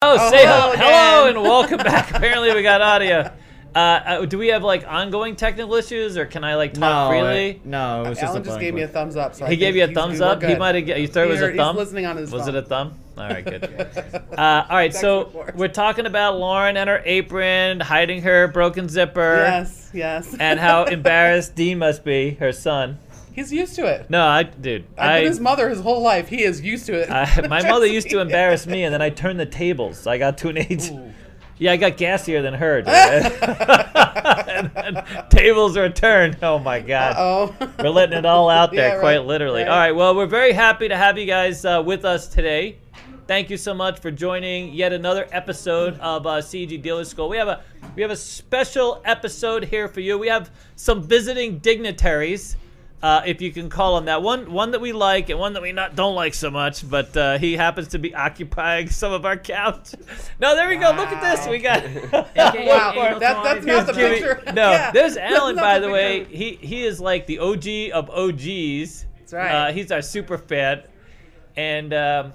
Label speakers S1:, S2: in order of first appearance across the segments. S1: Oh,
S2: say hello,
S1: hello
S2: hello
S1: again.
S2: and welcome back. Apparently, we got audio. Uh, uh, do we have like ongoing technical issues, or can I like
S1: No,
S2: talk freely?
S1: it- no, it was just a
S3: Alan just
S1: blank
S3: gave me a
S1: look.
S3: thumbs up. So I
S2: he gave
S3: think
S2: you a
S3: he's
S2: thumbs
S3: good. We're
S2: up. He
S3: good.
S2: might have. g- You thought it was
S3: Here,
S2: a thumb.
S3: He's listening on his
S2: was
S3: phone.
S2: it a thumb? All right, good. Uh, all right,
S3: Back
S2: so
S3: and forth.
S2: we're talking about Lauren and her apron, hiding her broken zipper,
S3: Yes, yes.
S2: and how embarrassed Dean must be, her son.
S3: he's used to it.
S2: No, I dude,
S3: I've
S2: I,
S3: been his mother his whole life. He is used to it.
S2: I- my mother used to
S3: Jesse.
S2: embarrass me, and then I turned the tables. I got to an age.
S3: Ooh.
S2: Yeah, I got gassier than her. Dude. And then tables are turned. Oh my god.
S3: Uh-oh.
S2: We're letting it all out there,
S3: Yeah, right,
S2: quite literally.
S3: right.
S2: All right, well, we're very happy to have you guys uh, with us today. Thank you so much for joining yet another episode of uh, CG Dealer School. We have a we have a special episode here for you. We have some visiting dignitaries, uh, if you can call them that. One one that we like and one that we not don't like so much, but uh, he happens to be occupying some of our couch. No, there we go. Look at this. We got.
S3: Wow, that- that's not the
S2: Jimmy-
S3: picture.
S2: No,
S3: Yeah.
S2: there's Alan,
S3: That's not
S2: by
S3: the
S2: the way. He he is like the OG of OGs. That's
S3: right.
S2: Uh, he's our super fan, and um,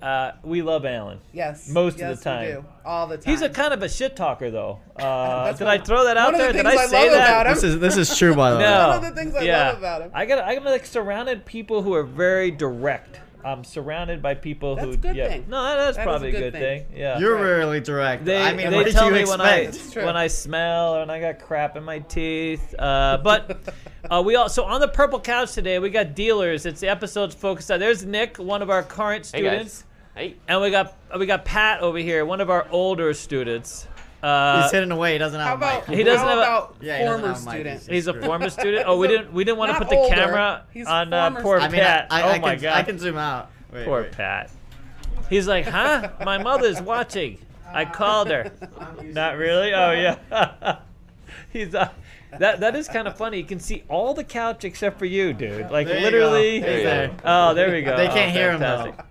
S2: uh, we love Alan.
S3: Yes.
S2: Most of the
S3: yes, we
S2: time.
S3: do. All the time.
S2: He's a kind of a shit talker, though. Uh,
S3: That's
S2: did
S3: one-
S2: I throw that out
S3: one of the
S2: there? Did
S3: things
S2: I
S3: I
S2: say
S3: love
S2: that?
S3: about him.
S1: This is this is true, by the way.
S2: No.
S3: One of the things I love about him.
S2: I got. I'm like surrounded people who are very direct. I'm surrounded by people
S3: That's
S2: who.
S3: a good
S2: yeah.
S3: thing.
S2: No, that- that's
S3: That is a
S2: probably
S3: good
S2: thing.
S3: thing.
S2: Yeah.
S1: You're
S3: right.
S1: rarely direct.
S2: They,
S1: I mean,
S2: they
S1: what did
S2: tell
S1: you
S2: me
S1: expect?
S3: That's
S2: when I
S3: true.
S2: when I smell or when I got crap in my teeth. Uh, but uh, we all so on the purple couch today. We got dealers. It's the episodes focused on. There's Nick, one of our current
S4: Hey guys.
S2: students,
S4: Hey.
S2: and we got uh, we got Pat over here, one of our older students. Uh,
S1: He's hidden away. He doesn't have
S3: How
S1: a mic.
S3: about
S2: He doesn't
S3: how
S2: have a-
S3: about
S1: Yeah, he doesn't
S3: former
S1: have a mic.
S3: student?
S2: He's a
S1: Screw it.
S2: former student. Oh, we didn't we didn't want to
S3: Not
S2: put the
S3: older.
S2: camera
S3: He's
S2: on uh,
S3: former
S2: poor
S1: I
S3: student.
S1: mean,
S2: Pat.
S1: I, I,
S2: oh
S1: I
S2: my
S1: can,
S2: god,
S1: I can zoom out. Wait,
S2: poor
S1: wait.
S2: Pat. He's like, huh? My mother's watching. I called her. Not really. Oh yeah. He's uh, that that is kind of funny. You can see all the couch except for you, dude. Like
S1: There you go.
S2: literally.
S1: He's
S4: There you
S1: there.
S2: Oh, there we go.
S1: They
S2: Oh,
S1: can't hear him, though.
S2: fantastic.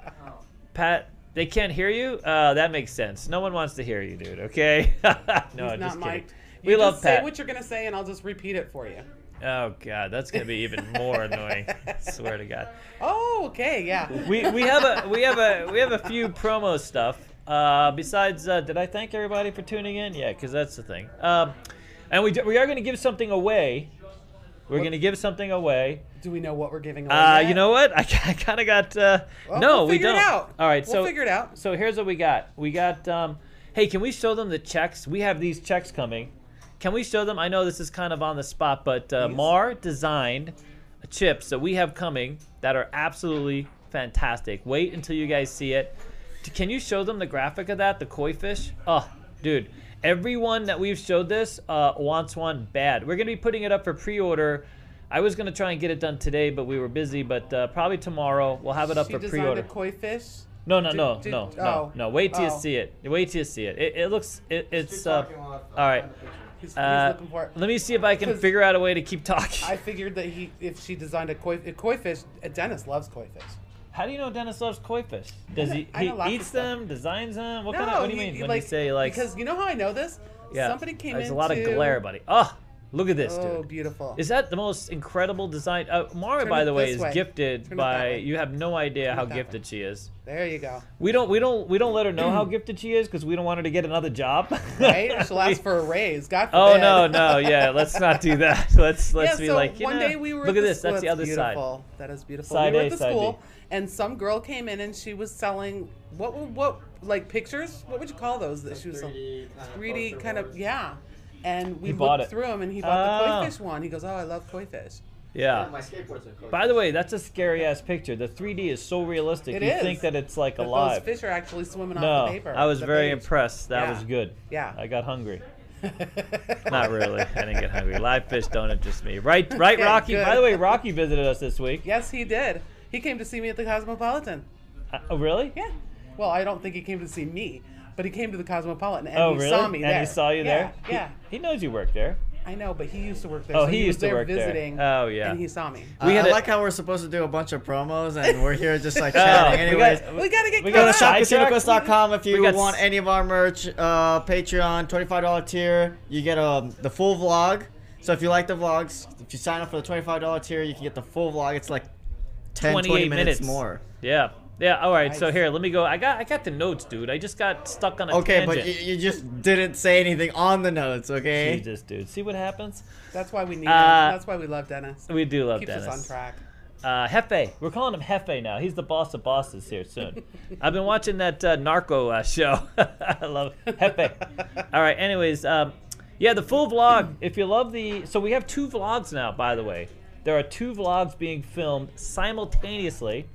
S2: Pat, they can't hear you. Uh, that makes sense. No one wants to hear you, dude. Okay. no,
S3: He's
S2: I'm
S3: not
S2: just kidding.
S3: mic'd.
S2: We
S3: You
S2: love
S3: just
S2: Pat.
S3: Say what you're gonna say, and I'll just repeat it for you.
S2: Oh god, that's gonna be even more annoying. Swear to God.
S3: Oh, okay, yeah.
S2: We we have a we have a we have a few promo stuff. Uh, besides, uh, did I thank everybody for tuning in? Yeah, because that's the thing. Um, and we do, we are gonna give something away. We're gonna give something away.
S3: Do we know what we're giving away?
S2: Uh,
S3: yet?
S2: you know what? I, kind of got. Uh,
S3: Well,
S2: no,
S3: we'll
S2: we
S3: figure
S2: don't.
S3: It out.
S2: All right,
S3: we'll
S2: so
S3: figure it out.
S2: so here's what we got. We got. Um, hey, can we show them the checks? We have these checks coming. Can we show them? I know this is kind of on the spot, but uh,
S3: Please.
S2: Mar designed chips that we have coming that are absolutely fantastic. Wait until you guys see it. T- Can you show them the graphic of that? The koi fish? Oh, dude. Everyone that we've showed this uh, wants one bad. We're going to be putting it up for pre order. I was going to try and get it done today, but we were busy. But uh, probably tomorrow, we'll have it up
S3: she
S2: for
S3: designed
S2: pre
S3: a
S2: order.
S3: koi fish.
S2: No, no,
S3: Did-
S2: no,
S3: did-
S2: no, no,
S3: oh.
S2: no. Wait till you
S3: Oh.
S2: see it. Wait till you see it. It, it looks. It, it's. Uh, all right.
S3: He's, he's
S2: Uh,
S3: looking for it.
S2: let me see if I can
S3: 'Cause-
S2: figure out a way to keep talking.
S3: I figured that he, if she designed a koi, a koi fish, a Dennis loves koi fish.
S2: How do you know Dennis loves koi fish? Does he,
S3: I know
S2: he
S3: lots of
S2: eats
S3: stuff.
S2: them? Designs them? What kind of? What do you
S3: he-
S2: mean
S3: he
S2: when
S3: like-
S2: you say like?
S3: Because you know how I know this?
S2: yeah,
S3: Somebody came
S2: There's
S3: in.
S2: a lot of glare, buddy. Oh, look at this,
S3: Oh,
S2: dude.
S3: beautiful.
S2: Is that the most incredible design? Uh, Mara,
S3: Turn
S2: by
S3: it
S2: the way,
S3: this
S2: is
S3: way.
S2: gifted
S3: Turn it that
S2: by.
S3: way.
S2: You have no idea how
S3: it that way.
S2: gifted she is.
S3: there you go.
S2: We don't. We don't. We don't let her know how gifted she is because we don't want her to get another job.
S3: Right? She'll ask for a raise. God
S2: Oh
S3: forbid.
S2: no, no, yeah, let's not do that. Let's let's
S3: yeah,
S2: be
S3: so
S2: like, you
S3: one
S2: know,
S3: day we were
S2: look
S3: at
S2: at
S3: the
S2: this.
S3: school-
S2: That's the other side.
S3: beautiful. That is beautiful.
S2: Side
S3: we were
S2: A,
S3: at the
S2: side B.
S3: school, and some girl came in and she was selling what were- what like pictures? What would you call those that she was selling? 3D kind of yeah. And we
S2: He bought
S3: looked
S2: it.
S3: through them, and he bought
S2: Oh.
S3: the koi fish one. He goes, "Oh, I love koi fish."
S2: Yeah.
S4: skateboard's a
S2: By the way, that's a scary ass picture. The 3D is so realistic.
S3: It
S2: you
S3: is.
S2: think that it's like
S3: That
S2: alive.
S3: Those fish are actually swimming
S2: no,
S3: off the paper.
S2: I was
S3: the
S2: very
S3: page.
S2: impressed. That
S3: Yeah.
S2: was good.
S3: Yeah.
S2: I got hungry. Not really. I didn't get hungry. Live fish don't interest me. Right, right.
S3: Okay,
S2: Rocky. By the
S3: good.
S2: way, Rocky visited us this week.
S3: yes, he did. He came to see me at the Cosmopolitan.
S2: Uh, oh, really?
S3: Yeah. Well, I don't think he came to see me, but he came to the Cosmopolitan and
S2: Oh,
S3: he
S2: really?
S3: saw me
S2: and
S3: there.
S2: he saw you there.
S3: Yeah. yeah.
S2: He, he knows you work there.
S3: I know, but he used to work there.
S2: Oh,
S3: so
S2: he
S3: he,
S2: used
S3: was
S2: to
S3: there
S2: work there.
S3: visiting.
S2: Oh, yeah.
S3: And he saw me.
S2: We
S1: We
S2: had
S1: I
S2: a-
S1: like how we're supposed to do a bunch of promos, and we're here just like
S2: Oh,
S1: chatting.
S2: we got-
S1: Anyways,
S3: We gotta get.
S2: We
S1: Go to
S2: got a sidetrack.
S1: shopcasinoquest.com if you
S2: We got
S1: want
S2: s-
S1: any of our merch. Uh, Patreon, twenty-five dollar tier, you get um, the full vlog. So if you like the vlogs, if you sign up for the twenty-five dollar tier, you can get the full vlog. It's like 10, 20
S2: 28
S1: minutes,
S2: minutes.
S1: more.
S2: Yeah. Yeah. All right. So
S3: Nice.
S2: here, let me go. I got I got the notes, dude. I just got stuck on a
S1: Okay, but you,
S2: tangent.
S1: you just didn't say anything on the notes, okay?
S2: Jesus, dude. See what happens?
S3: That's why we need.
S2: Uh,
S3: him. That's why we love Dennis.
S2: We do love
S3: Keeps
S2: Dennis.
S3: us on track.
S2: Uh, Hefe. We're calling him Hefe now. He's the boss of bosses here soon. I've been watching that uh, narco uh, show. I love Hefe. All right. Anyways, um, yeah, the full vlog. If you love the, so we have two vlogs now. By the way, there are two vlogs being filmed simultaneously.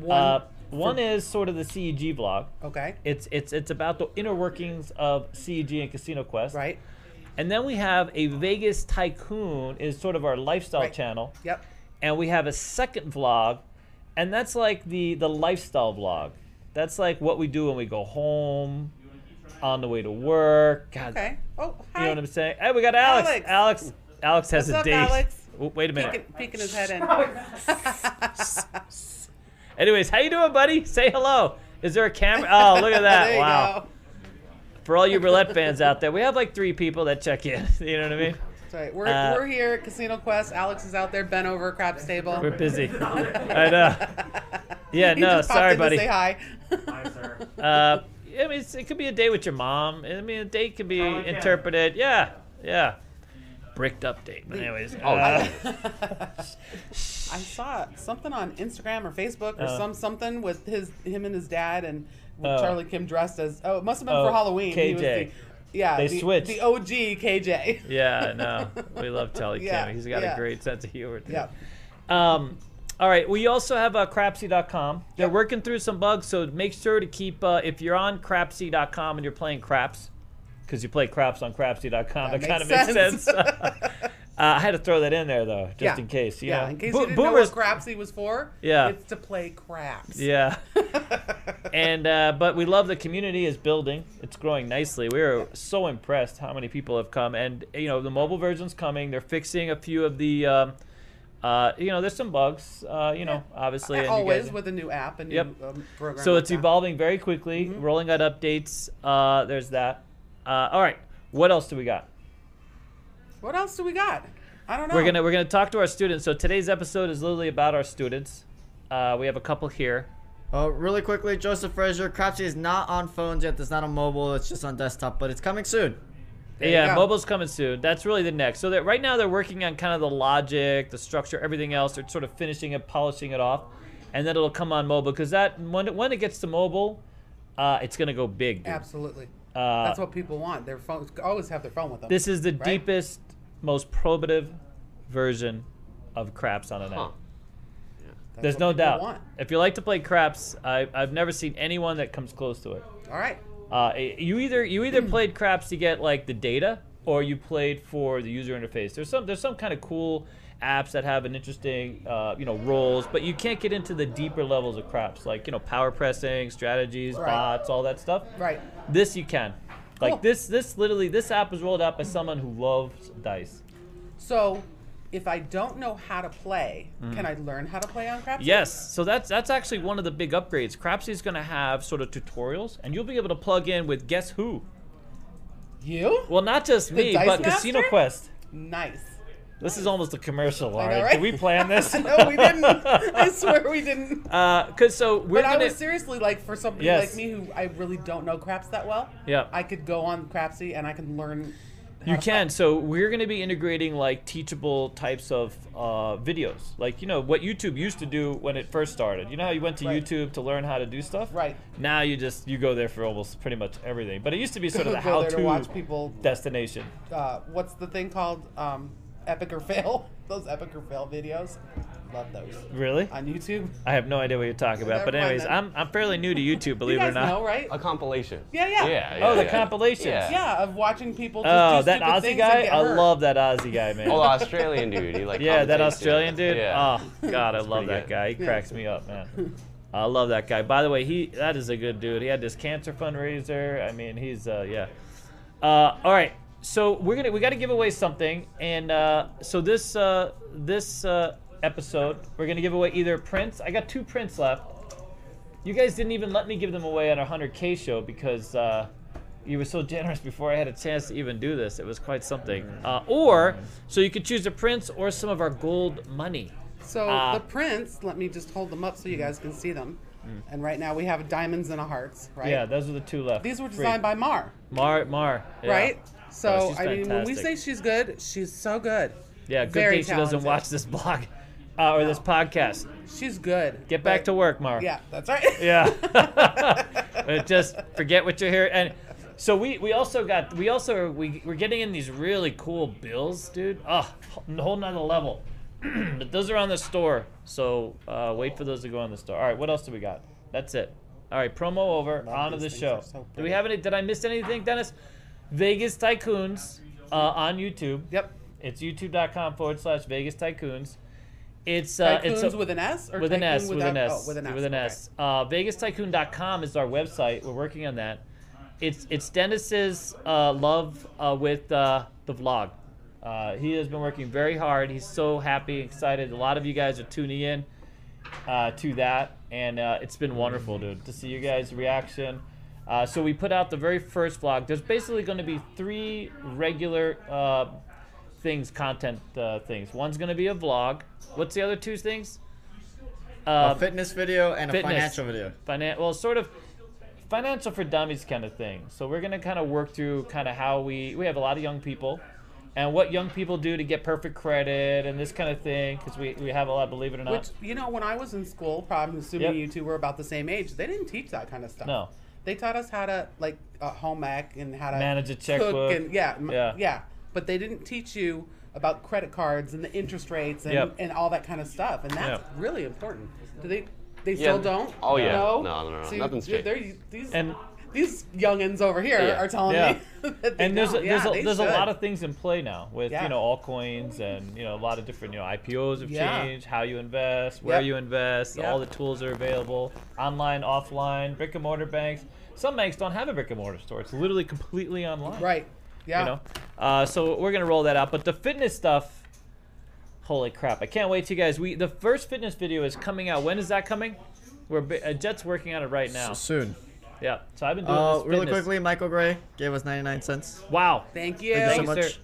S3: One.
S2: uh, one is sort of the CEG vlog.
S3: okay.
S2: It's it's it's about the inner workings of CEG and Casino Quest.
S3: Right.
S2: And then we have a Vegas Tycoon is sort of our lifestyle
S3: Right.
S2: channel,
S3: Yep.
S2: and we have a second vlog, and that's like the the lifestyle vlog. That's like what we do when we go home, on the way to work. God,
S3: Okay. Oh, hi.
S2: you know what I'm saying? Hey, we got Alex. Alex.
S3: Alex.
S2: Alex, has
S3: What's
S2: a
S3: up,
S2: date.
S3: Alex?
S2: W- Wait a minute.
S3: Peeking, peeking his head in.
S2: Anyways, how you doing, buddy? Say hello. Is there a camera? Oh, look at that!
S3: There you
S2: wow.
S3: go.
S2: For all you roulette fans out there, we have like three people that check in. You know what I mean?
S3: That's right. We're,
S2: Uh,
S3: we're here at Casino Quest. Alex is out there bent over crap stable.
S2: We're busy. I know. Yeah,
S3: He
S2: no,
S3: just popped
S2: sorry,
S3: in to
S2: buddy.
S3: Say hi.
S2: Uh, I mean, it's, it could be a day with your mom. I mean, a date could be
S3: Oh,
S2: interpreted. Yeah, yeah. Bricked up date. But anyways.
S3: Oh,
S2: uh,
S3: I saw something on Instagram or Facebook or
S2: Uh.
S3: some something with his him and his dad and with
S2: Oh.
S3: Charlie Kim dressed as oh it must have been
S2: Oh,
S3: for Halloween. He was
S2: KJ.
S3: the, yeah,
S2: They
S3: the,
S2: switched.
S3: the OG KJ.
S2: yeah, no. We love Telly
S3: Yeah,
S2: Kim. He's got
S3: yeah.
S2: a great sense of humor. Too.
S3: Yeah.
S2: Um, all right. We also have uh, Crapsy.com. They're
S3: Yep.
S2: working through some bugs, so make sure to keep. Uh, if you're on Crapsy.com and you're playing craps, because you play craps on Crapsy.com, that,
S3: That
S2: kind of makes
S3: makes
S2: sense.
S3: sense.
S2: uh, I had to throw that in there though, just
S3: Yeah.
S2: in case. You
S3: yeah,
S2: know.
S3: in case
S2: Bo-
S3: you didn't
S2: boomers.
S3: know what craps he was for.
S2: Yeah.
S3: It's to play craps.
S2: Yeah. and uh, but we love the community is building. It's growing nicely. We are so impressed how many people have come, and you know the mobile version's coming. They're fixing a few of the, um, uh, you know, there's some bugs. Uh, you know, obviously. and you
S3: Always
S2: guys-
S3: with a new app and new
S2: Yep.
S3: um, program.
S2: so
S3: like
S2: it's
S3: that.
S2: evolving very quickly. Rolling out updates. Uh, there's that. Uh, all right. What else do we got?
S3: What else do we got? I don't know.
S2: We're gonna we're gonna talk to our students. So today's episode is literally about our students. Uh, we have a couple here.
S1: Uh, really quickly, Joseph Frazier, Crapsy is not on phones yet. It's not on mobile. It's just on desktop, but it's coming soon.
S3: There you
S2: yeah,
S3: go.
S2: mobile's coming soon. That's really the next. So that right now they're working on kind of the logic, the structure, everything else. They're sort of finishing it, polishing it off, and then it'll come on mobile because that when it, when it gets to mobile, uh, it's gonna go big. dude.
S3: Absolutely.
S2: Uh,
S3: That's what people want. Their phones always have their phone with them.
S2: This is the
S3: Right?
S2: deepest, most probative version of craps on an app.
S3: That's
S2: There's
S3: what
S2: no
S3: people
S2: doubt.
S3: want.
S2: If you like to play craps, I, I've never seen anyone that comes close to it.
S3: All right.
S2: Uh, you either you either
S3: Hmm.
S2: played craps to get like the data, or you played for the user interface. There's some there's some kind of cool apps that have an interesting uh, you know roles, but you can't get into the deeper levels of craps, like you know power pressing, strategies,
S3: Right.
S2: bots, all that stuff.
S3: Right.
S2: This you can. Like
S3: Cool.
S2: this this literally this app was rolled out by someone who loves dice.
S3: So, if I don't know how to play,
S2: Mm.
S3: can I learn how to play on Crapsy?
S2: Yes, so that's that's actually one of the big upgrades. Crapsy is going to have sort of tutorials, and you'll be able to plug in with guess who.
S3: You?
S2: Well, not just me,
S3: Dice
S2: but Casino
S3: Master?
S2: Quest.
S3: Nice.
S2: This is almost a commercial, all
S3: I know,
S2: right?
S3: right?
S2: Did we plan this?
S3: no, we didn't. I swear we didn't.
S2: Uh, cause so we're
S3: But I
S2: gonna.
S3: was seriously like, for somebody
S2: Yes.
S3: like me who I really don't know craps that well,
S2: Yeah.
S3: I could go on Crapsy and I can learn. how
S2: you
S3: to
S2: can. So we're gonna be integrating like teachable types of uh, videos, like you know what YouTube used to do when it first started. You know how you went to
S3: Right.
S2: YouTube to learn how to do stuff.
S3: Right.
S2: Now you just you go there for almost pretty much everything. But it used to be sort of the
S3: Go there to
S2: how-to
S3: watch people-
S2: destination.
S3: uh, what's the thing called? Um, epic or fail? Those epic or fail videos. Love those
S2: Really?
S3: on YouTube.
S2: I have no idea what you're talking about.
S3: Never
S2: But
S3: mind
S2: anyways,
S3: then.
S2: I'm I'm fairly new to YouTube,
S3: You
S2: believe it or
S3: guys
S2: not.
S3: know, right?
S4: A compilation.
S3: Yeah, yeah.
S4: Yeah.
S2: Oh, the
S4: yeah.
S2: compilations.
S4: Yeah.
S3: Yeah, of watching people. Just
S2: Oh,
S3: do
S2: that
S3: stupid
S2: Aussie
S3: things
S2: guy!
S3: And get
S2: I
S3: hurt.
S2: love that Aussie guy, man.
S4: Oh, the Australian dude. He like.
S2: Yeah, that
S4: commentates,
S2: Australian
S4: yeah.
S2: dude.
S4: Yeah.
S2: Oh God, I love
S4: pretty
S2: that
S4: good.
S2: guy. He
S3: Yeah.
S2: cracks me up, man. I love that guy. By the way, he that is a good dude. He had this cancer fundraiser. I mean, he's uh, yeah. Uh, all right, so we're gonna we got to give away something, and uh, so this uh, this uh, episode we're gonna give away either prints. I got two prints left. You guys didn't even let me give them away on our 100K show because uh, you were so generous before I had a chance to even do this. It was quite something. Uh, or, so you could choose a prince or some of our gold money.
S3: So
S2: Ah.
S3: the prints, let me just hold them up so you guys can see them. And right now we have diamonds and a hearts, right?
S2: Mm. Yeah, those are the two left.
S3: These were
S2: Free.
S3: designed by Mar,
S2: Mar. Mar. yeah.
S3: right? So
S2: she's
S3: I mean, when we say
S2: fantastic.
S3: she's good, she's so good.
S2: Yeah, good
S3: Very
S2: thing she doesn't
S3: talented.
S2: watch this blog uh, or this podcast.
S3: She's good.
S2: Get back
S3: But-
S2: to work, Mar.
S3: Yeah, that's right.
S2: Yeah. Uh, just forget what you're here and so we we also got we also we we're getting in these really cool bills, dude. Oh, whole nother level. but those are on the store, so uh, wait for those to go on the store. All right, what else do we got? That's it. All right, promo over. on to the
S3: these things
S2: show.
S3: are so
S2: do we
S3: pretty.
S2: have any? Did I miss anything, Dennis? Vegas Tycoons uh, on YouTube.
S3: Yep.
S2: It's youtube.com forward slash Vegas Tycoons. It's uh,
S3: Tycoons
S2: it's a-
S3: with an S or
S2: with an
S3: tycoon
S2: S, with an
S3: without-
S2: S,
S3: oh, with an S.
S2: with an
S3: okay.
S2: S. Uh, VegasTycoon.com is our website. We're working on that. It's it's Dennis's uh, love uh, with uh, the vlog. Uh, he has been working very hard. He's so happy, excited. A lot of you guys are tuning in uh, to that, and uh, it's been wonderful, dude, to see you guys' reaction. Uh, so we put out the very first vlog. There's basically going to be three regular uh, things, content uh, things. One's going to be a vlog. What's the other two things?
S1: A
S2: Uh,
S1: fitness video and a
S2: fitness.
S1: financial video.
S2: finan- well sort of financial for dummies kind of thing so we're going to kind of work through kind of how we we have a lot of young people and what young people do to get perfect credit and this kind of thing because we, we have a lot believe it or not
S3: Which you know, when I was in school, probably I'm assuming
S2: Yep.
S3: you two were about the same age. They didn't teach that kind of stuff.
S2: No.
S3: They taught us how to like uh, home ec and how to
S2: Manage a
S3: cook
S2: checkbook.
S3: and yeah, m-
S2: Yeah.
S3: yeah, But they didn't teach you about credit cards and the interest rates and,
S2: Yep.
S3: and all that kind of stuff. And that's
S2: Yeah.
S3: really important. Do they? They
S4: Yeah.
S3: still don't.
S4: Oh, yeah.
S3: No.
S4: No, no, no, no.
S3: See,
S4: Nothing's
S3: they're-
S4: changed.
S3: they're- These
S2: And-
S3: these youngins over here
S4: Yeah.
S3: are telling
S2: Yeah.
S3: me. that they
S2: and there's a,
S3: don't.
S2: there's,
S3: Yeah,
S2: a,
S3: they
S2: there's a lot
S3: should.
S2: of things in play now with
S3: Yeah.
S2: you know altcoins and you know a lot of different you know IPOs have
S3: Yeah.
S2: changed how you invest where
S3: Yep.
S2: you invest all the
S3: Yep.
S2: tools are available online offline brick and mortar banks some banks don't have a brick and mortar store it's literally completely online
S3: Right. Yeah.
S2: you know uh, so we're gonna roll that out but the fitness stuff holy crap i can't wait to you guys we the first fitness video is coming out when is that coming we're bi- uh, jet's working on it right now
S1: S- Soon.
S2: yeah so i've been doing
S1: Uh,
S2: this
S1: really
S2: fitness.
S1: quickly, Michael Gray gave us 99 cents.
S2: wow
S3: Thank you.
S1: Thank you
S2: Thank
S1: so
S2: you,
S1: much.
S2: sir.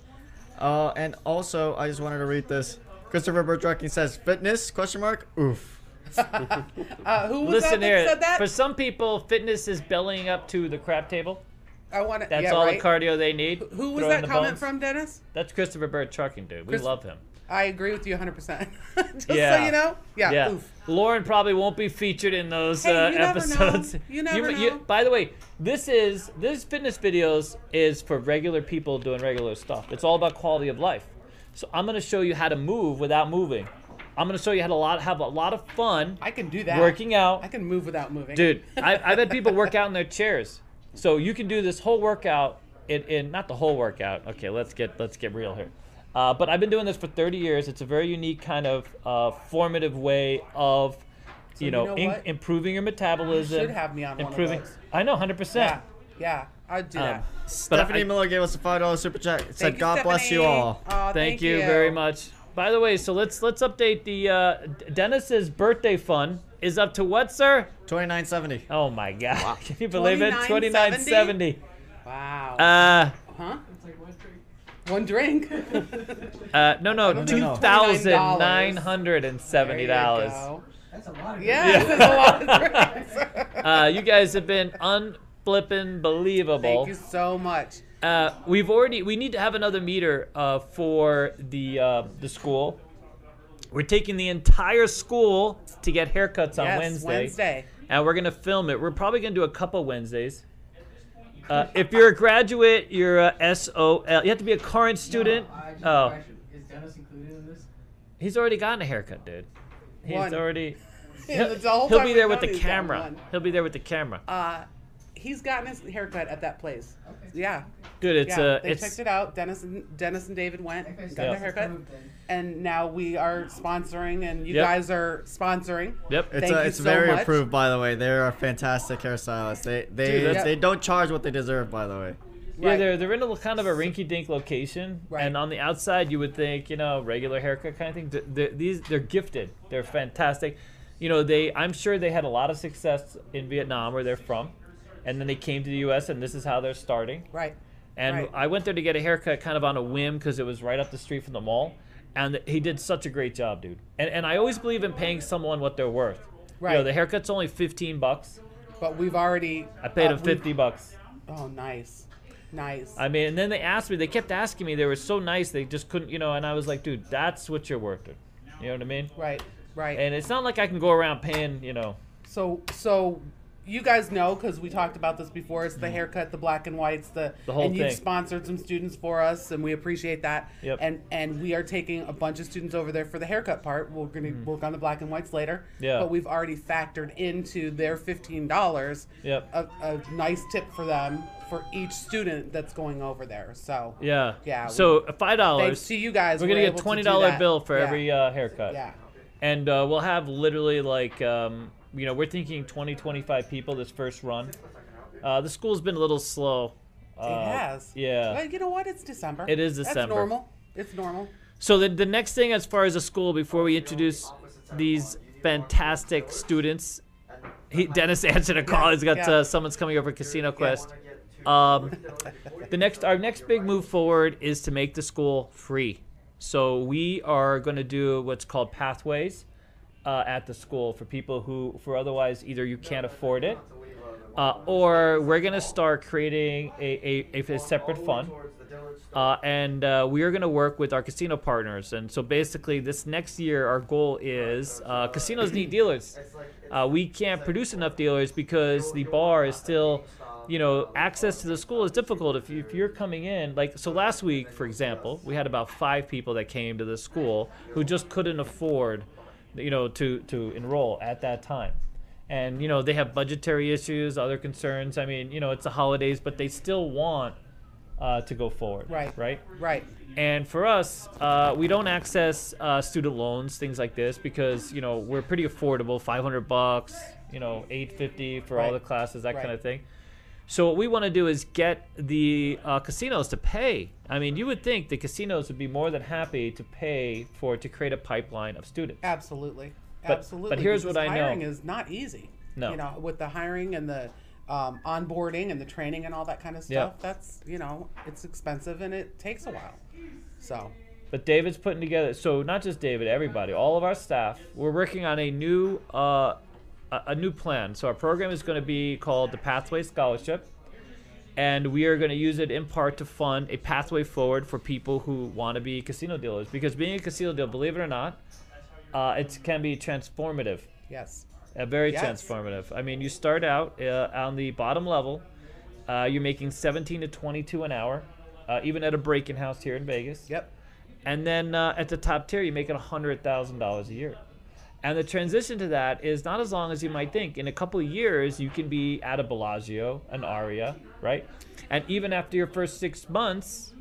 S1: Uh, and also, I just wanted to read this. Christopher Bertracking says, "Fitness? Question mark? Oof.
S3: Uh, who was
S2: listen
S3: that
S2: here
S3: that said that?
S2: for some people fitness is bellying up to the crap table
S3: I want to.
S2: that's
S3: yeah,
S2: all
S3: right.
S2: the cardio they need
S3: Who was
S2: Throw in
S3: that
S2: the
S3: comment
S2: bones.
S3: from, Dennis?
S2: that's christopher bird trucking dude we
S3: Chris-
S2: love him
S3: I agree with you 100%. Just
S2: Yeah.
S3: so you know. Yeah.
S2: yeah.
S3: Ah, oof.
S2: Lauren probably won't be featured in those
S3: Hey,
S2: uh,
S3: you never know.
S2: episodes.
S3: You never know.
S2: by the way, this is this fitness videos is for regular people doing regular stuff. It's all about quality of life. So I'm gonna show you how to move without moving. I'm gonna show you how to lot have a lot of fun
S3: I can do that.
S2: working out.
S3: I can move without moving.
S2: Dude, I, I've had people work out in their chairs. So you can do this whole workout in, in not the whole workout. Okay, let's get let's get real here. Uh, but I've been doing this for 30 years. It's a very unique kind of uh, formative way of, you
S3: you
S2: know,
S3: know
S2: in-
S3: what?
S2: improving your metabolism.
S3: have me on one of
S2: improving.
S3: those.
S2: I know, 100.
S3: Yeah.
S2: percent
S3: Yeah. I'd do that.
S2: um, but I-
S1: Stephanie Miller gave us a five dollar super chat. It
S3: Thank
S1: said,
S3: you,
S1: "God bless you
S3: Stephanie. Uh,
S1: all."
S3: Aw,
S2: thank, you, very much. By the way, so let's let's update the uh, D- Dennis's birthday fun is up to what, sir?
S1: 2970.
S2: Oh my God! Can you believe it?
S3: 29.70?
S2: 2970.
S3: Wow.
S2: Uh,
S3: huh? One drink.
S2: Uh, no, no,
S3: don't
S2: two
S3: think
S1: it's
S2: thousand nine hundred and
S3: There
S2: seventy
S3: you
S2: dollars.
S3: go. Yeah, that's a lot of drinks.
S2: Uh, you guys have been unflippin' believable.
S3: Thank you so much.
S2: Uh, we've already we need to have another meter uh, for the uh, the school. We're taking the entire school to get haircuts on
S3: yes,
S2: Wednesday,
S3: Wednesday.
S2: and we're gonna film it. We're probably gonna do a couple Wednesdays. Uh, if you're a graduate, you're a SOL. You have to be a current student.
S5: No, I just
S2: oh,
S5: question, Is Dennis included in this?
S2: he's already gotten a haircut, dude. He's
S3: One.
S2: already.
S3: Yeah,
S2: He'll,
S3: the whole
S2: he'll
S3: time
S2: be
S3: we've
S2: there with
S3: known
S2: the
S3: he's gotten
S2: camera.
S3: one.
S2: He'll be there with the camera.
S3: Uh, he's gotten his haircut at that place.
S5: Okay.
S3: Yeah.
S2: Dude, it's
S3: yeah,
S2: uh,
S3: they
S2: it's
S3: checked it out. Dennis and Dennis and David went,
S5: Okay, so
S3: got
S2: Yeah.
S3: their haircut, and now we are sponsoring, and you
S2: Yep.
S3: guys are sponsoring.
S2: yep.
S1: It's,
S3: Thank
S1: uh,
S3: you
S1: it's
S3: so
S1: very
S3: much.
S1: approved, by the way. They are fantastic hairstylists. They they
S2: Dude,
S3: that's-
S1: they don't charge what they deserve, by the way.
S2: Yeah,
S3: Right.
S2: they're they're in a little kind of a rinky-dink location,
S3: Right.
S2: and on the outside you would think you know regular haircut kind of thing. Th- They're, these they're gifted. They're fantastic. You know they I'm sure they had a lot of success in Vietnam where they're from, and then they came to the U.S. and this is how they're starting.
S3: Right.
S2: And
S3: Right.
S2: I went there to get a haircut kind of on a whim because it was right up the street from the mall. And he did such a great job, dude. And, and I always believe in paying someone what they're worth. Right. Yo,
S3: Right.
S2: the haircut's only fifteen bucks.
S3: But we've already.
S2: I paid
S3: uh,
S2: him
S3: we've-
S2: fifty bucks.
S3: Oh, nice, nice.
S2: I mean, and then they asked me. They kept asking me. They were so nice. They just couldn't, you know. And I was like, dude, that's what you're worth. Dude. You know what I mean?
S3: right, right.
S2: And it's not like I can go around paying, you know.
S3: So so you guys know because we talked about this before. It's the haircut, the black and whites, the,
S2: Mm-hmm. The whole
S3: and
S2: thing.
S3: you've sponsored some students for us, and we appreciate that.
S2: Yep.
S3: And and we are taking a bunch of students over there for the haircut part. We're going to work on the black and whites later.
S2: Mm-hmm. Yeah.
S3: But we've already factored into their fifteen dollars.
S2: Yep.
S3: A, a nice tip for them for each student that's going over there. So
S2: Yeah.
S3: Yeah,
S2: So uh, five
S3: thanks
S2: dollars.
S3: to you guys,
S2: We're gonna
S3: we're
S2: get
S3: able to do
S2: twenty dollar
S3: that.
S2: bill for
S3: Yeah.
S2: every uh, haircut.
S3: Yeah.
S2: And uh, we'll have literally like um, you know we're thinking 20, 25 people this first run. Uh, the school's been a little slow. Uh,
S3: it has.
S2: Yeah.
S3: Well, you know what? It's December.
S2: It is
S3: That's
S2: December.
S3: normal. It's normal.
S2: So the, the next thing as far as the school before we introduce these fantastic students, he, Dennis answered a call. He's got
S3: Yeah.
S2: uh, someone's coming over Casino Quest. Um, the next our next big move forward is to make the school free. So we are going to do what's called pathways uh, at the school for people who for otherwise either you can't afford it uh, or we're going to start creating a, a, a, a separate fund uh, and uh, we are going to work with our casino partners. And so basically, this next year, our goal is uh, casinos need dealers. Uh, we can't produce enough dealers because the bar is still, you know, access to the school is difficult. If, you, if you're coming in, like, so last week, for example, we had about five people that came to the school who just couldn't afford, you know, to, to enroll at that time and you know they have budgetary issues, other concerns. I mean, you know, it's the holidays, but they still want uh, to go forward,
S3: Right.
S2: Right.
S3: Right.
S2: And for us, uh, we don't access uh, student loans, things like this, because you know we're pretty affordable, 500 bucks, you know, 850 for all
S3: Right.
S2: the classes, that kind
S3: Right.
S2: of thing. So what we want to do is get the uh, casinos to pay. I mean, you would think the casinos would be more than happy to pay for to create a pipeline of students.
S3: Absolutely.
S2: But-
S3: Absolutely.
S2: but here's
S3: because
S2: what I know.
S3: hiring is not easy.
S2: No.
S3: You know, with the hiring and the um, onboarding and the training and all that kind of
S2: Yeah.
S3: stuff, that's, you know, it's expensive and it takes a while. So,
S2: But David's putting together. So not just David, everybody, all of our staff. We're working on a new uh, a, a new plan. So our program is going to be called the Pathway Scholarship, and we are going to use it in part to fund a pathway forward for people who want to be casino dealers. Because being a casino dealer, believe it or not, uh, it can be transformative.
S3: yes.
S2: Uh, very
S3: Yes.
S2: transformative. I mean, you start out uh, on the bottom level. Uh, you're making 17 to 22 an hour, uh, even at a break-in house here in Vegas.
S3: Yep.
S2: And then uh, at the top tier, you're making $100,000 a year. And the transition to that is not as long as you might think. In a couple of years, you can be at a Bellagio, an Aria, right? And even after your first six months,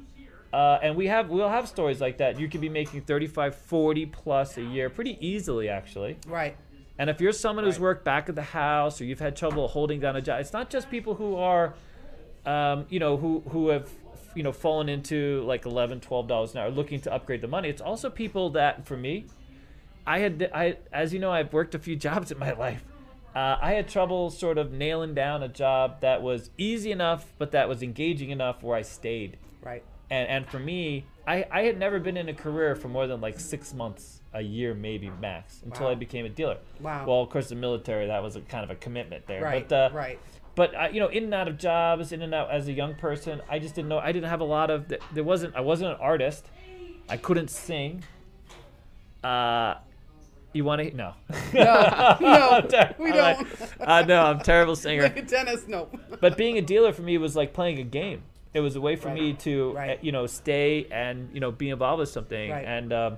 S2: uh, and we have we'll have stories like that. You could be making 35, 40 plus a year, pretty easily actually.
S3: Right.
S2: And if you're someone who's
S3: Right.
S2: worked back at the house or you've had trouble holding down a job, it's not just people who are, um, you know, who who have you know fallen into like 11 12 dollars an hour looking to upgrade the money it's also people that for me i had i as you know i've worked a few jobs in my life uh, i had trouble sort of nailing down a job that was easy enough but that was engaging enough where i stayed
S3: Right.
S2: and and for me I, I had never been in a career for more than like six months a year maybe max until i
S3: Wow.
S2: became a dealer
S3: Wow.
S2: well of course the military that was a kind of a commitment there
S3: Right.
S2: but uh,
S3: right.
S2: but I, you know in and out of jobs in and out as a young person i just didn't know i didn't have a lot of th- there wasn't i wasn't an artist i couldn't sing uh you want to no
S3: No, no, we
S2: I'm like-
S3: don't.
S2: i know i'm a terrible singer
S3: Dennis, no.
S2: but uh, being a dealer for me was like playing a game. It was a way for me
S3: Right.
S2: to,
S3: Right.
S2: uh, you know, stay and you know be involved with something.
S3: Right.
S2: And um,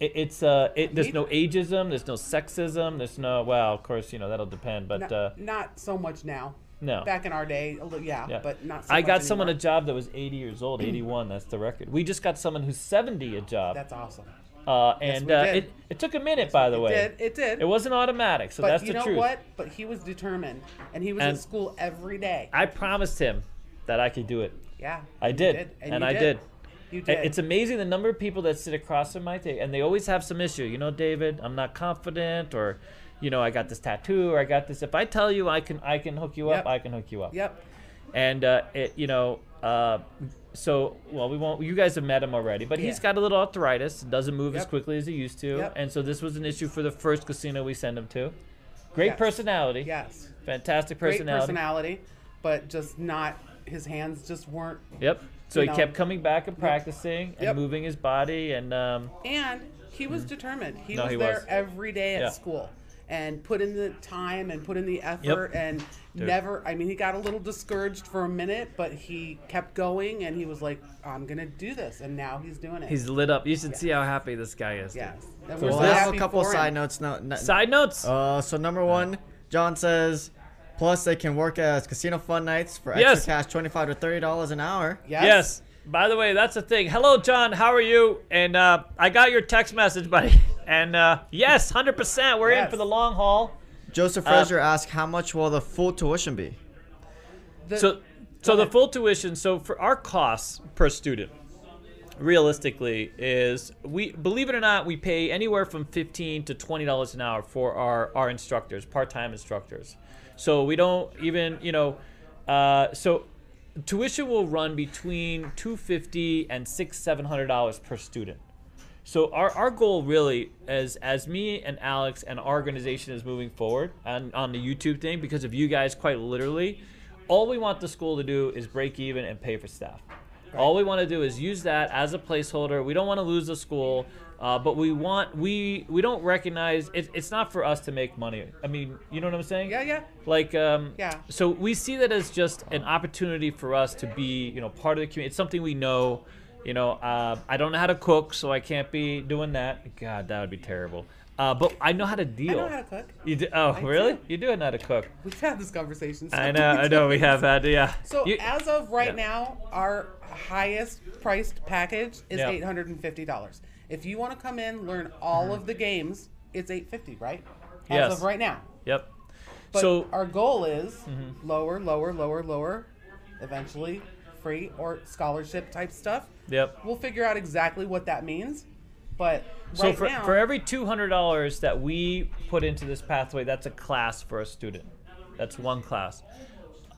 S2: it, it's uh, it, there's no ageism, there's no sexism, there's no well, of course, you know that'll depend, but
S3: not,
S2: uh,
S3: not so much now.
S2: no.
S3: Back in our day, a little, yeah,
S2: Yeah.
S3: but not so
S2: I
S3: much
S2: got someone a
S3: anymore.
S2: job that was 80 years old, 81. That's the record. We just got someone who's 70 a job,
S3: That's awesome.
S2: uh, and
S3: we
S2: uh,
S3: did.
S2: it it took a minute, by the
S3: it
S2: way.
S3: did. It did.
S2: It wasn't automatic, so
S3: but
S2: that's
S3: you
S2: the
S3: know
S2: truth.
S3: what? But he was determined, and he was
S2: And-
S3: at school every day.
S2: I promised him that I could do it.
S3: Yeah.
S2: I
S3: you
S2: did, and
S3: you
S2: I did.
S3: You
S2: I-
S3: did.
S2: It's amazing the number of people that sit across from my table, and they always have some issue. You know, David, I'm not confident, or, you know, I got this tattoo, or I got this. If I tell you I can, I can hook you up.
S3: Yep.
S2: I can hook you up.
S3: Yep.
S2: and uh, it, you know, uh, so well, we won't. You guys have met him already, but he's
S3: Yeah.
S2: got a little arthritis, doesn't move as
S3: Yep.
S2: quickly as he used to,
S3: Yep.
S2: and so this was an issue for the first casino we sent him to. Great
S3: Yes.
S2: personality,
S3: Yes.
S2: fantastic
S3: Great
S2: personality.
S3: personality, but just not his hands just weren't.
S2: Yep. So
S3: You
S2: he
S3: know.
S2: kept coming back and practicing and
S3: Yep.
S2: moving his body, and um,
S3: And he was determined.
S2: Mm-hmm.
S3: He
S2: No,
S3: was
S2: he
S3: there
S2: was.
S3: every day at
S2: Yeah.
S3: school and put in the time and put in the effort and never. I mean, he got a little discouraged for a minute, but he kept going and he was like, "I'm gonna do this," and now he's doing it.
S2: he's lit up. You should see how happy this guy is. dude.
S3: yes. And
S2: So
S3: we're
S1: Well,
S2: Well,
S1: I have
S3: happy
S1: a couple
S3: for him.
S1: side notes. No, no-
S2: Side notes.
S1: Uh, so number one, John says, plus they can work as casino fun nights for extra
S2: Yes.
S1: cash, twenty-five to thirty dollars an hour.
S3: Yes.
S2: yes. By the way, that's the thing. Hello, John. How are you? And uh, I got your text message, buddy. And uh, yes, hundred percent. We're in
S3: Yes.
S2: for the long haul. Uh,
S1: Joseph Fraser asked, how much will the full tuition be?
S3: The-
S2: So, so the
S3: ahead.
S2: full tuition. So for our costs per student, realistically, is we believe it or not, we pay anywhere from fifteen to twenty dollars an hour for our our instructors, part time instructors. So we don't even you know, uh, so tuition will run between two fifty and six seven hundred dollars per student. So our, our goal really as as me and Alex and our organization is moving forward on, on the YouTube thing because of you guys quite literally, all we want the school to do is break even and pay for staff. All we want to do is use that as a placeholder. We don't want to lose the school, uh, but we want we we don't recognize it, it's not for us to make money. I mean, you know what I'm saying?
S3: yeah, yeah.
S2: Like um,
S3: Yeah.
S2: So we see that as just an opportunity for us to be, you know, part of the community. It's something we know. You know, uh, I don't know how to cook, so I can't be doing that. God, that would be terrible. Uh, but I know how to deal.
S3: I know how to cook.
S2: You do, oh, really?
S3: do.
S2: You do know how to cook.
S3: We've had this conversation. so
S2: I
S3: many
S2: know. I know. We have had. Yeah.
S3: So
S2: You-
S3: as of right
S2: yeah.
S3: now, our highest priced package is
S2: Yeah.
S3: eight hundred and fifty dollars. If you want to come in, learn all of the games, it's eight fifty, right? As
S2: Yes.
S3: of right now.
S2: Yep.
S3: But
S2: so Mm-hmm.
S3: our goal is lower, lower, lower, lower, eventually free or scholarship type stuff.
S2: Yep.
S3: We'll figure out exactly what that means. But
S2: So
S3: right
S2: for,
S3: now,
S2: for every two hundred dollars that we put into this pathway, that's a class for a student. That's one class.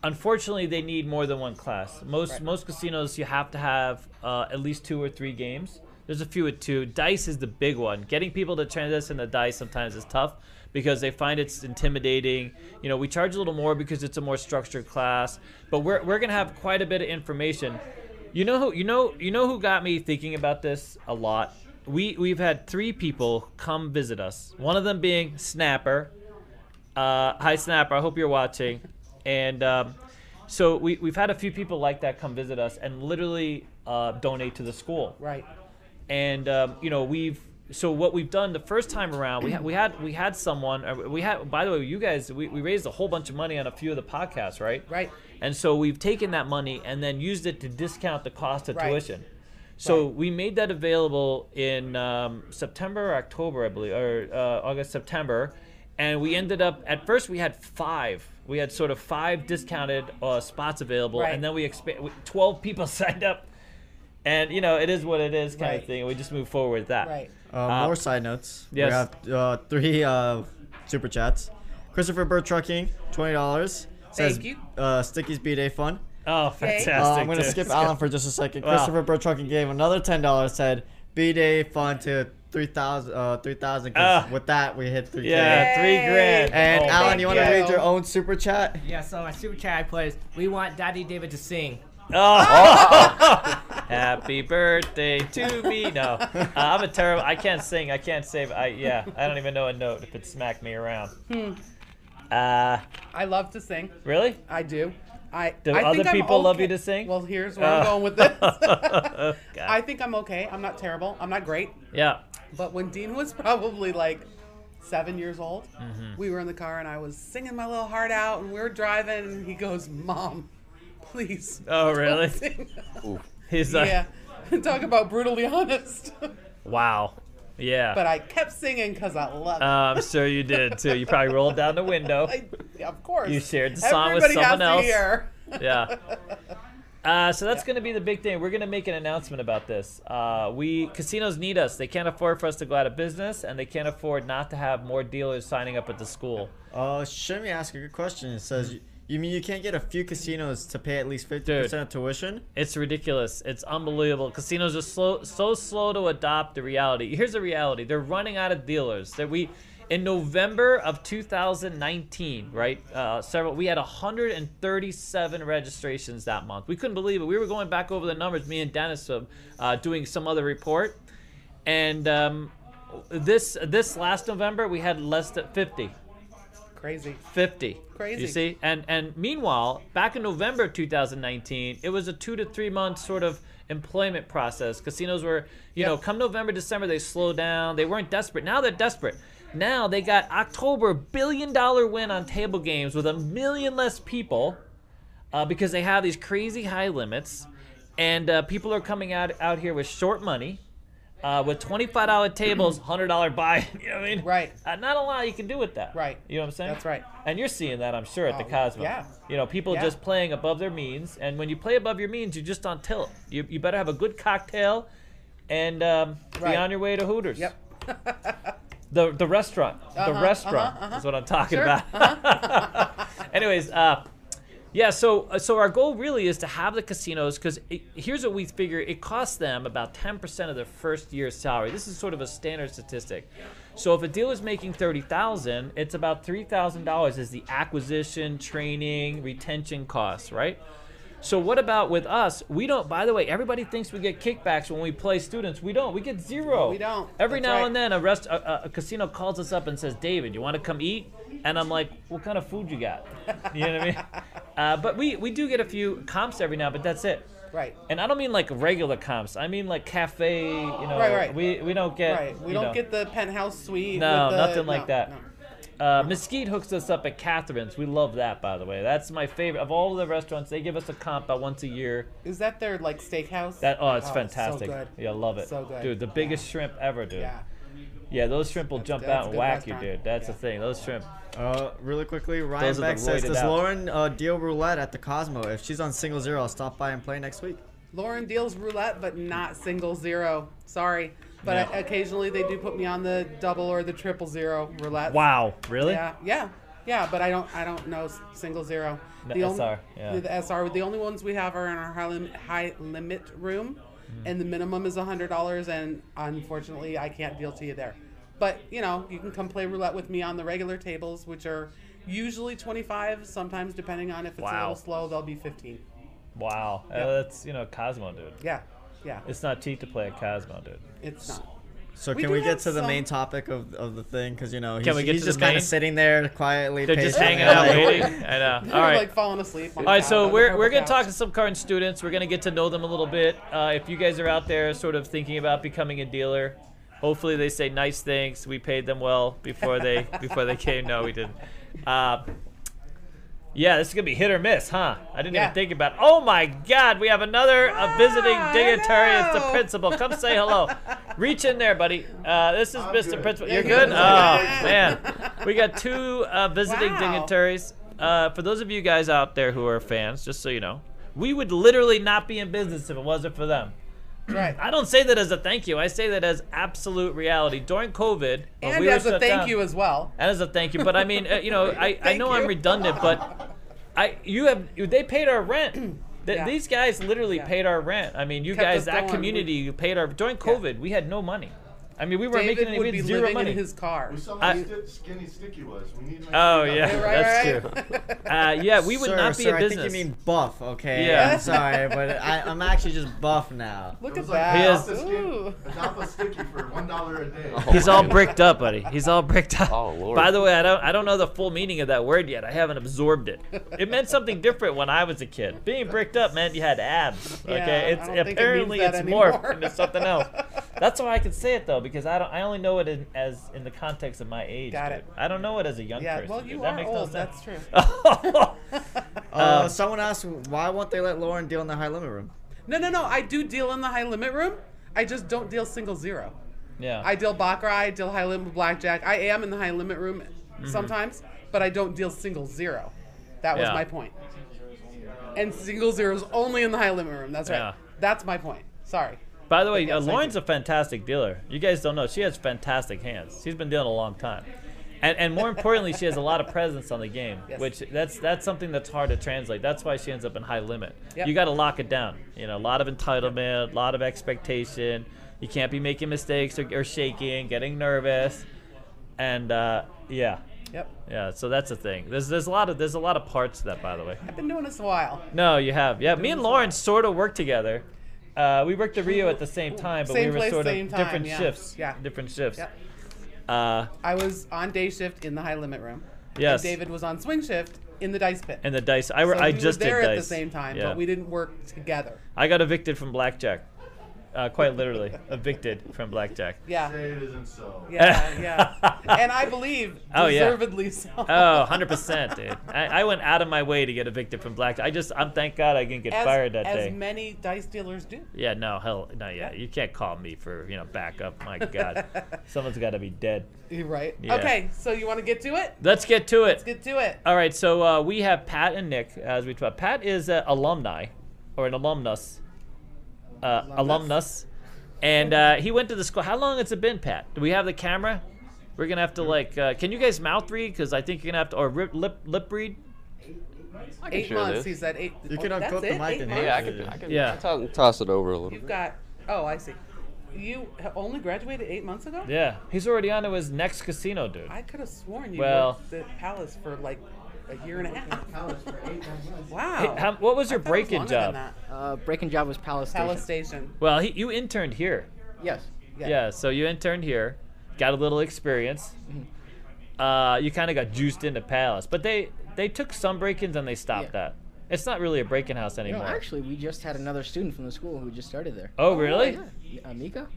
S2: Unfortunately, they need more than one class. Most most casinos, you have to have uh, at least two or three games. There's a few at two. Dice is the big one. Getting people to transition to dice sometimes is tough because they find it's intimidating. You know, we charge a little more because it's a more structured class, but we're we're gonna have quite a bit of information. You know who you know you know who got me thinking about this a lot. We we've had three people come visit us. One of them being Snapper. Uh, hi Snapper, I hope you're watching. And um, so we we've had a few people like that come visit us and literally uh, donate to the school
S3: right,
S2: and um, you know we've so what we've done the first time around we, ha- we had we had someone uh, we had by the way you guys we, we raised a whole bunch of money on a few of the podcasts right
S3: Right.
S2: and so we've taken that money and then used it to discount the cost of
S3: Right.
S2: tuition so
S3: Right.
S2: we made that available in um, september or october i believe or uh, august september and we ended up at first we had five we had sort of five discounted uh, spots available
S3: Right.
S2: and then we expand 12 people signed up and you know it is what it is kind of
S3: Right.
S2: thing and we just move forward with that
S3: right.
S1: Uh,
S2: Uh,
S1: more side notes.
S2: yes.
S1: We have uh, three uh, super chats. Christopher Bird Trucking, twenty dollars. Says,
S3: Thank you.
S1: Uh, Sticky's B Day fun.
S2: oh
S3: Okay.
S2: fantastic
S1: Uh, I'm gonna
S2: dude.
S1: skip Alan for just a second.
S2: Wow.
S1: Christopher Bird Trucking gave another ten dollars. Said B Day fun to three thousand. Uh, three thousand.
S2: Ah.
S1: with that we hit three K.
S2: yeah
S3: Yay.
S2: three grand
S1: And
S2: Oh,
S1: Alan,
S3: thank
S1: you want to
S3: you.
S1: read your own super chat?
S4: Yeah, so our super chat plays, we want Daddy David to sing.
S2: Oh. Happy birthday to me. No, uh, I'm a terrible. I can't sing. I can't save. I yeah. I don't even know a note if it smacked me around.
S3: Hmm.
S2: Uh,
S3: I love to sing.
S2: really?
S3: I do. I
S2: Do
S3: I
S2: other
S3: think I'm
S2: people love you
S3: okay-
S2: to sing?
S3: Well, here's where
S2: Uh.
S3: I'm going with this.
S2: God.
S3: I think I'm okay. I'm not terrible. I'm not great.
S2: Yeah.
S3: But when Dean was probably like seven years old,
S2: Mm-hmm.
S3: we were in the car and I was singing my little heart out, and we were driving, and he goes, "Mom, please."
S2: Oh really?
S3: sing."
S2: He's like,
S3: yeah. Talk about brutally honest.
S2: wow. Yeah.
S3: but I kept singing because I love it.
S2: Uh, I'm sure you did too. You probably rolled down the window.
S3: I, yeah, of course.
S2: You shared the song with
S3: Everybody
S2: someone
S3: has
S2: else.
S3: To hear.
S2: yeah. Uh, so that's going to be the big thing. We're going to make an announcement about this. Uh, we casinos need us. They can't afford for us to go out of business, and they can't afford not to have more dealers signing up at the school.
S1: Uh, Shimmy asked a good question. It says, You mean you can't get a few casinos to pay at least fifty percent of tuition?
S2: It's ridiculous. It's unbelievable. Casinos are slow, so slow to adopt the reality. Here's the reality: they're running out of dealers. That we, in November of 2019, right? Uh, several. We had 137 registrations that month. We couldn't believe it. We were going back over the numbers. Me and Dennis uh, uh, doing some other report, and um, this this last November we had less than 50.
S3: Crazy.
S2: 50.
S3: Crazy.
S2: You see? And and meanwhile, back in November of 2019, it was a 2 to 3 month sort of employment process. Casinos were, you know, come November, December they slowed down. They weren't desperate. Now they're desperate. Now they got October billion dollar win on table games with a million less people uh, because they have these crazy high limits, and uh, people are coming out out here with short money, uh, with twenty five dollar tables, hundred dollar buy. You know what I mean?
S3: Right.
S2: Uh, not a lot you can do with that.
S3: Right.
S2: You know what I'm saying?
S3: That's right.
S2: And you're seeing that, I'm sure, at the
S3: Oh,
S2: Cosmo.
S3: yeah.
S2: You know, people
S3: Yeah.
S2: just playing above their means, and when you play above your means, you're just on tilt. You you better have a good cocktail, and um, be
S3: Right.
S2: on your way to Hooters.
S3: Yep.
S2: The the restaurant. the
S3: Uh-huh,
S2: restaurant
S3: uh-huh, uh-huh.
S2: is what I'm talking
S3: Sure, Uh-huh.
S2: about. Anyways, uh, yeah. So so our goal really is to have the casinos because here's what we figure it costs them about 10% of their first year's salary. This is sort of a standard statistic. So if a dealer's making thirty thousand, it's about three thousand dollars is the acquisition, training, retention costs, right? So what about with us? We don't. By the way, everybody thinks we get kickbacks when we play students. We don't. We get zero.
S3: We don't.
S2: Every
S3: That's
S2: now
S3: right.
S2: and then, a rest a, a- a casino calls us up and says, "David, you want to come eat?" And I'm like, "What kind of food you got?" You know what I mean? Uh, but we we do get a few comps every now, but that's it.
S3: Right.
S2: And I don't mean like regular comps. I mean like cafe. You know,
S3: Right, right.
S2: we we don't get.
S3: Right. We
S2: uh, you
S3: don't
S2: know.
S3: get the penthouse suite.
S2: No,
S3: with the-
S2: nothing like
S3: no,
S2: that.
S3: no.
S2: Uh, Mesquite hooks us up at Catherine's. We love that, by the way. That's my favorite of all the restaurants. They give us a comp about once a year.
S3: Is that their like steakhouse?
S2: That oh, it's
S3: so
S2: fantastic.
S3: good.
S2: Yeah, love it,
S3: So good.
S2: dude. The biggest shrimp ever, dude.
S3: Yeah.
S2: Yeah, those shrimp will jump
S3: that's
S2: out and
S3: good
S2: whack you,
S3: restaurant.
S2: dude. That's the
S3: Yeah.
S2: thing. Those shrimp.
S1: Uh, really quickly, Ryan
S2: Those are the
S1: Beck says,
S2: roided
S1: "Does
S2: out."
S1: Lauren uh, deal roulette at the Cosmo? If she's on single zero, I'll stop by and play next week."
S3: Lauren deals roulette, but not single zero. Sorry, but
S2: Yeah.
S3: I- occasionally they do put me on the double or the triple zero roulette.
S2: Wow, really?
S3: Yeah, yeah, yeah. But I don't, I don't know s- single zero.
S2: The
S3: only-
S2: SR, yeah.
S3: The, the SR. The only ones we have are in our high, lim- high limit room,
S2: Hmm.
S3: and the minimum is hundred dollars. And unfortunately, I can't deal to you there. But you know, you can come play roulette with me on the regular tables, which are usually twenty five. Sometimes, depending on if it's a
S2: Wow.
S3: little slow, they'll be fifteen.
S2: Wow, Uh,
S3: Yep.
S2: that's you know Cosmo, dude.
S3: Yeah, yeah.
S2: It's not cheap to play at Cosmo, dude.
S3: It's not.
S1: So
S3: We
S1: can
S3: do
S1: we get
S3: have
S1: to the
S3: some-
S1: main topic of, of the thing? Because you know he's,
S2: we get
S1: he's
S2: to the
S1: just kind
S2: main?
S1: of sitting there quietly.
S2: They're just
S1: patiently,
S2: hanging out
S1: like-
S2: waiting. I know. All right.
S3: like falling asleep.
S2: All right, so we're, we're going to talk to some current students. We're going to get to know them a little bit. Uh, if you guys are out there sort of thinking about becoming a dealer, hopefully they say nice things. We paid them well before they before they came. No, we didn't. Uh, yeah, this is going to be hit or miss, huh? I didn't
S3: Yeah.
S2: even think about Oh, my God. We have another uh, visiting
S3: Wow,
S2: dignitary. It's the
S3: hello.
S2: principal. Come say hello. Reach in there, buddy. Uh, this is Mr.
S5: good.
S2: Principal.
S3: Yeah,
S2: You're
S3: you're
S2: good?
S3: good.
S2: Oh,
S3: Yeah.
S2: man. We got two uh, visiting
S3: Wow.
S2: dignitaries. Uh, for those of you guys out there who are fans, just so you know, we would literally not be in business if it wasn't for them.
S3: Right.
S2: I don't say that as a thank you. I say that as absolute reality. During COVID, when
S3: and
S2: we were
S3: as a
S2: shut
S3: thank
S2: down-
S3: you as well.
S2: and as a thank you. But I mean, uh, you know, I, I
S3: Thank
S2: know I'm
S3: you.
S2: redundant, but I you have they paid our rent. Th-
S3: Yeah.
S2: These guys literally
S3: Yeah.
S2: paid our rent. I mean, you
S3: Kept
S2: guys,
S3: us
S2: that
S3: going.
S2: community, you paid our during COVID. We had no money. I mean, we weren't
S3: David
S2: making any.
S3: would
S2: we
S3: be
S2: had zero
S3: living
S2: money.
S3: in his car.
S5: We saw how
S2: I-
S5: sti- skinny Sticky was. We need to make
S2: oh
S5: sure we
S2: yeah,
S5: got that.
S3: right,
S2: that's
S3: right.
S2: true. Uh, yeah, we would
S1: sir,
S2: not be
S1: sir,
S2: a
S1: I
S2: business.
S1: think you mean buff, okay?
S2: Yeah.
S1: I'm sorry, but I, I'm actually just buff now.
S3: Look
S5: It
S3: at
S5: was like
S3: that.
S2: He
S5: Adopt
S2: is-
S5: a skin-
S3: Ooh.
S5: adopt a Sticky for one dollar a day.
S6: Oh.
S2: He's all bricked up, buddy. He's all bricked up.
S6: Oh, Lord.
S2: By the way, I don't I don't know the full meaning of that word yet. I haven't absorbed it. It meant something different when I was a kid. Being bricked up meant you had abs.
S3: Yeah,
S2: Okay.
S3: I
S2: It's
S3: don't think it means
S2: apparently
S3: that
S2: it's
S3: anymore.
S2: morphed into something else. That's why I can say it though, because I don't I only know it in, as in the context of my age.
S3: Got
S2: dude.
S3: it.
S2: I don't know it as a young
S3: Yeah.
S2: person.
S3: Well,
S2: dude.
S3: you
S2: that
S3: are
S2: makes no
S3: old. That's
S2: sense.
S3: true.
S2: Um,
S1: Uh, someone asked why won't they let Lauren deal in the high limit room?
S3: No, no, no. I do deal in the high limit room. I just don't deal single zero.
S2: yeah.
S3: I deal baccarat. I deal high limit blackjack. I am in the high limit room
S2: Mm-hmm.
S3: sometimes, but I don't deal single zero. That was
S2: Yeah.
S3: my point. And single zero is only in the high limit room. That's right.
S2: Yeah.
S3: That's my point. Sorry.
S2: By the way,
S3: But yes,
S2: uh,
S3: I
S2: Lauren's a fantastic dealer. You guys don't know. She has fantastic hands. She's been dealing a long time. and, and more importantly, she has a lot of presence on the game,
S3: Yes.
S2: which that's that's something that's hard to translate. That's why she ends up in high limit.
S3: Yep.
S2: You got to lock it down. You know, a lot of entitlement, a lot of expectation. You can't be making mistakes or, or shaking, getting nervous, and uh, yeah,
S3: Yep.
S2: yeah. So that's the thing. There's there's a lot of there's a lot of parts to that, by the way.
S3: I've been doing this a while.
S2: No, you have. Yeah, me and
S3: this a
S2: Lauren sort of worked together. Uh, we worked at Rio at the same time, but we
S3: Same
S2: were
S3: place,
S2: sort
S3: same
S2: of
S3: time,
S2: different
S3: yeah.
S2: shifts.
S3: Yeah.
S2: different shifts.
S3: Yep.
S2: Uh,
S3: I was on day shift in the high limit room.
S2: Yes.
S3: And David was on swing shift in the dice pit.
S2: and the dice. I, were
S3: so
S2: I
S3: we
S2: just
S3: were there
S2: did
S3: at
S2: dice.
S3: the same time,
S2: Yeah.
S3: but we didn't work together.
S2: I got evicted from blackjack. Uh, quite literally, evicted from blackjack.
S3: Yeah.
S5: Say it isn't so.
S3: Yeah, yeah. and I believe
S2: Oh, yeah.
S3: deservedly so.
S2: Oh, 100%, dude. I, I went out of my way to get evicted from blackjack. I just, I'm thank God I didn't get
S3: as,
S2: fired that
S3: as
S2: day.
S3: many dice dealers do.
S2: yeah, no, hell, no, yeah. You can't call me for, you know, backup. My God. Someone's got to be dead.
S3: You're right.
S2: Yeah.
S3: Okay, so you want to get to it?
S2: Let's get to it.
S3: Let's get to it.
S2: All right, so uh, we have Pat and Nick as we talk. Pat is an alumni, or an alumnus, uh, alumnus, and uh, he went to the school. How long has it been, Pat? Do we have the camera? We're gonna have to like. Uh, can you guys mouth read? Because I think you're gonna have to, or rip, lip lip read.
S6: I can
S3: Eight
S6: share
S3: months,
S6: this.
S3: he said. Eight.
S1: You can
S3: oh, that's
S1: unclip
S3: it?
S1: the mic
S3: Eight
S1: and
S3: months?
S6: yeah, I can. I can
S2: Yeah.
S6: to- toss it over a little
S3: You've
S6: bit.
S3: got. Oh, I see. You ha- only graduated eight months ago.
S2: Yeah, he's already on to his next casino, dude.
S3: I could have sworn you
S2: Well-
S3: worked at Palace for like a year and a half.
S5: Palace for eight months.
S3: wow.
S2: Hey, how, what was
S3: I
S2: your
S3: thought it was
S2: break-in
S3: longer than
S2: job?
S3: that.
S7: Uh, breaking job was Palace Station.
S3: Palace Station.
S2: Well, he, you interned here.
S7: Yes.
S2: Yeah. so you interned here, got a little experience. Uh, you kind of got juiced into Palace, but they they took some break-ins and they stopped
S7: Yeah.
S2: that. It's not really a break-in house
S7: No,
S2: anymore.
S7: actually, we just had another student from the school who just started there.
S2: oh, really?
S7: Yeah. Uh, Mika?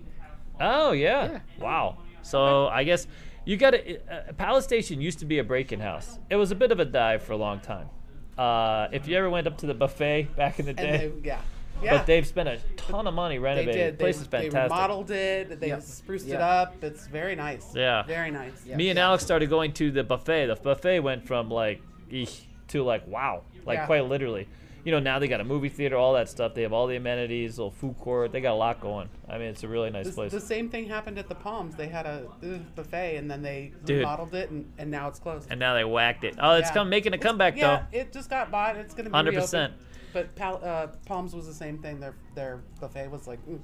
S2: Oh, yeah.
S7: Yeah.
S2: Wow. So I guess you got to uh, Palace Station used to be a break-in house. It was a bit of a dive for a long time. Uh, if you ever went up to the buffet back in the
S3: And
S2: day,
S3: they, yeah. Yeah.
S2: but they've spent a ton of money
S3: They
S2: renovating.
S3: did.
S2: The place
S3: they,
S2: is
S3: They
S2: fantastic.
S3: remodeled it. They
S7: Yep.
S3: spruced it
S7: Yeah.
S3: up. It's very nice.
S2: Yeah.
S3: Very nice.
S7: Yeah.
S2: Me and Alex started going to the buffet. The buffet went from like eesh to like wow, like
S3: Yeah.
S2: quite literally. You know, now they got a movie theater, all that stuff. They have all the amenities, little food court. They got a lot going. I mean, it's a really nice
S3: This-
S2: place.
S3: the same thing happened at the Palms. They had a uh, buffet and then they
S2: Dude.
S3: remodeled it and, and now it's closed.
S2: and now they whacked it. Oh, it's
S3: Yeah.
S2: come making a
S3: It's-
S2: comeback
S3: yeah,
S2: though.
S3: it just got bought. It's gonna be
S2: 100%.
S3: reopened. But Pal- uh, Palms was the same thing. Their their buffet was like. mm.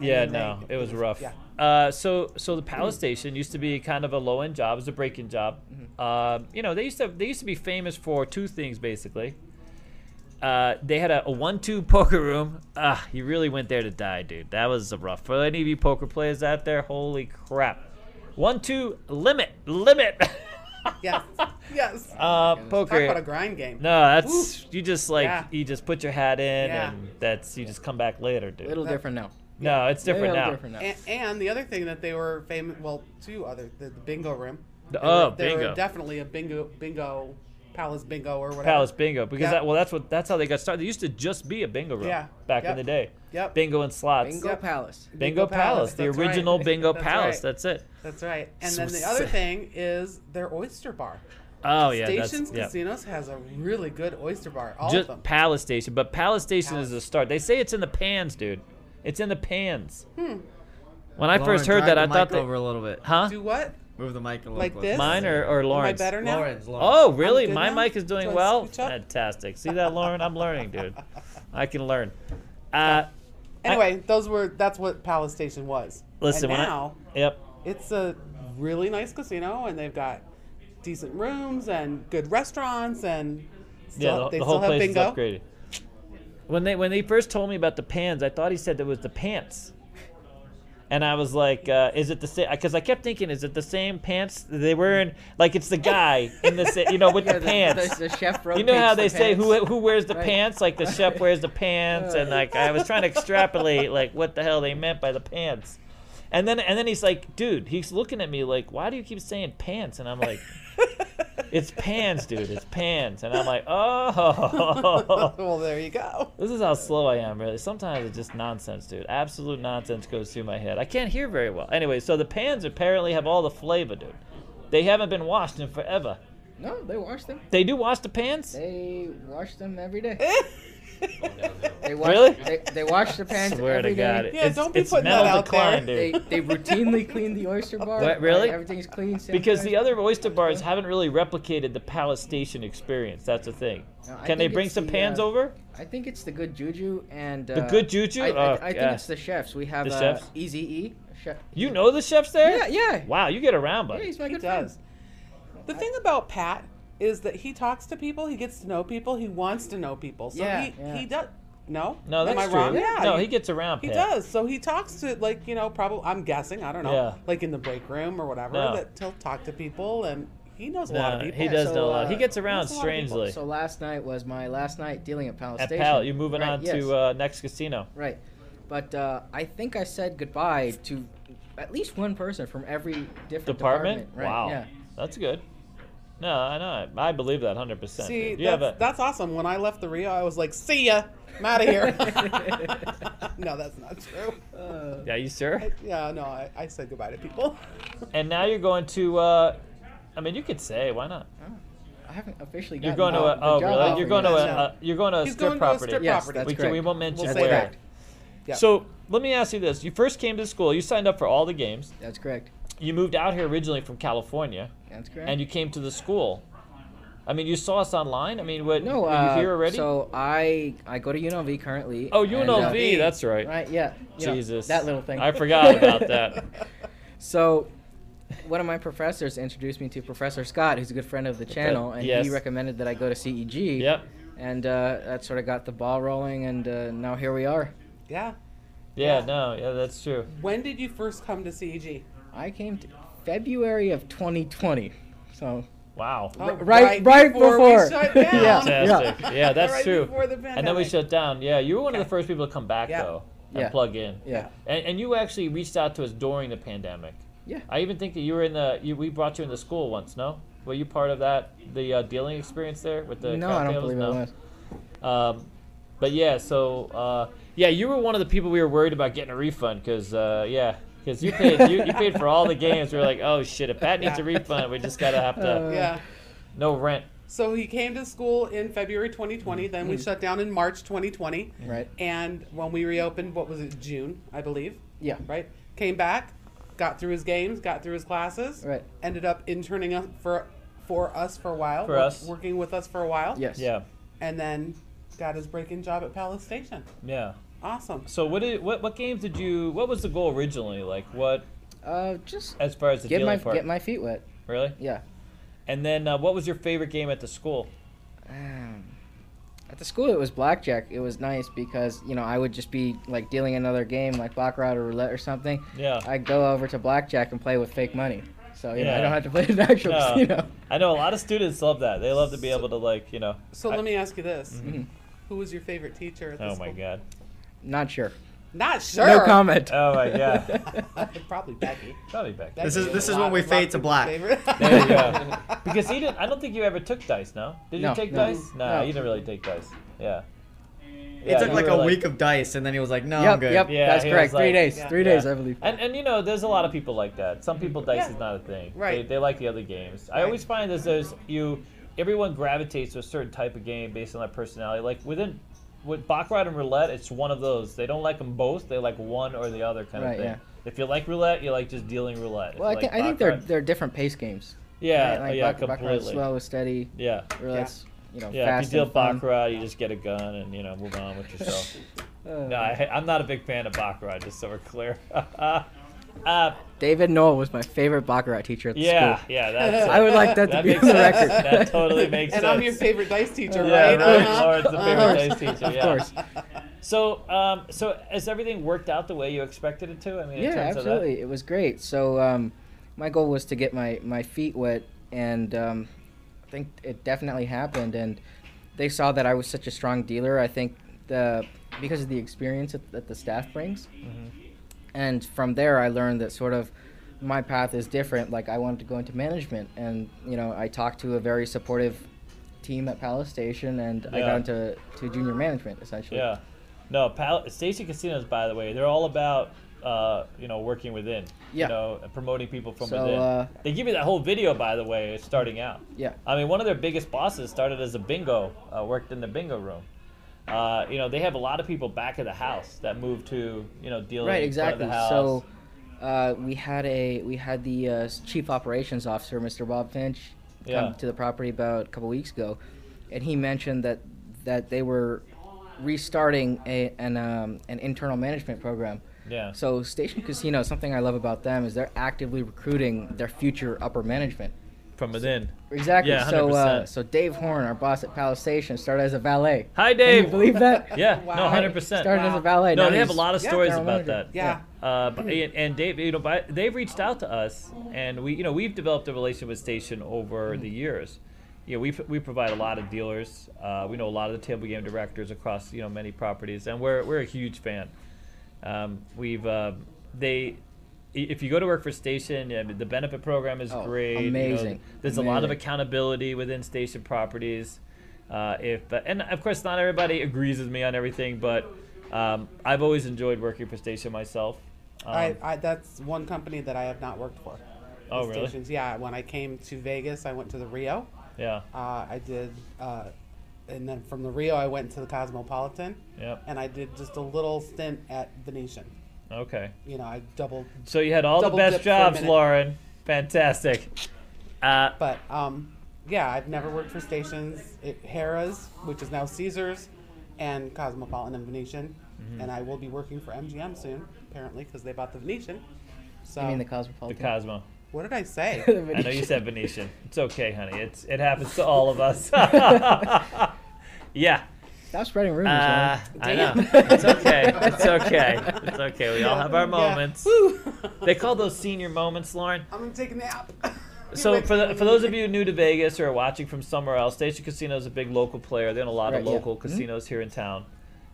S2: Yeah,
S3: And
S2: no,
S3: they-
S2: it was rough.
S3: Yeah. Mm-hmm.
S2: Uh, so, so the Palace Station used to be kind of a low end job. It was a break in job.
S3: Mm-hmm.
S2: Uh, you know, they used to they used to be famous for two things basically. Uh, they had a, a one two poker room. Ah, you really went there to die, dude. That was rough. For any of you poker players out there, holy crap! One two limit limit.
S3: Yes. yes.
S2: uh,
S3: Talk about a
S2: poker.
S3: grind game.
S2: No, that's you just like
S3: Yeah.
S2: you just put your hat in
S3: Yeah.
S2: and that's you just come back later, dude.
S7: A little different now.
S2: no, it's different
S7: Little
S2: now.
S7: different now.
S3: And, and the other thing that they were famous, well, two other, the, the bingo room.
S2: The-
S3: They
S2: oh,
S3: were, they
S2: bingo.
S3: Were definitely a bingo, bingo, Palace bingo or whatever.
S2: Palace Bingo because
S3: Yep.
S2: that well that's what that's how they got started. They used to just be a bingo room
S3: Yeah.
S2: back in
S3: Yep.
S2: the day.
S3: Yep.
S2: Bingo and slots.
S7: Bingo
S3: Yep.
S7: Palace.
S2: Bingo
S3: Bingo
S2: Palace,
S3: Palace,
S2: the
S3: that's right.
S2: original Bingo
S3: That's
S2: Palace.
S3: right.
S2: That's it.
S3: That's right. And
S2: So
S3: then the other
S2: sad.
S3: thing is their oyster bar.
S2: Oh yeah,
S3: Stations
S2: that's, yeah.
S3: Casinos has a really good oyster bar. All of them.
S2: Just Palace Station, but Palace Station
S3: Palace.
S2: is the start. They say it's in the pans, dude. It's in the pans.
S3: Hmm.
S2: When I
S1: Lauren,
S2: first heard that,
S1: drive the
S2: I thought
S1: mic
S2: that,
S1: over a little bit.
S2: huh?
S3: Do what?
S1: Move the mic a little
S3: Like
S1: closer.
S3: this?
S2: Mine or, or
S3: Am I
S2: Lawrence?
S3: better now?
S1: Lauren's, Lauren's.
S2: Oh, really?
S3: good
S2: My
S3: now?
S2: mic is doing
S3: Do I
S2: well.
S3: scooch up?
S2: Fantastic. See that, Lauren? I'm learning, dude. I can learn. Uh,
S3: Anyway, those were that's what Palace Station was.
S2: listen,
S3: and
S2: when I-
S3: now
S2: yep.
S3: it's a really nice casino, and they've got decent rooms and good restaurants, and still,
S2: Yeah, the,
S3: they
S2: the
S3: still
S2: whole
S3: have
S2: place
S3: bingo.
S2: is upgraded. When they when they first told me about the pans, I thought he said it was the pants, and I was like, uh, "Is it the same?" Because I kept thinking, "Is it the same pants they were in?" Like it's the guy in the sa- you know with
S7: Yeah,
S2: the pants.
S7: The, the chef
S2: you know how they
S7: rotates the
S2: say
S7: pants.
S2: who who wears the
S7: Right.
S2: pants? Like the chef wears the pants, and like I was trying to extrapolate like what the hell they meant by the pants. And then and then he's like, dude, he's looking at me like, why do you keep saying pants? And I'm like, it's pans, dude, it's pans. And I'm like, oh,
S3: well, there you go.
S2: this is how slow I am, really. Sometimes it's just nonsense, dude. Absolute nonsense goes through my head. I can't hear very well. Anyway, so the pans apparently have all the flavor, dude. They haven't been washed in forever.
S7: No, they wash them.
S2: They do wash the pans?
S7: They wash them every day. They wash,
S2: Really?
S7: They, they wash their pants
S2: Swear to
S7: every
S2: God.
S7: day.
S3: Yeah,
S2: it's,
S3: don't be
S2: it's
S3: putting that
S2: mental
S3: out
S2: decline,
S3: there.
S7: They,
S2: dude.
S7: they routinely clean the oyster bar.
S2: What, really?
S7: Everything's clean.
S2: Because the
S7: sanitized.
S2: other oyster bars haven't really replicated the Palace Station experience. That's the thing.
S7: No, I
S2: Can they
S7: think
S2: bring
S7: it's
S2: some
S7: the,
S2: pans
S7: uh,
S2: over?
S7: I think it's the good juju and uh,
S2: The good juju?
S7: I, I,
S2: Oh,
S7: I think
S2: yeah.
S7: it's the chefs. We have
S2: The
S7: uh,
S2: chefs?
S7: Easy E. Chef.
S2: You know the chefs there?
S7: Yeah, yeah.
S2: Wow, you get around,
S7: Yeah,
S2: buddy.
S7: he's my
S3: He
S7: good
S3: does.
S7: friend.
S3: The thing about Pat is that he talks to people, he gets to know people, he wants to know people. So
S7: Yeah,
S3: he,
S7: yeah.
S3: he does. No?
S2: No, that's
S3: Am I
S2: true.
S3: wrong? Yeah.
S2: no,
S3: you-
S2: he gets around.
S3: He
S2: Pat.
S3: does. So he talks to like you know probably I'm guessing I don't know
S2: Yeah.
S3: like in the break room or whatever
S2: No.
S3: that he'll talk to people and he knows a lot
S2: No,
S3: of people.
S2: he does
S7: so,
S2: know a lot. He
S7: uh,
S2: gets around
S3: knows a lot of people.
S2: strangely.
S7: So last night was my last night dealing at Palace
S2: At
S7: Station.
S2: Pal, you're moving
S7: Right,
S2: on
S7: yes.
S2: to uh, next casino.
S7: Right. But uh, I think I said goodbye to at least one person from every different
S2: Department?
S7: department. Right,
S2: wow.
S7: Yeah.
S2: That's good. No, I know. I believe that 100%.
S3: See,
S2: dude. you have
S3: that's,
S2: a-
S3: that's awesome. When I left the Rio, I was like, "See ya, I'm out of here." no, that's not true.
S2: yeah, you sure?
S3: Yeah, no, I, I said goodbye to people.
S2: And now you're going to, uh, I mean, you could say, why not?
S7: I haven't officially.
S2: You're going to
S7: gotten
S2: a,
S7: the
S2: oh,
S7: job
S2: really?
S7: offer
S2: You're going to a,
S7: yet.
S3: no.
S2: uh, you're going to a
S3: He's
S2: strip
S3: going to a
S2: property.
S3: strip
S7: Yes,
S3: property.
S7: that's
S2: We, can,
S7: correct.
S2: we won't mention
S7: We'll say
S2: where.
S7: that.
S3: Yeah.
S2: So let me ask you this. You first came to the school, you signed up for all the games,
S7: That's correct.
S2: you moved out here originally from California,
S7: That's correct.
S2: and you came to the school. I mean, you saw us online? I mean, what,
S7: no,
S2: were
S7: uh,
S2: you here already?
S7: So I I go to UNLV currently.
S2: oh,
S7: and, uh,
S2: UNLV, that's right.
S7: Right. Yeah. you know,
S2: Jesus.
S7: that little thing.
S2: I forgot about that.
S7: So, one of my professors introduced me to Professor Scott, who's a good friend of the channel, and
S2: yes.
S7: he recommended that I go to E CEG.
S2: Yep.
S7: And uh, that sort of got the ball rolling, and uh, now here we are.
S3: yeah.
S2: Yeah,
S3: Yeah.
S2: no, yeah, that's true.
S3: When did you first come to CEG?
S7: I came to February of 2020. So,
S2: Wow.
S3: Oh,
S7: right- right
S3: we
S7: before.
S3: shut down.
S7: Yeah.
S2: Fantastic. Yeah, that's
S3: Right
S2: true.
S3: before the
S2: and then we
S3: pandemic.
S2: shut down. Yeah, you were one of the first people to come back
S3: Yeah.
S2: though and
S7: Yeah.
S2: plug in.
S7: yeah.
S2: And, and you actually reached out to us during the pandemic.
S7: Yeah.
S2: I even think that you were in the. You, we brought you in the school once. No, were you part of that the uh, dealing experience there with the?
S7: no, I don't
S2: cocktails?
S7: believe
S2: no.
S7: it was.
S2: Um, but yeah, so uh, yeah, you were one of the people we were worried about getting a refund because uh, yeah, because you paid you, you paid for all the games. We were like, oh shit, if Pat needs a refund, we just gotta have to
S3: Yeah.
S2: no rent.
S3: So he came to school in February 2020. Then we shut down in March 2020.
S7: Mm. Right.
S3: And when we reopened, what was it, June, I believe?
S7: Yeah.
S3: Right? Came back, got through his games, got through his classes.
S7: Right.
S3: Ended up interning us for for us for a while.
S2: For
S3: work-
S2: us.
S3: Working with us for a while.
S7: Yes.
S2: Yeah,
S3: And then got his break-in job at Palace Station.
S2: yeah.
S3: Awesome.
S2: So what did what what games did you? What was the goal originally? Like what
S7: Uh, just
S2: as far as the
S7: get
S2: dealing
S7: my
S2: part?
S7: get my feet wet.
S2: really?
S7: Yeah.
S2: And then uh, what was your favorite game at the school?
S7: Um, at the school, it was blackjack. It was nice because you know I would just be like dealing another game like baccarat or roulette or something.
S2: Yeah.
S7: I go over to blackjack and play with fake money, so you know
S2: Uh. Yeah.
S7: I don't have to play an actual
S2: No.
S7: casino.
S2: I know a lot of students love that. They love to be able to like you know.
S3: So
S2: I- Mm-hmm.
S3: let me ask you this. Who was your favorite teacher at the
S2: Oh
S3: school?
S2: my god.
S7: Not sure.
S3: Not sure. Uh,
S7: No comment.
S2: Oh my god.
S3: Probably Becky.
S2: Probably back.
S1: This
S3: Becky
S1: is- this is
S3: a
S1: when we
S3: lot-
S1: fade to
S3: lot
S1: black.
S3: favorite.
S2: There you go. Because he didn't. I don't think you ever took dice. No. Did you
S7: No,
S2: take
S7: no.
S2: dice? No,
S7: No.
S2: you didn't really take dice. Yeah.
S1: It took like a week of dice, and then he was like, "No, I'm
S7: yep,
S1: good."
S7: yep,
S2: Yeah,
S7: that's
S2: he
S7: correct.
S2: was
S7: Three
S2: like-
S7: days,
S3: Yeah.
S7: three days, I believe.
S2: And, and you know, there's a lot of people like that. Some people
S7: Mm-hmm.
S2: dice
S3: Yeah.
S2: is not a thing.
S3: Right.
S2: They, they like the other games. I
S3: Right.
S2: always find is there's you, everyone gravitates to a certain type of game based on their personality. Like within, with baccarat and roulette, it's one of those. They don't like them both. They like one or the other kind of
S7: Right,
S2: thing.
S7: yeah.
S2: If you like roulette, you like just dealing roulette. If
S7: Well, I
S2: you
S7: think
S2: like
S7: I think they're
S2: baccarat-
S7: they're different pace games.
S2: yeah,
S7: right? Like
S2: yeah,
S7: bac- baccarat's
S2: completely.
S7: slow, steady.
S2: Yeah.
S7: Roulette's you know
S2: Yeah,
S7: fast.
S2: if you deal
S7: and fun.
S2: baccarat, you just get a gun and you know move on with yourself.
S7: Uh,
S2: no, I, I'm not a big fan of baccarat, just so we're clear. uh,
S7: David Noel was my favorite baccarat teacher at the
S2: yeah,
S7: school.
S2: yeah, that's uh, it.
S7: I would like that,
S2: That
S7: to be
S2: makes
S7: on the
S2: sense.
S7: record.
S2: That totally makes
S3: and
S2: sense.
S3: I'm your favorite dice teacher,
S2: yeah,
S3: right?
S2: right.
S3: Uh-huh.
S2: Lauren's the favorite
S3: Uh-huh.
S2: dice teacher.
S7: Of
S2: Yeah.
S7: course.
S2: So, um, so has everything worked out the way you expected it to? I mean, in
S7: yeah
S2: terms
S7: absolutely it was great so um, my goal was to get my, my feet wet and um, i think it definitely happened and they saw that i was such a strong dealer i think the because of the experience that, that the staff brings
S2: Mm-hmm.
S7: and from there i learned that sort of my path is different like i wanted to go into management and you know i talked to a very supportive team at palace station and i
S2: Yeah.
S7: got into to junior management
S2: of that?
S7: essentially
S2: Yeah. No, Pal- Station Casinos, by the way, they're all about uh, you know working within.
S7: Yeah.
S2: You know, promoting people from
S7: So,
S2: within.
S7: uh,
S2: they give you that whole video, by the way, starting out.
S7: yeah
S2: I mean, one of their biggest bosses started as a bingo, uh, worked in the bingo room. Uh, you know, they have a lot of people back of the house that move to you know dealing
S7: Right,
S2: front of
S7: exactly.
S2: the house.
S7: So uh, we had a we had the uh, chief operations officer, Mr. Bob Finch,
S2: Yeah.
S7: come to the property about a couple weeks ago, and he mentioned that that they were restarting a an um, an internal management program.
S2: yeah.
S7: So Station Casino, something I love about them is they're actively recruiting their future upper management.
S2: from within.
S7: Exactly.
S2: Yeah,
S7: so uh,
S2: 100%.
S7: so Dave Horn, our boss at Palace Station, started as a valet.
S2: Hi,
S7: Can
S2: Dave.
S7: you believe that?
S2: Yeah, no,
S3: Wow.
S2: hundred percent.
S7: Started as a valet.
S2: No,
S7: now
S2: they have a
S7: he's-
S2: lot of
S3: Yeah,
S2: stories
S7: general
S2: about
S7: manager.
S2: that.
S3: Yeah. Mm-hmm.
S2: Uh, but- and and Dave, you know, by, they've reached out to us, and we, you know, we've developed a relationship with Station over
S3: Mm-hmm.
S2: the years. You know, we, p- we provide a lot of dealers. Uh, we know a lot of the table game directors across you know many properties, and we're we're a huge fan. Um, we've uh, they. i- If you go to work for Station, yeah, the benefit program is
S7: Oh,
S2: great. you know,
S7: amazing,
S2: there's a lot of
S7: amazing.
S2: accountability within Station properties. Uh, if and of course, not everybody agrees with me on everything, but um, I've always enjoyed working for Station myself. Um,
S3: I, I that's one company that I have not worked for.
S2: Oh,
S3: The
S2: really?
S3: Stations. Yeah, when I came to Vegas, I went to the Rio.
S2: yeah,
S3: Uh, I did, uh, and then from the Rio, I went to the Cosmopolitan,
S2: yep,
S3: and I did just a little stint at Venetian.
S2: okay.
S3: You know, I doubled,
S2: So you had all the
S3: Double
S2: best
S3: dip for a
S2: jobs,
S3: minute.
S2: Lauren. Fantastic. Uh,
S3: but um, yeah, I've never worked for Stations, it, Harrah's, which is now Caesars, and Cosmopolitan and Venetian,
S2: Mm-hmm.
S3: and I will be working for MGM soon, apparently, because they bought the Venetian. So
S7: I mean the
S2: the
S7: Cosmopolitan.
S2: Cosmo.
S3: what did I say?
S2: I know you said Venetian. It's okay, honey. It's it happens to all of us. yeah.
S7: Stop spreading rumors.
S2: Uh,
S7: man.
S2: I know.
S3: Damn.
S2: It's okay. It's okay. It's okay. We all have our
S3: Yeah.
S2: moments.
S3: Woo.
S2: They call those senior moments, Lauren.
S3: I'm gonna take a nap.
S2: So for the, for those of you new to Vegas or are watching from somewhere else, Station Casino is a big local player. They own a lot of
S7: Right, yeah.
S2: local
S3: Mm-hmm.
S2: casinos here in town.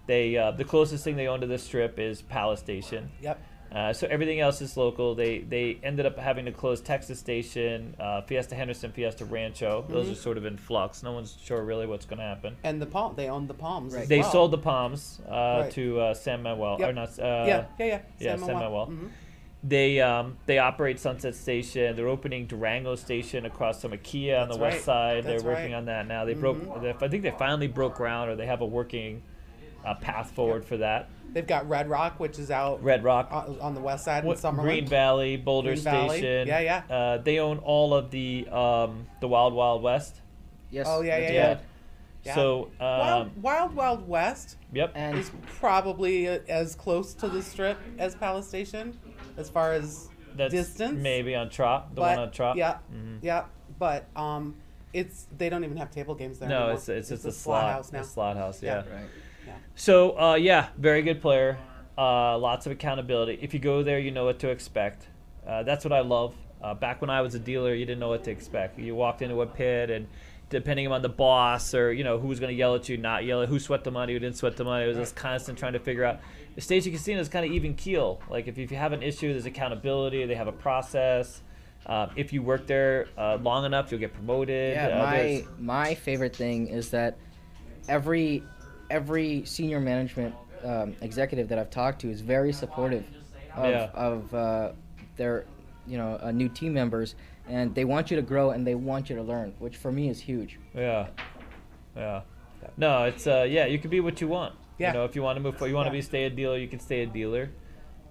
S2: They uh, the closest thing they own to this strip is Palace Station.
S3: Yep.
S2: Uh, so everything else is local. They they ended up having to close Texas Station, uh, Fiesta Henderson, Fiesta Rancho.
S3: Mm-hmm.
S2: Those are sort of in flux. No one's sure really what's going to happen.
S3: And the palm, they own the palms. as
S7: Right.
S2: They
S3: well.
S2: sold the Palms uh,
S3: Right.
S2: to uh, San Manuel or
S3: Yep.
S2: not? Uh,
S3: yeah, yeah, yeah.
S2: yeah, San Manuel.
S3: Mhm.
S2: They um, they operate Sunset Station. They're opening Durango Station across from IKEA on the
S3: That's
S2: west
S3: right.
S2: side.
S3: That's
S2: They're working
S3: right. Mm-hmm.
S2: on that now. They broke. They, I think they finally broke ground, or they have a working uh, path forward for that.
S3: They've got Red Rock, which is out
S2: Red Rock,
S3: on, on the west side
S2: Wa-
S3: Uh, in Summerlin.
S2: Green Valley, Boulder
S3: Green Valley.
S2: Station.
S3: Yeah, yeah.
S2: Uh, they own all of the um, the Wild Wild West.
S7: yes.
S3: Oh yeah, yeah,
S7: that's
S3: yeah.
S7: right.
S3: Yeah.
S2: So um,
S3: Wild, Wild Wild West
S2: yep.
S7: And
S3: is probably uh, as close to the Strip as Palace Station, as far as
S2: That's
S3: distance.
S2: maybe on Trop, the
S3: but
S2: one on Trop. Mm-hmm.
S3: yeah, yeah. But um, it's they don't even have table games there.
S2: No,
S3: anymore.
S2: it's it's, it's, a,
S3: slot,
S2: slot
S3: house now.
S2: A slot house, yeah.
S3: Yeah.
S7: right.
S2: So uh, yeah, very good player. Uh, lots of accountability. If you go there, you know what to expect. Uh, that's what I love. Uh, back when I was a dealer, you didn't know what to expect. You walked into a pit, and depending on the boss or you know who was going to yell at you, not yell at who sweat the money, who didn't sweat the money, it was just constant trying to figure out. Station Casino is kind of even keel. Like if, if you have an issue, there's accountability. They have a process. Uh, if you work there uh, long enough, you'll get promoted.
S7: Yeah,
S2: Uh, there's-
S7: my my favorite thing is that every every senior management um, executive that I've talked to is very supportive of
S2: Yeah.
S7: of uh, their you know uh, new team members, and they want you to grow and they want you to learn, which for me is huge.
S2: Yeah, yeah. No, it's uh, yeah. You can be what you want.
S3: Yeah.
S2: You know, if you want to move, forward, you want to
S3: Yeah.
S2: be stay a dealer, you can stay a dealer.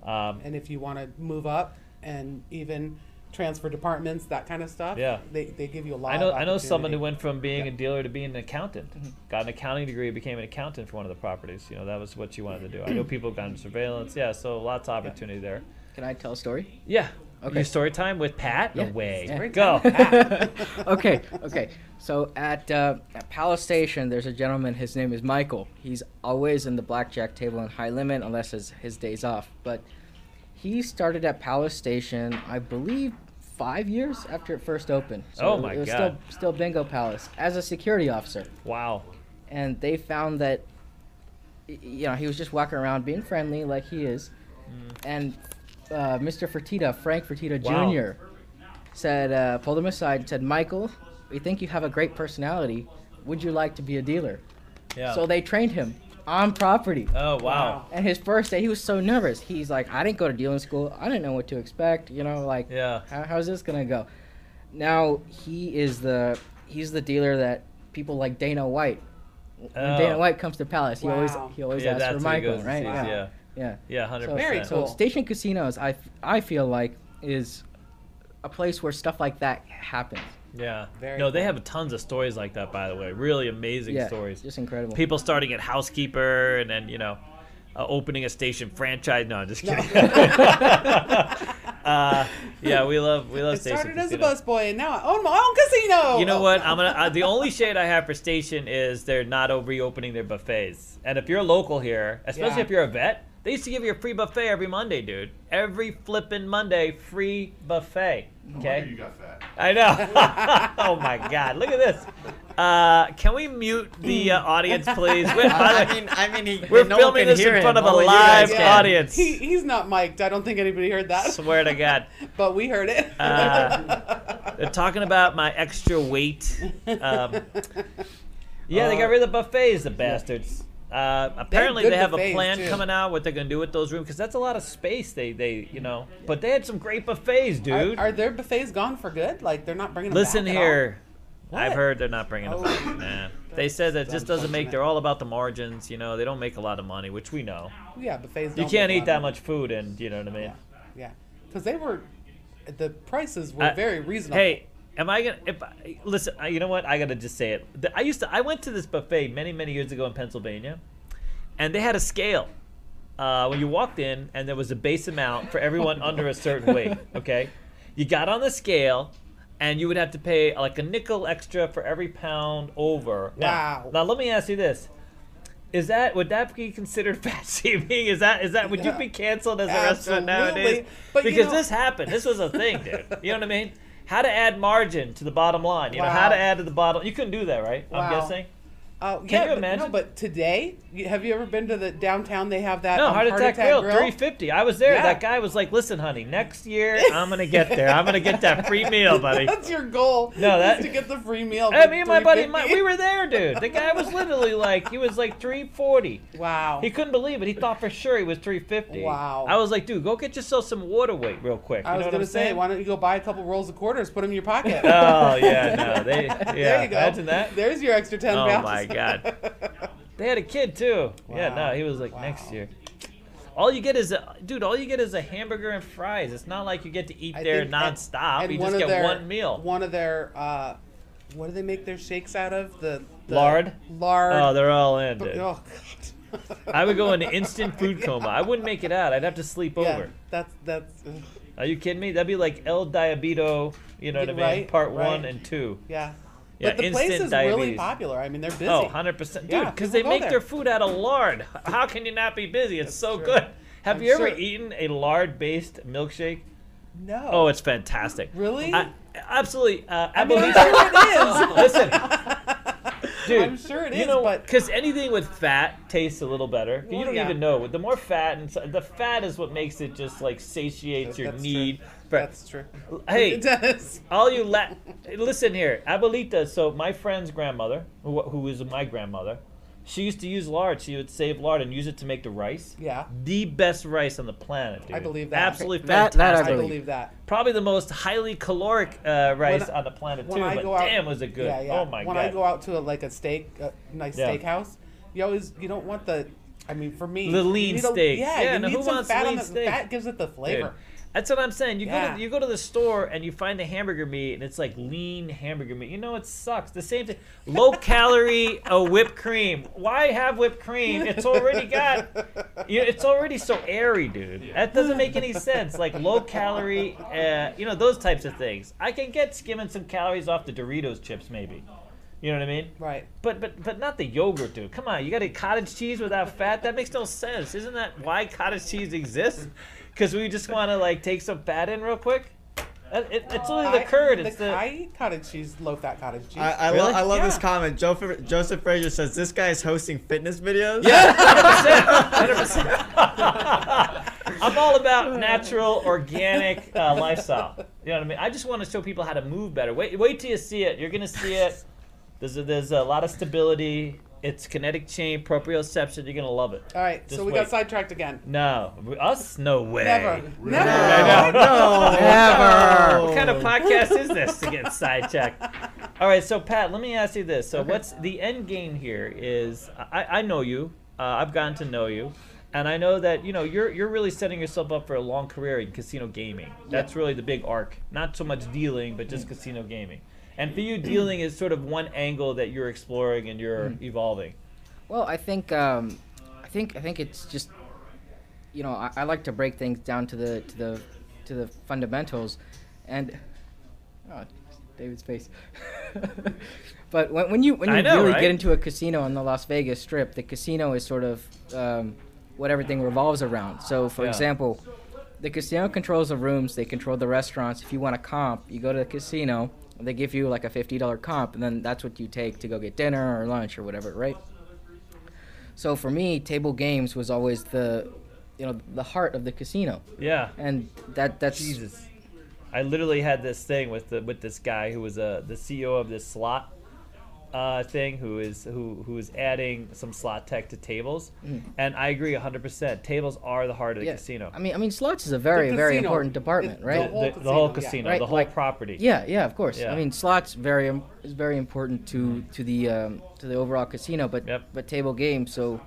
S2: Um,
S3: and if you want to move up and even transfer departments, that kind of stuff.
S2: Yeah.
S3: they, they give you a lot.
S2: I know,
S3: of
S2: I know someone who
S3: opportunity.
S2: went from being a dealer to being an accountant.
S7: Mm-hmm.
S2: Got an accounting degree, became an accountant for one of the properties. You know, that was what you wanted to do. I know people got into surveillance. Yeah, so lots of opportunity there.
S7: Can I tell a story?
S2: Yeah.
S7: Okay.
S2: Your story time with Pat.
S7: Yeah.
S2: Away.
S7: Story
S2: Go. Oh.
S7: okay, okay. So at, uh, at Palace Station, there's a gentleman. His name is Michael. He's always in the blackjack table and high limit, unless his his days off. But he started at Palace Station, I believe, five years after it first opened. So
S2: Oh
S7: it-
S2: my
S7: it was
S2: God.
S7: Still, still Bingo Palace as a security officer,
S2: wow.
S7: and they found that, y- you know, he was just walking around being friendly like he is, and uh, Mr. Fertitta, Frank Fertitta
S2: Mm. Wow.
S7: Jr., said, uh, pulled him aside and said, Michael, we think you have a great personality. Would you like to be a dealer?
S2: Yeah.
S7: So they trained him on property.
S2: oh wow.
S3: Wow.
S7: and his first day, he was so nervous. He's like, I didn't go to dealing school. I didn't know what to expect. You know, like,
S2: Yeah.
S7: how, how's this gonna go? Now he is the he's the dealer that people like Dana White
S2: Oh.
S7: when Dana White comes to Palace, he
S3: Wow.
S7: always he always asks for
S2: who he
S7: Michael,
S2: goes and
S7: right?
S2: sees, yeah.
S7: yeah.
S2: Yeah, hundred
S7: So,
S2: percent.
S3: Very
S7: so
S3: cool.
S7: station casinos, I, f- I feel like is a place where stuff like that happens.
S2: Yeah.
S3: Very
S2: no, they
S3: cool.
S2: have tons of stories like that, by the way. Really amazing
S7: yeah,
S2: stories.
S7: just incredible.
S2: People starting at housekeeper and then, you know, uh, opening a station franchise. No, I'm just kidding. uh, yeah, we love we love
S3: I
S2: station.
S3: started as a
S2: Casino.
S3: busboy and now I own my own casino.
S2: You know
S3: Oh,
S2: what?
S3: no.
S2: I'm gonna. Uh, the only shade I have for Station is they're not o- reopening their buffets. And if you're local here, especially
S3: Yeah.
S2: if you're a vet, they used to give you a free buffet every Monday, dude. Every flippin' Monday, free buffet.
S3: Oh
S5: Wonder
S2: Okay.
S5: You got fat.
S2: I know. oh my God! Look at this. Uh, can we mute the uh, audience, please? Wait, by
S1: I,
S2: the-
S1: I mean, I mean, he,
S2: we're
S1: no one
S2: filming
S1: can
S2: this
S1: hear
S2: in front
S1: him.
S2: of a
S1: Only you guys
S2: live
S1: can.
S2: audience.
S3: He, he's not mic'd. I don't think anybody heard that.
S2: Swear to God.
S3: But we heard it.
S2: Uh, They're talking about my extra weight. Um, yeah, they got rid of the buffets, the bastards. Uh, apparently,
S3: good
S2: they have a
S3: buffets,
S2: plan
S3: too.
S2: coming out what they're gonna do with those rooms because that's a lot of space. They, they, you know, but they had some great buffets,
S3: are,
S2: dude.
S3: are their buffets gone for good? Like they're not bringing them
S2: Listen
S3: back
S2: here, I've
S3: What?
S2: heard they're not bringing
S3: Oh.
S2: them back. Nah. They said that just doesn't make. They're all about the margins, you know. They don't make a lot of money, which we know.
S3: At all? Yeah, buffets.
S2: You
S3: don't
S2: can't
S3: make
S2: eat that
S3: money.
S2: much food, and you know what I mean.
S3: Yeah, because they were, the prices were
S2: I-
S3: very reasonable.
S2: Uh, Hey, am I gonna? If I, listen, I- you know what? I gotta just say it. The- I used to. I went to this buffet many, many years ago in Pennsylvania, and they had a scale. Uh, when you walked in, and there was a base amount for everyone under a certain weight. Okay, you got on the scale, and you would have to pay like a nickel extra for every pound over. Now-
S3: Wow.
S2: Now, let me ask you this. Is that would that be considered fat shaming? Is that is that would you
S3: Yeah.
S2: be canceled as a restaurant
S3: Absolutely.
S2: nowadays?
S3: But you
S2: because
S3: know-
S2: this happened. This was a thing, dude. You know what I mean? How to add margin to the bottom line. You know, how
S3: Wow.
S2: to add to the bottom. You couldn't do that, right? I'm
S3: Wow.
S2: guessing.
S3: Uh, yeah,
S2: you
S3: but-
S2: imagine?
S3: No, but today, you- have you ever been to the downtown? They have that
S2: No,
S3: um,
S2: Heart Attack, Grill, 350. I was there.
S3: Yeah.
S2: That guy was like, listen, honey, next year I'm going to get there. I'm going to get that free meal, buddy.
S3: That's your goal.
S2: No,
S3: is
S2: that-
S3: to get the free meal.
S2: Hey,
S3: for
S2: me and my buddy, my,
S3: $3.50.
S2: we were there, dude. The guy was literally like, he was like 340.
S3: Wow.
S2: He couldn't believe it. He thought for sure he was 350.
S3: Wow.
S2: I was like, dude, go get yourself some water weight real quick. You
S3: I was
S2: know what
S3: gonna
S2: I'm
S3: say,
S2: saying?
S3: why don't you go buy a couple rolls of quarters, put them in your pocket.
S2: Oh yeah, no, they yeah.
S3: there you go.
S2: Imagine that.
S3: There's your extra ten
S2: Oh,
S3: pounds.
S2: my God. They had a kid too. Yeah,
S3: Wow.
S2: no, he was like next
S3: Wow.
S2: year. All you get is a dude. All you get is a hamburger and fries. It's not like you get to eat
S3: I
S2: there
S3: think- and-
S2: nonstop.
S3: and
S2: you
S3: one
S2: just get
S3: of their-
S2: one meal.
S3: One of their, uh, what do they make their shakes out of? The, the
S2: Lard?
S3: Lard.
S2: oh, they're all in,
S3: But-
S2: dude.
S3: oh, God.
S2: I would go into instant food coma. I wouldn't make it out. I'd have to sleep
S3: Yeah,
S2: over.
S3: that's that's. ugh,
S2: Are you kidding me? That'd be like El Diabito. You know what I mean?
S3: Right,
S2: Part one
S3: right.
S2: and two.
S3: Yeah.
S2: Yeah,
S3: but the
S2: instant
S3: place is really
S2: diabetes.
S3: popular. I mean, they're busy.
S2: Oh, 100%. Dude,
S3: Yeah,
S2: because
S3: people
S2: they
S3: go
S2: make
S3: there.
S2: their food out of lard. How can you not be busy? It's so
S3: true.
S2: good. Have
S3: I'm
S2: you ever
S3: sure-
S2: eaten a lard based milkshake?
S3: No.
S2: Oh, it's fantastic.
S3: Really?
S2: I, absolutely. Uh,
S3: I mean, I'm
S2: Abolition-
S3: sure it is.
S2: Listen, dude.
S3: I'm sure it
S2: you
S3: is,
S2: know,
S3: but-
S2: because anything with fat tastes a little better. you
S3: Well,
S2: don't
S3: yeah.
S2: even know. The more fat, and so- the fat is what makes it just like satiates your
S3: That's true.
S2: need. For,
S3: That's true.
S2: hey,
S3: It does.
S2: all you la- listen here, abuelita. So my friend's grandmother, who, who is my grandmother, she used to use lard. She would save lard and use it to make the rice.
S3: Yeah.
S2: The best rice on the planet, dude.
S3: I believe that.
S2: Absolutely
S7: That-
S2: fantastic.
S7: that I
S3: I
S7: believe.
S3: believe that.
S2: Probably the most highly caloric uh, rice
S3: When I-
S2: on the planet too.
S3: When I
S2: But
S3: go out,
S2: damn, was it good?
S3: Yeah, yeah.
S2: Oh my
S3: when
S2: god.
S3: I go out to a, like a steak, a nice
S2: Yeah.
S3: steakhouse, you always you don't want the. I mean, for me,
S2: The
S3: you
S2: lean
S3: need a-
S2: steak.
S3: Yeah,
S2: Yeah,
S3: you
S2: no,
S3: need
S2: who
S3: some
S2: wants
S3: fat
S2: lean
S3: on the
S2: steak?
S3: fat gives it the
S2: Dude,
S3: flavor.
S2: That's what I'm saying. You go
S3: Yeah.
S2: to you go to the store and you find a hamburger meat and it's like lean hamburger meat. You know it sucks. The same thing. Low calorie uh, whipped cream. Why have whipped cream? It's already got. You it's already so airy, dude. That doesn't make any sense. Like low calorie, uh, you know those types of things. I can get skimming some calories off the Doritos chips, maybe. You know what I mean?
S3: Right.
S2: But but but not the yogurt, dude. Come on, you got a cottage cheese without fat? That makes no sense. Isn't that why cottage cheese exists? Because we just want to like take some fat in real quick. That- it- it's only the
S3: I-
S2: curd. It's the,
S3: I eat cottage cheese, low fat cottage cheese.
S1: I, I,
S2: Really?
S1: lo- I love this
S2: Yeah.
S1: comment. Jo- Joseph Frazier says this guy is hosting fitness videos.
S2: I'm all about natural, organic uh, lifestyle. You know what I mean? I just want to show people how to move better. Wait, wait till you see it. You're gonna see it. There's a, there's a lot of stability. It's kinetic chain, proprioception. You're gonna love it.
S3: All right,
S2: Just
S3: so we
S2: wait.
S3: got sidetracked again.
S2: No, we- us? No way.
S3: Never, never.
S1: No, no,
S7: Never.
S1: Oh.
S2: What kind of podcast is this to get sidetracked? All right, so Pat, let me ask you this. So, what's the end game here? Is I, I know you, uh, I've gotten to know you, and I know that you know you're you're really setting yourself up for a long career in casino gaming. That's really the big arc. Not so much dealing, but just casino gaming. And for you, dealing is sort of one angle that you're exploring and you're evolving.
S7: Well, I think um, I think I think it's just you know I, I like to break things down to the to the to the fundamentals, and oh, David's face. but when, when you when
S2: I
S7: you
S2: know,
S7: really
S2: right?
S7: get into a casino on the Las Vegas Strip, the casino is sort of um, what everything revolves around. So, for
S2: Yeah.
S7: example, the casino controls the rooms. They control the restaurants. If you want a comp, you go to the casino. and They give you like a fifty dollar comp, and then that's what you take to go get dinner or lunch or whatever, right? So for me, table games was always the, you know, the heart of the casino,
S2: Yeah.
S7: and that that's
S2: Jesus. I literally had this thing with the with this guy who was uh, the CEO of this slot uh, thing who is who who is adding some slot tech to tables, and I agree 100%. Tables are the heart of the
S7: Mm. yeah.
S2: casino.
S7: I mean, I mean, slots is a very very
S3: casino.
S7: important
S3: It-
S7: department,
S3: the
S7: right?
S2: the, the- the whole casino,
S7: Right,
S2: the whole
S7: like-
S2: property.
S7: Yeah, yeah, of course.
S2: Yeah.
S7: I mean, slots very im- is very important to to the um, to the overall casino, but
S2: Yep.
S7: but table games. So,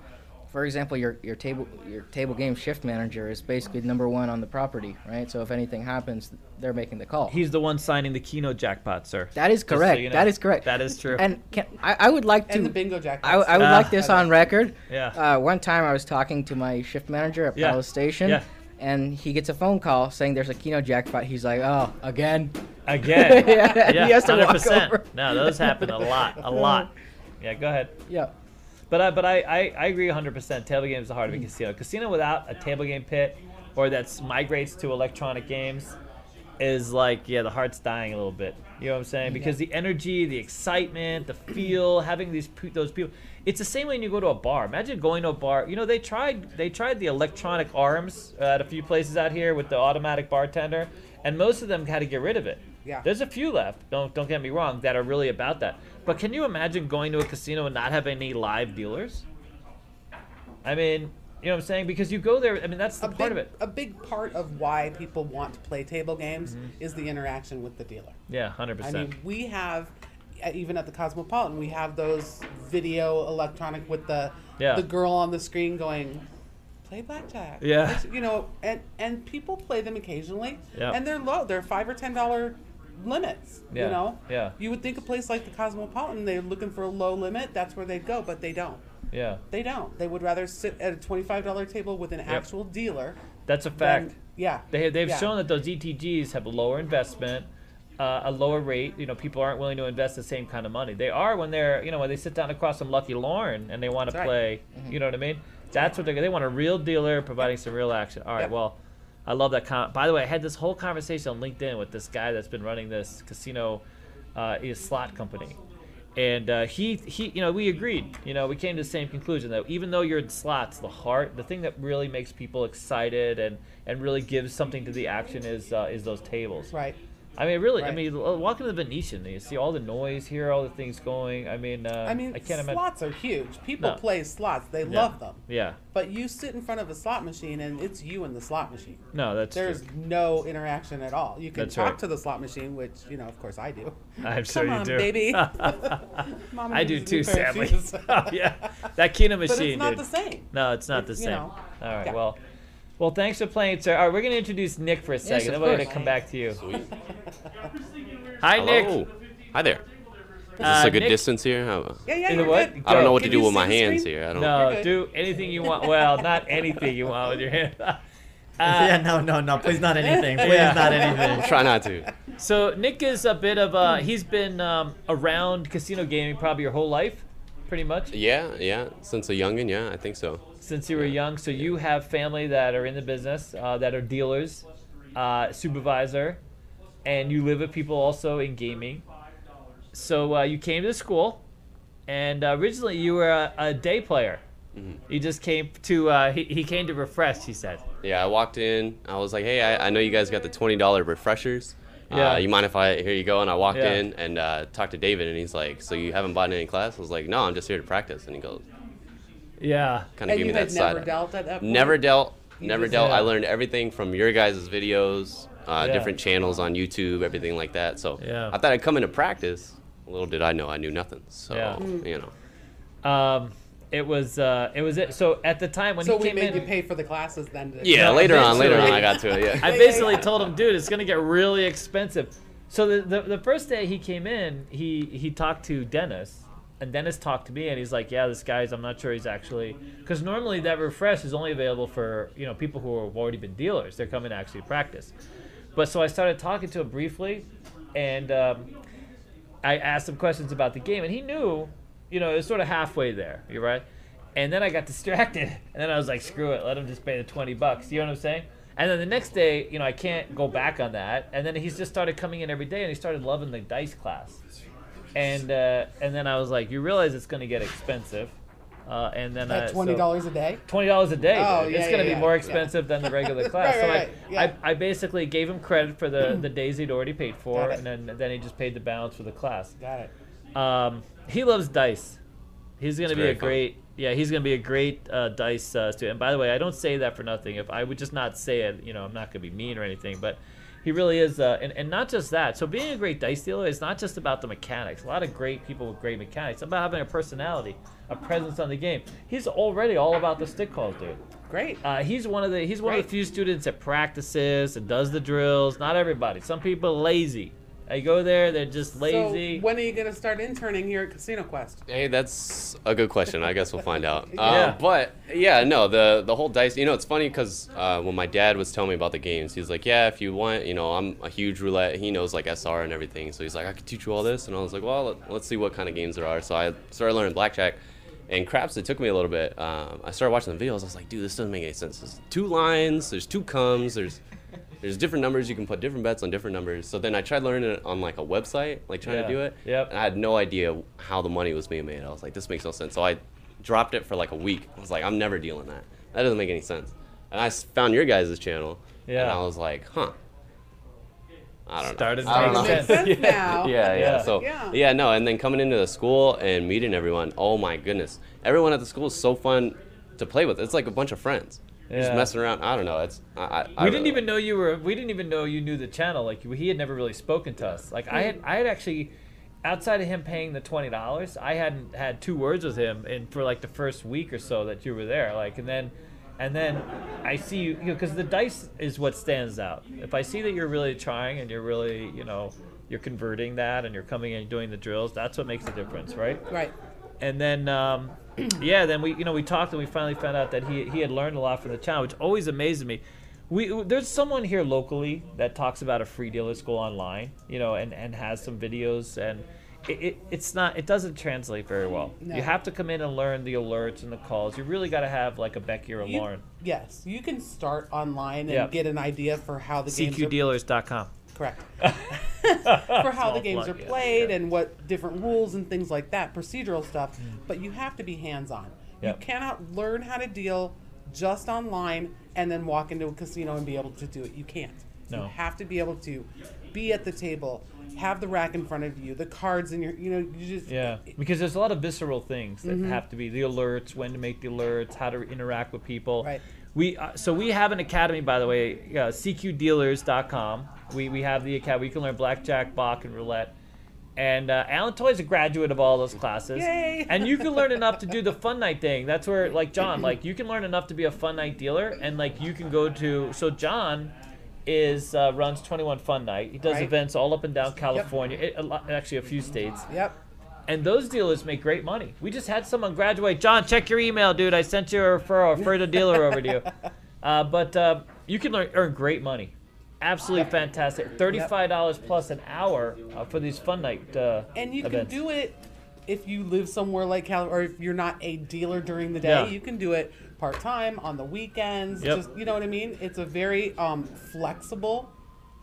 S7: for example, your your table your table game shift manager is basically number one on the property, right? So if anything happens, they're making the call.
S2: He's the one signing the Keno jackpot, sir.
S7: that is
S2: Just so
S7: correct.
S2: you know.
S7: That is correct.
S2: That is true.
S7: And can, I, I would like to
S3: and the bingo jackpot.
S7: I, I would
S2: Ah.
S7: like this on record.
S2: Yeah.
S7: Uh, one time I was talking to my shift manager at
S2: Yeah.
S7: Palace Station,
S2: Yeah.
S7: and he gets a phone call saying there's a Kino jackpot. He's like, oh, again?
S2: Again.
S7: yeah,
S2: yeah,
S7: he has to walk
S2: 100%.
S7: over.
S2: No, those happen a lot, a lot. Yeah, go ahead.
S7: Yeah.
S2: But I, but I, I, I agree 100%. Table games is the heart of a casino. Casino without a table game pit or that migrates to electronic games is like, yeah, the heart's dying a little bit. You know what I'm saying? Because the energy, the excitement, the feel, having these pe- those people. It's the same way when you go to a bar. Imagine going to a bar. You know, they tried they tried the electronic arms uh, at a few places out here with the automatic bartender, and most of them had to get rid of it.
S3: Yeah.
S2: There's a few left. Don't don't get me wrong. That are really about that. But can you imagine going to a casino and not have any live dealers? I mean, you know what I'm saying? Because you go there. I mean, that's the
S3: a
S2: part
S3: big,
S2: of it.
S3: a big part of why people want to play table games
S2: Mm-hmm.
S3: is the interaction with the dealer.
S2: Yeah, hundred
S3: I
S2: percent.
S3: mean, we have uh, even at the Cosmopolitan, we have those video electronic with the
S2: Yeah.
S3: the girl on the screen going play blackjack.
S2: Yeah.
S3: It's- you know, and and people play them occasionally,
S2: Yeah.
S3: and they're low. They're five or ten dollar limits.
S2: Yeah,
S3: You know.
S2: yeah.
S3: You would think a place like the Cosmopolitan, they're looking for a low limit. That's where they'd go, but they don't.
S2: yeah,
S3: They don't. They would rather sit at a twenty-five dollar table with an actual dealer.
S2: that's a
S3: than-
S2: fact.
S3: yeah.
S2: They have, they've
S3: yeah.
S2: shown that those ETGs have a lower investment, uh, a lower rate. You know, people aren't willing to invest the same kind of money. They are when they're, you know, when they sit down across some Lucky Lauren and they want to
S3: That's right.
S2: play.
S3: Mm-hmm.
S2: You know what I mean? That's what they they want a real dealer providing some real action. All right,
S3: Yep.
S2: well, I love that. Com- By the way, I had this whole conversation on LinkedIn with this guy that's been running this casino, uh, is slot company. And uh, he, he, you know, we agreed. You know, we came to the same conclusion that even though you're in slots, the heart, the thing that really makes people excited and and really gives something to the action is uh, is those tables.
S3: Right.
S2: I mean, really. I
S3: Right.
S2: mean, l- walk into the Venetian, you see all the noise, hear all the things going. I mean, uh,
S3: I mean,
S2: I can't imagine.
S3: slots are huge. People
S2: No.
S3: play slots. They
S2: Yeah.
S3: love them.
S2: Yeah.
S3: But you sit in front of a slot machine and it's you and the slot machine.
S2: No, that's
S3: There's
S2: true.
S3: no interaction at all. You can
S2: That's
S3: talk
S2: right.
S3: to the slot machine, which you know, of course, I do.
S2: I'm sure
S3: Come
S2: you
S3: on,
S2: do.
S3: baby. Mama
S2: I do
S3: needs a new
S2: too,
S3: pair of
S2: sadly.
S3: shoes.
S2: oh, yeah, that Kena machine,
S3: but it's not
S2: dude.
S3: the same.
S2: No, it's not the
S3: It's, you
S2: same.
S3: know,
S2: All right,
S3: yeah.
S2: well, well, thanks for playing, sir. All right, we're gonna introduce Nick for a second. then
S7: of
S2: we're gonna
S7: course.
S2: come back to you.
S6: Sweet.
S2: Hi,
S6: Hello.
S2: Nick.
S6: Hi there. Is
S2: Uh,
S6: this a good
S2: Nick-
S6: distance here? How-
S3: Yeah, yeah.
S2: You know
S3: you're
S2: what?
S3: good.
S6: I don't know what
S3: Can
S6: to do
S3: you
S6: with
S3: see
S6: my
S3: the
S6: hands
S3: screen?
S6: here. I don't.
S2: No,
S3: good.
S2: do anything you want. Well, not anything you want with your hand. Uh,
S1: yeah, no, no, no. Please, not anything. Please,
S2: Yeah.
S1: not anything.
S6: Try not to.
S2: So Nick is a bit of a. He's been um, around casino gaming probably your whole life, pretty much
S6: Yeah, yeah. Since a youngin, yeah, I think so.
S2: since you were young. So you have family that are in the business, uh, that are dealers, uh, supervisor, and you live with people also in gaming. So uh, you came to school, and uh, originally you were a, a day player.
S3: Mm-hmm.
S2: You just came to. Uh, he, he came to refresh. He said.
S6: Yeah, I walked in. I was like, hey, I, I know you guys got the twenty dollar refreshers.
S2: Yeah.
S6: Uh, you mind if I here you go? And I walked
S2: Yeah.
S6: in and uh, talked to David, and he's like, so you haven't bought any class? I was like, no, I'm just here to practice. And he goes,
S2: Yeah.
S6: kind of
S3: And
S6: gave
S3: you
S6: me that
S3: had
S6: side.
S3: never
S6: eye.
S3: dealt at that. Point?
S6: Never dealt. Never
S3: just-
S6: dealt.
S2: Yeah.
S6: I learned everything from your guys' videos, uh,
S2: Yeah.
S6: different channels on YouTube, everything like that. So
S2: Yeah.
S6: I thought I'd come into practice, Little did I know, I knew nothing. So
S2: Yeah.
S6: you know,
S2: Um, it was uh, it was it. So at the time when
S3: So
S2: he
S3: we
S2: came
S3: made
S2: in,
S3: you pay for the classes then. didn't
S6: yeah.
S2: No,
S6: later on, later on,
S2: eventually-
S6: I got to it. Yeah.
S2: I basically told him, dude, it's gonna get really expensive. So the, the the first day he came in, he he talked to Dennis, and Dennis talked to me, and he's like, yeah, this guy's. I'm not sure he's actually because normally that refresh is only available for you know people who have already been dealers. They're coming to actually practice. But so I started talking to him briefly, and um, I asked him questions about the game, and he knew, you know, it was sort of halfway there. You're right. And then I got distracted, and then I was like, screw it, let him just pay the 20 bucks. You know what I'm saying? And then the next day, you know, I can't go back on that. And then he's just started coming in every day, and he started loving the dice class. And uh, and then I was like, you realize it's going to get expensive. Uh, and then
S3: At
S2: I, so-
S3: twenty dollars a day.
S2: twenty dollars a day.
S3: Oh,
S2: dude.
S3: yeah,
S2: it's gonna
S3: yeah,
S2: be
S3: yeah,
S2: more
S3: yeah.
S2: expensive than the regular class.
S3: Right,
S2: so
S3: right,
S2: I,
S3: right,
S2: I, I basically gave him credit for the the days he'd already paid for,
S3: Got it.
S2: and then then he just paid the balance for the class.
S3: Got it.
S2: Um, he loves dice. He's gonna
S6: It's
S2: be a
S6: very fun.
S2: great. Yeah, he's gonna be a great uh, dice uh, student. And by the way, I don't say that for nothing. If I would just not say it, you know, I'm not gonna be mean or anything. But he really is, uh, and and not just that. So being a great dice dealer is not just about the mechanics. A lot of great people with great mechanics. It's about having a personality, a presence on the game. He's already all about the stick calls, dude.
S3: Great.
S2: Uh, he's one of the he's one of the
S3: Right.
S2: few students that practices and does the drills. Not everybody. Some people are lazy. They go there, they're just lazy.
S3: So when are you gonna start interning here at Casino Quest?
S6: Hey, that's a good question. I guess we'll find out. Uh,
S2: Yeah.
S6: But yeah, no, the the whole dice. You know, it's funny because uh, when my dad was telling me about the games, he's like, "Yeah, if you want, you know, I'm a huge roulette. He knows like SR and everything, so he's like, I could teach you all this." And I was like, "Well, let, let's see what kind of games there are." So I started learning blackjack. And craps, it took me a little bit. Um, I started watching the videos. I was like, "Dude, this doesn't make any sense. There's two lines. There's two comes. There's there's different numbers. You can put different bets on different numbers." So then I tried learning it on like a website, like trying
S2: Yeah.
S6: to do it.
S2: Yep.
S6: And I had no idea how the money was being made. I was like, this makes no sense. So I dropped it for like a week. I was like, I'm never dealing that. That doesn't make any sense. And I s- found your guys' channel. And
S2: Yeah.
S6: I was like, huh. I don't
S2: Started
S6: know. I don't
S2: making
S6: know.
S2: sense.
S3: Sense now.
S6: Yeah,
S2: Yeah.
S6: yeah. So
S3: Yeah.
S6: yeah. no, and then coming into the school and meeting everyone. Oh my goodness, everyone at the school is so fun to play with. It's like a bunch of friends, You're just
S2: Yeah.
S6: messing around. I don't know. It's I, I, I
S2: we
S6: really
S2: didn't
S6: like it.
S2: even know you were we didn't even know you knew the channel like he had never really spoken to us like i had i had actually outside of him paying the $20 i hadn't had two words with him in for like the first week or so that you were there like and then and then i see you because the dice is what stands out if i see that you're really trying and you're really you know you're converting that and you're coming and doing the drills that's what makes the difference right
S3: Right.
S2: and then um, yeah, then we you know we talked and we finally found out that he he had learned a lot from the channel, which always amazes me. We there's someone here locally that talks about a free dealer school online, you know, and and has some videos and. It, it, it's not. It doesn't translate very well.
S3: No.
S2: You have to come in and learn the alerts and the calls. You really got to have like a Becky or a
S3: You-
S2: Lauren.
S3: Yes, you can start online and
S2: Yeah.
S3: get an idea for how the games are
S2: CQDealers.com.
S3: correct for how the games are
S2: plug, yeah,
S3: played
S2: yeah.
S3: and what different rules and things like that, procedural stuff. But you have to be hands on.
S2: Yep.
S3: You cannot learn how to deal just online and then walk into a casino and be able to do it. You can't.
S2: No.
S3: You have to be able to be at the table, have the rack in front of you, the cards in your, you know, you just
S2: Yeah, because there's a lot of visceral things that
S3: Mm-hmm.
S2: have to be the alerts, when to make the alerts, how to interact with people.
S3: Right.
S2: We uh, so we have an academy by the way, uh, CQDealers.com. We we have the academy. You can learn blackjack, bach, and roulette. And uh, Alan Toy is a graduate of all those classes.
S3: Yay!
S2: And you can learn enough to do the fun night thing. That's where, like John, like you can learn enough to be a fun night dealer, and like you can go to. So John is uh, runs 21 Fun Night. He does
S3: Right.
S2: events all up and down California, it, a lot, actually a few states
S3: Yep.
S2: and those dealers make great money. We just had someone graduate. John, check your email, dude. I sent you a referral. I referred a dealer over to you. Uh, but uh, you can learn, earn great money. Absolutely fantastic. Thirty-five dollars plus an hour uh, for these fun night. Uh,
S3: And you
S2: events.
S3: can do it if you live somewhere like Cal, or if you're not a dealer during the day,
S2: Yeah.
S3: you can do it part time on the weekends.
S2: Yep.
S3: Just you know what I mean. It's a very um, flexible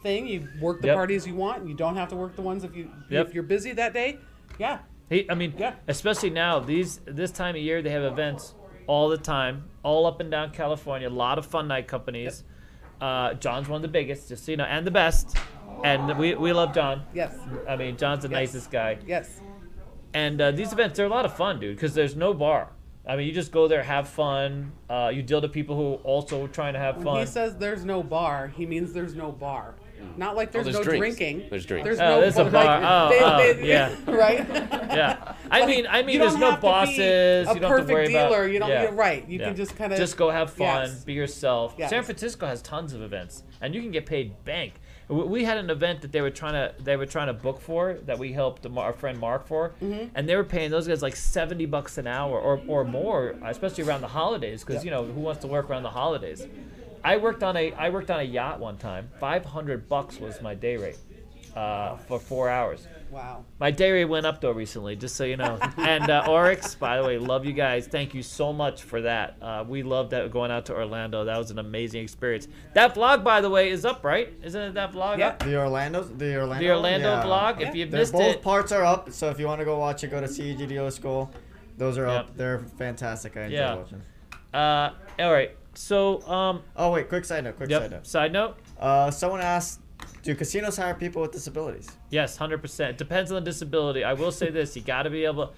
S3: thing. You work the
S2: Yep.
S3: parties you want. You don't have to work the ones if you
S2: Yep.
S3: if you're busy that day. Yeah,
S2: He, I mean,
S3: Yeah.
S2: especially now these this time of year they have events all the time, all up and down California. A lot of fun night companies. Uh, John's one of the biggest, just so you know, and the best. And we, we love John.
S3: yes,
S2: I mean, John's the
S3: Yes.
S2: nicest guy.
S3: yes.
S2: And uh, these events, they're a lot of fun, dude, because there's no bar. I mean, you just go there, have fun. Uh, you deal to people who also trying to have
S3: When
S2: fun.
S3: he says there's no bar, he means there's no bar. Not like there's,
S6: Oh, there's
S3: no
S6: drinks.
S3: drinking.
S6: There's drinks.
S3: There's
S2: Oh,
S3: no
S2: there's a
S3: like,
S2: bar.
S3: they-
S2: Oh, oh,
S3: they-
S2: yeah.
S3: right.
S2: Yeah. I
S3: Like,
S2: mean, I mean,
S3: you
S2: there's
S3: don't
S2: no
S3: have to be
S2: bosses.
S3: a
S2: you don't have to
S3: perfect
S2: worry
S3: dealer.
S2: about.
S3: You don't-
S2: yeah.
S3: you're right. You can just kinda-
S2: just go have fun,
S3: Yes.
S2: be yourself.
S3: Yes.
S2: San Francisco has tons of events, and you can get paid bank. W- We had an event that they were trying to they were trying to book for that we helped Ma- our friend Mark for,
S3: Mm-hmm.
S2: and they were paying those guys like seventy bucks an hour or, or more, especially around the holidays, because you know who wants to work around the holidays. I worked on a I worked on a yacht one time. Five hundred bucks was my day rate uh, for four hours.
S3: Wow.
S2: My dairy went up though recently, just so you know. and uh, Oryx, by the way, love you guys. Thank you so much for that. Uh, we love that going out to Orlando. That was an amazing experience. That vlog, by the way, is up, right? Isn't that vlog
S3: Yep.
S2: up?
S1: The Orlando, the Orlando,
S2: The Orlando
S1: yeah.
S2: vlog.
S3: Yeah.
S2: If you've
S1: They're-
S2: missed
S1: both
S2: it,
S1: parts are up, so if you want to go watch it, go to CEGDO School. Those are
S2: Yep.
S1: up. They're fantastic. I enjoy
S2: Yeah.
S1: watching.
S2: uh, all right. So, um,
S1: Oh wait, quick side note. Quick
S2: yep.
S1: side note.
S2: Side note.
S1: Uh, someone asked, do casinos hire people with disabilities?
S2: Yes, hundred percent. It depends on the disability. I will say this: you got to be able.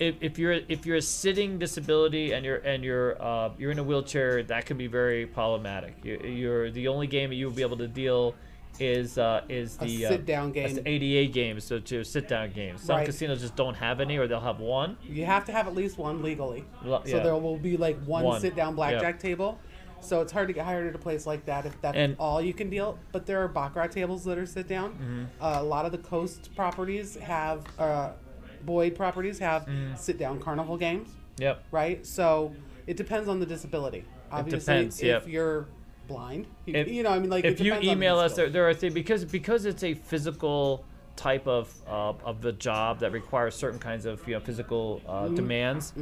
S2: If, if you're if you're a sitting disability and you're and you're uh, you're in a wheelchair, that can be very problematic. You, you're the only game that you'll be able to deal is uh, is
S3: A
S2: the uh,
S3: sit-down
S2: that's
S3: game.
S2: ADA games, so to sit down games. Some
S3: Right.
S2: casinos just don't have any, or they'll have one.
S3: You have to have at least one legally.
S2: Lo-
S3: So
S2: yeah.
S3: there will be like one,
S2: One.
S3: sit down blackjack table. So it's hard to get hired at a place like that if that's
S2: And-
S3: all you can deal. But there are baccarat tables that are sit down.
S2: Mm-hmm.
S3: Uh, a lot of the coast properties have, uh, Boyd properties have
S2: Mm.
S3: sit down carnival games,
S2: Yep.
S3: right? So it depends on the disability. Obviously,
S2: depends,
S3: if
S2: yep.
S3: you're blind, you,
S2: If-
S3: you know, I mean, like it
S2: if you
S3: depends on the
S2: email us, there,
S3: disability.
S2: there are things because because it's a physical type of uh, of the job that requires certain kinds of you know physical uh,
S3: Mm-hmm.
S2: demands.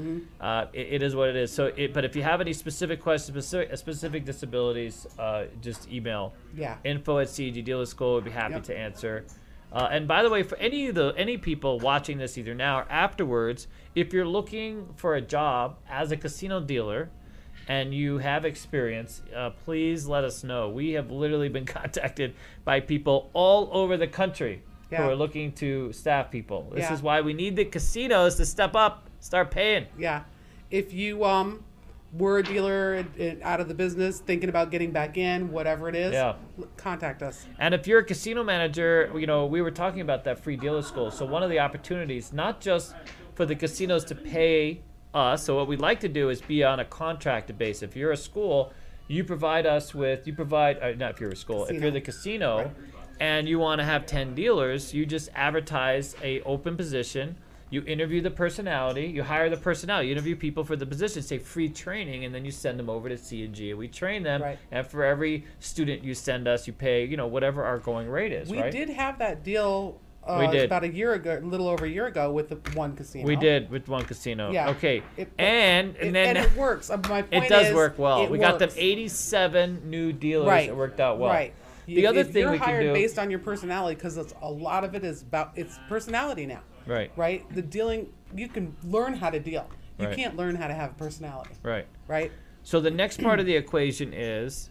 S2: Uh, it, it is what it is. So, it, but if you have any specific questions, specific specific disabilities, uh, just email
S3: Yeah.
S2: info at CEG Dealer School. We'd be happy
S3: Yep.
S2: to answer. Uh, and by the way, for any of the any people watching this either now or afterwards, if you're looking for a job as a casino dealer and you have experience, uh, please let us know. We have literally been contacted by people all over the country who
S3: Yeah.
S2: are looking to staff people. This
S3: Yeah.
S2: is why we need the casinos to step up, start paying.
S3: Yeah. If you um were a dealer and- and out of the business, thinking about getting back in, whatever it is,
S2: Yeah.
S3: l- contact us.
S2: And if you're a casino manager, you know, we were talking about that free dealer school. So one of the opportunities, not just for the casinos to pay us, so what we'd like to do is be on a contracted base. If you're a school, you provide us with, you provide, uh, not if you're a school, if
S3: Casino.
S2: you're the casino and you want to have 10 dealers, you just advertise a open position. You interview the personality, you hire the personality, you interview people for the position, say free training, and then you send them over to C and G. We train them,
S3: Right.
S2: and for every student you send us, you pay, you know, whatever our going rate is,
S3: We
S2: right?
S3: did have that deal uh,
S2: We did.
S3: about a year ago, a little over a year ago with the one casino.
S2: We did with one casino.
S3: Yeah.
S2: Okay.
S3: It-
S2: and
S3: It-
S2: and then
S3: and it works. Uh, My
S2: it
S3: point
S2: does
S3: is,
S2: work well.
S3: it
S2: We got them
S3: works.
S2: 87 new dealers.
S3: Right.
S2: It worked out well.
S3: Right.
S2: The
S3: If-
S2: other
S3: if
S2: thing
S3: you're
S2: we can
S3: hired
S2: do.
S3: based on your personality, because a lot of it is about it's personality now.
S2: right. Right.
S3: Right. The dealing, you can learn how to deal. You
S2: Right.
S3: can't learn how to have personality.
S2: Right.
S3: Right.
S2: So the next part of the equation is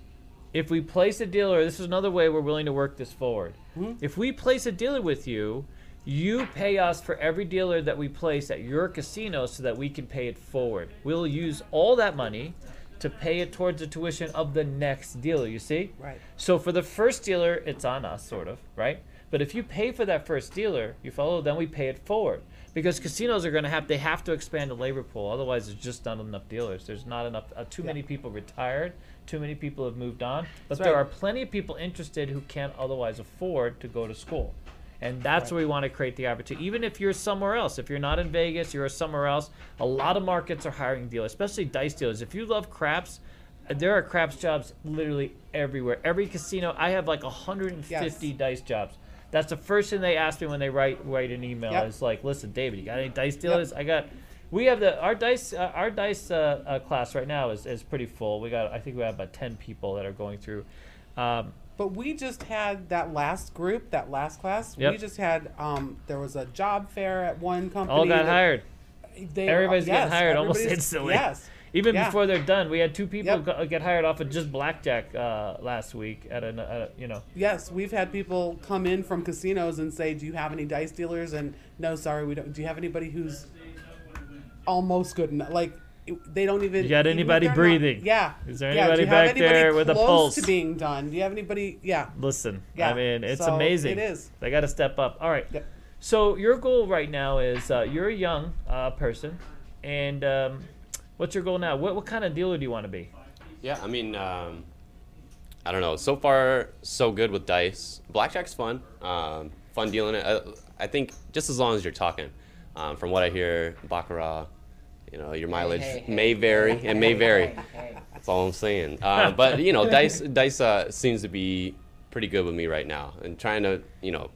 S2: if we place a dealer, this is another way we're willing to work this forward. If we place a dealer with you, you pay us for every dealer that we place at your casino so that we can pay it forward. We'll use all that money to pay it towards the tuition of the next dealer, you see?
S3: Right.
S2: So for the first dealer, it's on us, sort of, right? But if you pay for that first dealer, you follow, then we pay it forward. Because casinos are going to have, they have to expand the labor pool. Otherwise, there's just not enough dealers. There's not enough, uh, too many people retired, too many people have moved on. But there
S3: right.
S2: are plenty of people interested who can't otherwise afford to go to school. And that's where we want to create the opportunity. Even if you're somewhere else, if you're not in Vegas, you're somewhere else, a lot of markets are hiring dealers, especially dice dealers. If you love craps, there are craps jobs literally everywhere. Every casino, I have like 150
S3: Yes.
S2: dice jobs. That's the first thing they ask me when they write write an email.
S3: Yep.
S2: Is like, listen, David, you got any dice dealers? I got. We have the our dice uh, our dice uh, uh, class right now is, is pretty full. We got I think we have about 10 people that are going through. Um,
S3: But we just had that last group, that last class.
S2: Yep.
S3: We just had um, there was a job fair at one company.
S2: all got
S3: that-
S2: hired.
S3: They,
S2: Everybody's getting
S3: yes,
S2: hired almost
S3: everybody's-
S2: instantly.
S3: Yes.
S2: Even
S3: Yeah.
S2: before they're done, we had two people
S3: Yep.
S2: go, get hired off of just blackjack uh, last week at an uh, you know.
S3: Yes, we've had people come in from casinos and say, "Do you have any dice dealers?" And no, sorry, we don't. Do you have anybody who's almost good enough? Like they don't even.
S2: You got
S3: even if
S2: anybody
S3: they're not-
S2: breathing?
S3: yeah.
S2: Is there
S3: Yeah, do
S2: anybody
S3: you have
S2: back there with a
S3: close
S2: pulse?
S3: To being done. Do you have anybody? Yeah.
S2: Listen, I
S3: Yeah,
S2: mean, it's
S3: so
S2: amazing.
S3: it is.
S2: They got to step up. All right.
S3: Yep.
S2: So your goal right now is uh, you're a young uh, person, and um, what's your goal now? What what kind of dealer do you want to be?
S6: Yeah, I mean, um, I don't know. So far, so good with dice. Blackjack's fun. Um, fun dealing it. I, I think just as long as you're talking. Um, from what I hear, baccarat, you know, your mileage
S7: hey, hey.
S6: may vary. It may vary. That's all I'm saying. Uh, but you know, dice dice uh, seems to be pretty good with me right now, and trying to you know,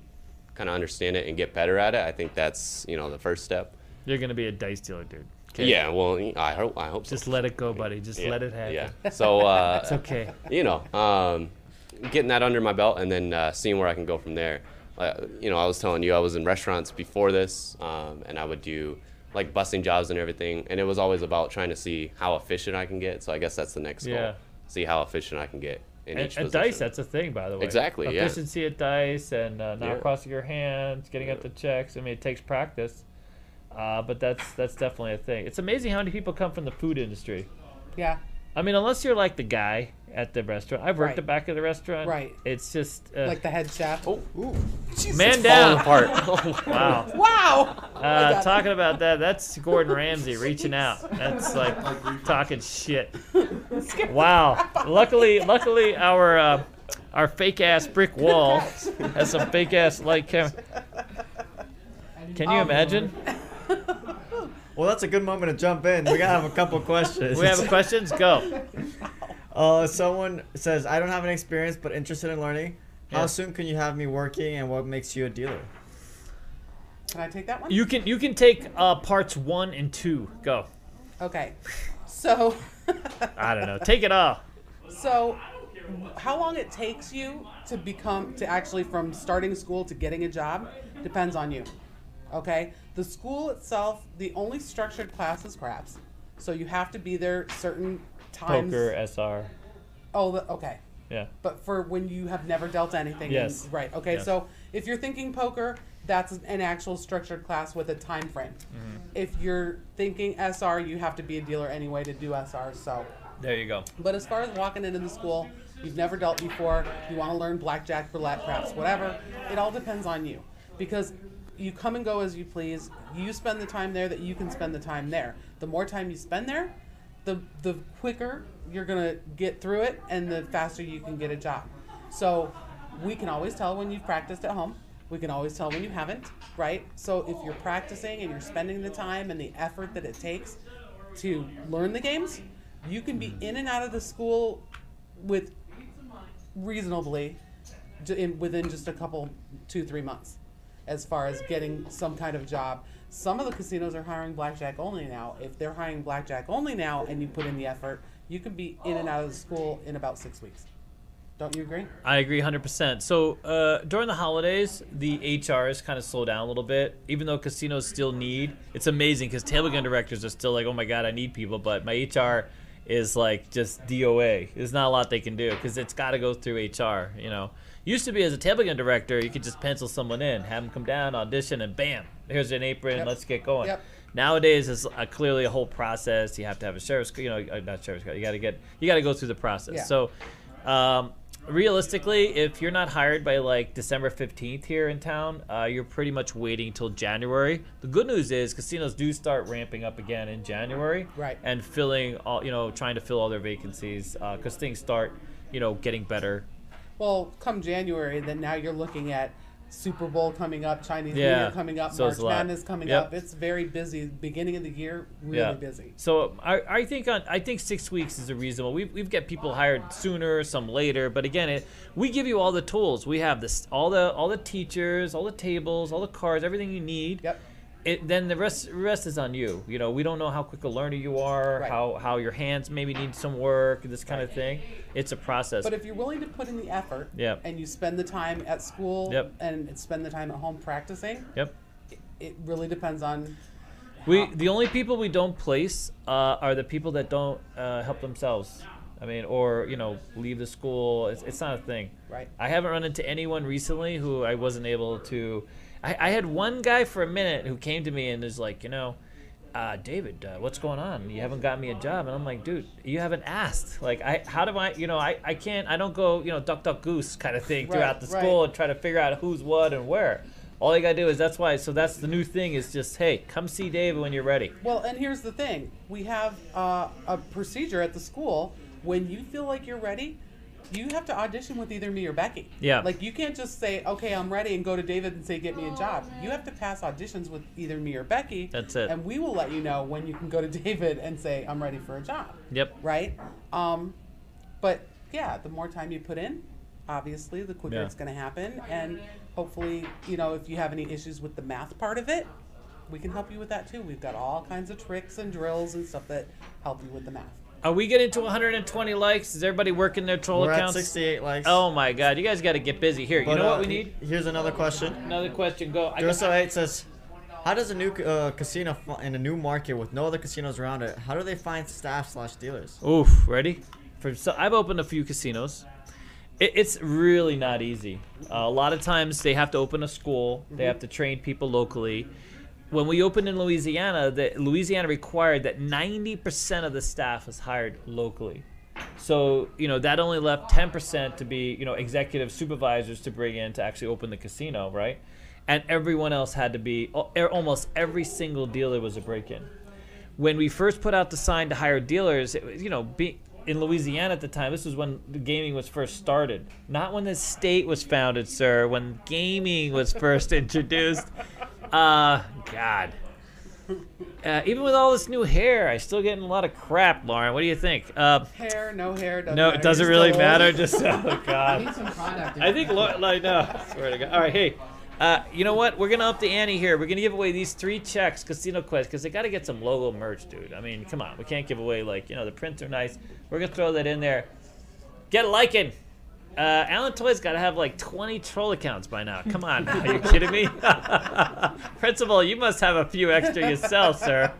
S6: kind of understand it and get better at it. I think that's you know the first step.
S2: You're gonna be a dice dealer, dude.
S6: Yeah. Well, I hope I hope so.
S2: Just let it go, buddy. Just
S6: Yeah,
S2: let it happen.
S6: Yeah. So uh,
S2: It's okay.
S6: you know, um, getting that under my belt and then uh, seeing where I can go from there. Uh, you know, I was telling you I was in restaurants before this, um, and I would do like busting jobs and everything, and it was always about trying to see how efficient I can get. So I guess that's the next
S2: Yeah.
S6: goal: see how efficient I can get in
S2: And
S6: each
S2: at
S6: position.
S2: dice, that's a thing, by the way.
S6: Exactly, yeah.
S2: Efficiency at dice and uh, not
S6: Yeah.
S2: crossing your hands, getting out the checks. I mean, it takes practice, uh, but that's that's definitely a thing. It's amazing how many people come from the food industry.
S3: Yeah.
S2: I mean, unless you're like the guy at the restaurant. I've worked
S3: Right.
S2: the back of the restaurant.
S3: Right.
S2: It's just uh,
S3: Like the head chef. Oh.
S2: man
S6: falling
S2: down.
S6: apart.
S2: Wow.
S3: Wow. Oh
S2: Uh, talking about that, that's Gordon Ramsay reaching out. That's like
S5: Like
S2: talking shit. Wow. Luckily, luckily our uh, our fake ass brick wall has some fake ass light camera. Can you imagine?
S1: Well, that's a good moment to jump in. We gotta have a couple questions.
S2: We have questions. Go.
S1: Uh, someone says, I don't have any experience, but interested in learning.
S2: Yeah.
S1: How soon can you have me working, and what makes you a dealer?
S3: Can I take that one?
S2: You can you can take uh, parts one and two. Go.
S3: Okay. So.
S2: I don't know. Take it all.
S3: So, how long it takes you to become to actually from starting school to getting a job depends on you. Okay? The school itself, the only structured class is craps. So you have to be there certain times.
S2: Poker SR.
S3: Oh, the- okay.
S2: Yeah.
S3: But for when you have never dealt anything. and-
S2: Yes.
S3: right. Okay.
S2: Yes.
S3: So if you're thinking poker, that's an actual structured class with a time frame.
S2: Mm-hmm.
S3: If you're thinking SR, you have to be a dealer anyway to do SR. So
S2: There you go.
S3: but as far as walking into the school, you've never dealt before, you want to learn blackjack, roulette, craps, whatever, it all depends on you. Because you come and go as you please. You spend the time there that you can spend the time there. The more time you spend there, the the quicker you're gonna get through it and the faster you can get a job. So we can always tell when you've practiced at home. We can always tell when you haven't, right? So if you're practicing and you're spending the time and the effort that it takes to learn the games, you can be in and out of the school with reasonably ju- in, within just a couple, two, three months as far as getting some kind of job. Some of the casinos are hiring blackjack only now. If they're hiring blackjack only now and you put in the effort, you can be in and out of the school in about six weeks. Don't you agree?
S2: I agree 100%. So uh, during the holidays, the HRs kind of slow down a little bit, even though casinos still need. It's amazing because table gun directors are still like, oh my God, I need people. But my HR is like just DOA. There's not a lot they can do because it's got to go through HR, you know. Used to be as a table gun director, you could just pencil someone in, have them come down, audition, and bam, here's an apron,
S3: Yep.
S2: let's get going.
S3: Yep.
S2: Nowadays, it's uh clearly a whole process. You have to have a sheriff's, you know, uh, not sheriff's, you got to get, you got to go through the process.
S3: Yeah.
S2: So, um, realistically, if you're not hired by like December 15th here in town, uh, you're pretty much waiting till January. The good news is casinos do start ramping up again in January,
S3: Right.
S2: And filling all, you know, trying to fill all their vacancies because things start, you know, getting better.
S3: Well, come January, then now you're looking at Super Bowl coming up, Chinese New
S2: Yeah.
S3: Year coming up,
S2: So it's
S3: March
S2: a lot.
S3: Madness coming
S2: Yep.
S3: up. It's very busy. Beginning of the year, really busy.
S2: So I, I think on I think six weeks is a reasonable. We've we've got people hired sooner, some later, but again, it, we give you all the tools. We have this all the all the teachers, all the tables, all the cards, everything you need.
S3: Yep.
S2: It, then the rest rest is on you. You know, we don't know how quick a learner you are,
S3: Right.
S2: how how your hands maybe need some work, this kind of thing. It's a process.
S3: But if you're willing to put in the effort
S2: Yep.
S3: and you spend the time at school
S2: Yep.
S3: and spend the time at home practicing,
S2: yep.
S3: it really depends on.
S2: We the only people we don't place uh, are the people that don't uh, help themselves. I mean, or you know, leave the school. It's, it's not a thing.
S3: Right.
S2: I haven't run into anyone recently who I wasn't able to. I, I had one guy for a minute who came to me and is like, you know, uh, David, uh, what's going on? You haven't got me a job. And I'm like, dude, you haven't asked. Like, I, how do I, you know, I, I can't, I don't go, you know, duck, duck, goose kind of thing
S3: Right,
S2: throughout the
S3: right.
S2: school and try to figure out who's what and where. All you gotta do is that's why. So that's the new thing is just, hey, come see David when you're ready.
S3: Well, and here's the thing: we have uh, a procedure at the school. When you feel like you're ready, you have to audition with either me or Becky.
S2: Yeah.
S3: Like you can't just say, "Okay, I'm ready," and go to David and say, "Get me a job." You have to pass auditions with either me or Becky.
S2: That's it.
S3: And we will let you know when you can go to David and say, "I'm ready for a job."
S2: Yep.
S3: Right. Um, but yeah, the more time you put in, obviously, the quicker
S2: Yeah.
S3: it's going to happen, and hopefully, you know, if you have any issues with the math part of it, we can help you with that too. We've got all kinds of tricks and drills and stuff that help you with the math.
S2: Are we getting to 120 likes? Is everybody working their troll
S1: We're at
S2: accounts?
S1: 68 likes.
S2: Oh my god, you guys got to get busy. Here, you
S1: But,
S2: know what
S1: uh,
S2: we need?
S1: Here's another question.
S2: Another question. Go. I got-
S1: Durso8 says, how does a new uh, casino fi- in a new market with no other casinos around it, how do they find staff slash dealers?
S2: Oof, ready? For so I've opened a few casinos. It, it's really not easy. Uh, a lot of times they have to open a school. They have to train people locally. When we opened in Louisiana, the, Louisiana required that 90% of the staff is hired locally. So you know that only left 10% to be you know executive supervisors to bring in to actually open the casino, right? And everyone else had to be al- er, almost every single dealer was a break-in when we first put out the sign to hire dealers, it, was- you know, be, in Louisiana at the time, this was when the gaming was first started. Not when the state was founded, sir. When gaming was first introduced. Uh, God. Uh, even with all this new hair, I still getting a lot of crap, Lauren. What do you think? Uh,
S3: Hair, no hair, doesn't
S2: no,
S3: matter.
S2: it doesn't
S3: You're
S2: really
S3: still
S2: matter.
S3: old.
S2: Just oh God.
S4: Need some product.
S2: I think Lo- like no. Swear to God. All right, hey. Uh, you know what? We're gonna up the ante here. We're gonna give away these three checks, Casino Quest, because they gotta get some logo merch, dude. I mean, come on, we can't give away like you know the prints are nice. We're gonna throw that in there. Get liking. Uh, Alan Toy's gotta have like 20 troll accounts by now. Come on, now. are you kidding me? Principal, you must have a few extra yourself, sir.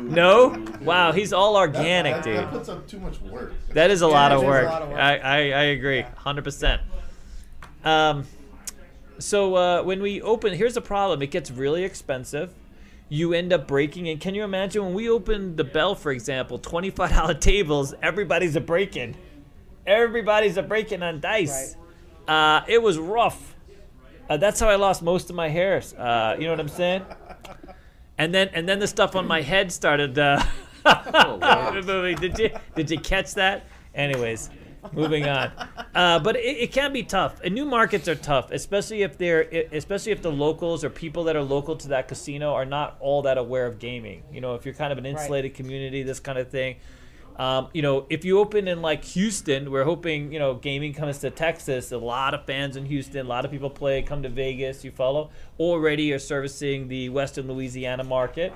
S2: no? Wow, he's all organic,
S5: that,
S2: dude.
S5: That puts up too much work.
S2: That is a lot
S3: it
S2: of
S3: is a
S2: work.
S3: lot of work.
S2: I, I, I agree, hundred percent. Um, so uh, when we open, here's the problem: it gets really expensive. You end up breaking in. Can you imagine when we opened the Bell, for example, twenty-five dollar tables? Everybody's a break-in. Everybody's a break-in on dice. Uh, it was rough. Uh, that's how I lost most of my hairs. Uh, you know what I'm saying? And then and then the stuff on my head started uh, moving. Did you did you catch that? Anyways, moving on. Uh, but it, it can be tough. And new markets are tough, especially if they're e- especially if the locals or people that are local to that casino are not all that aware of gaming. You know, if you're kind of an insulated community, this kind of thing. Um, you know, if you open in like Houston, we're hoping you know gaming comes to Texas. A lot of fans in Houston. A lot of people play. Come to Vegas. You follow. Already are servicing the Western Louisiana market.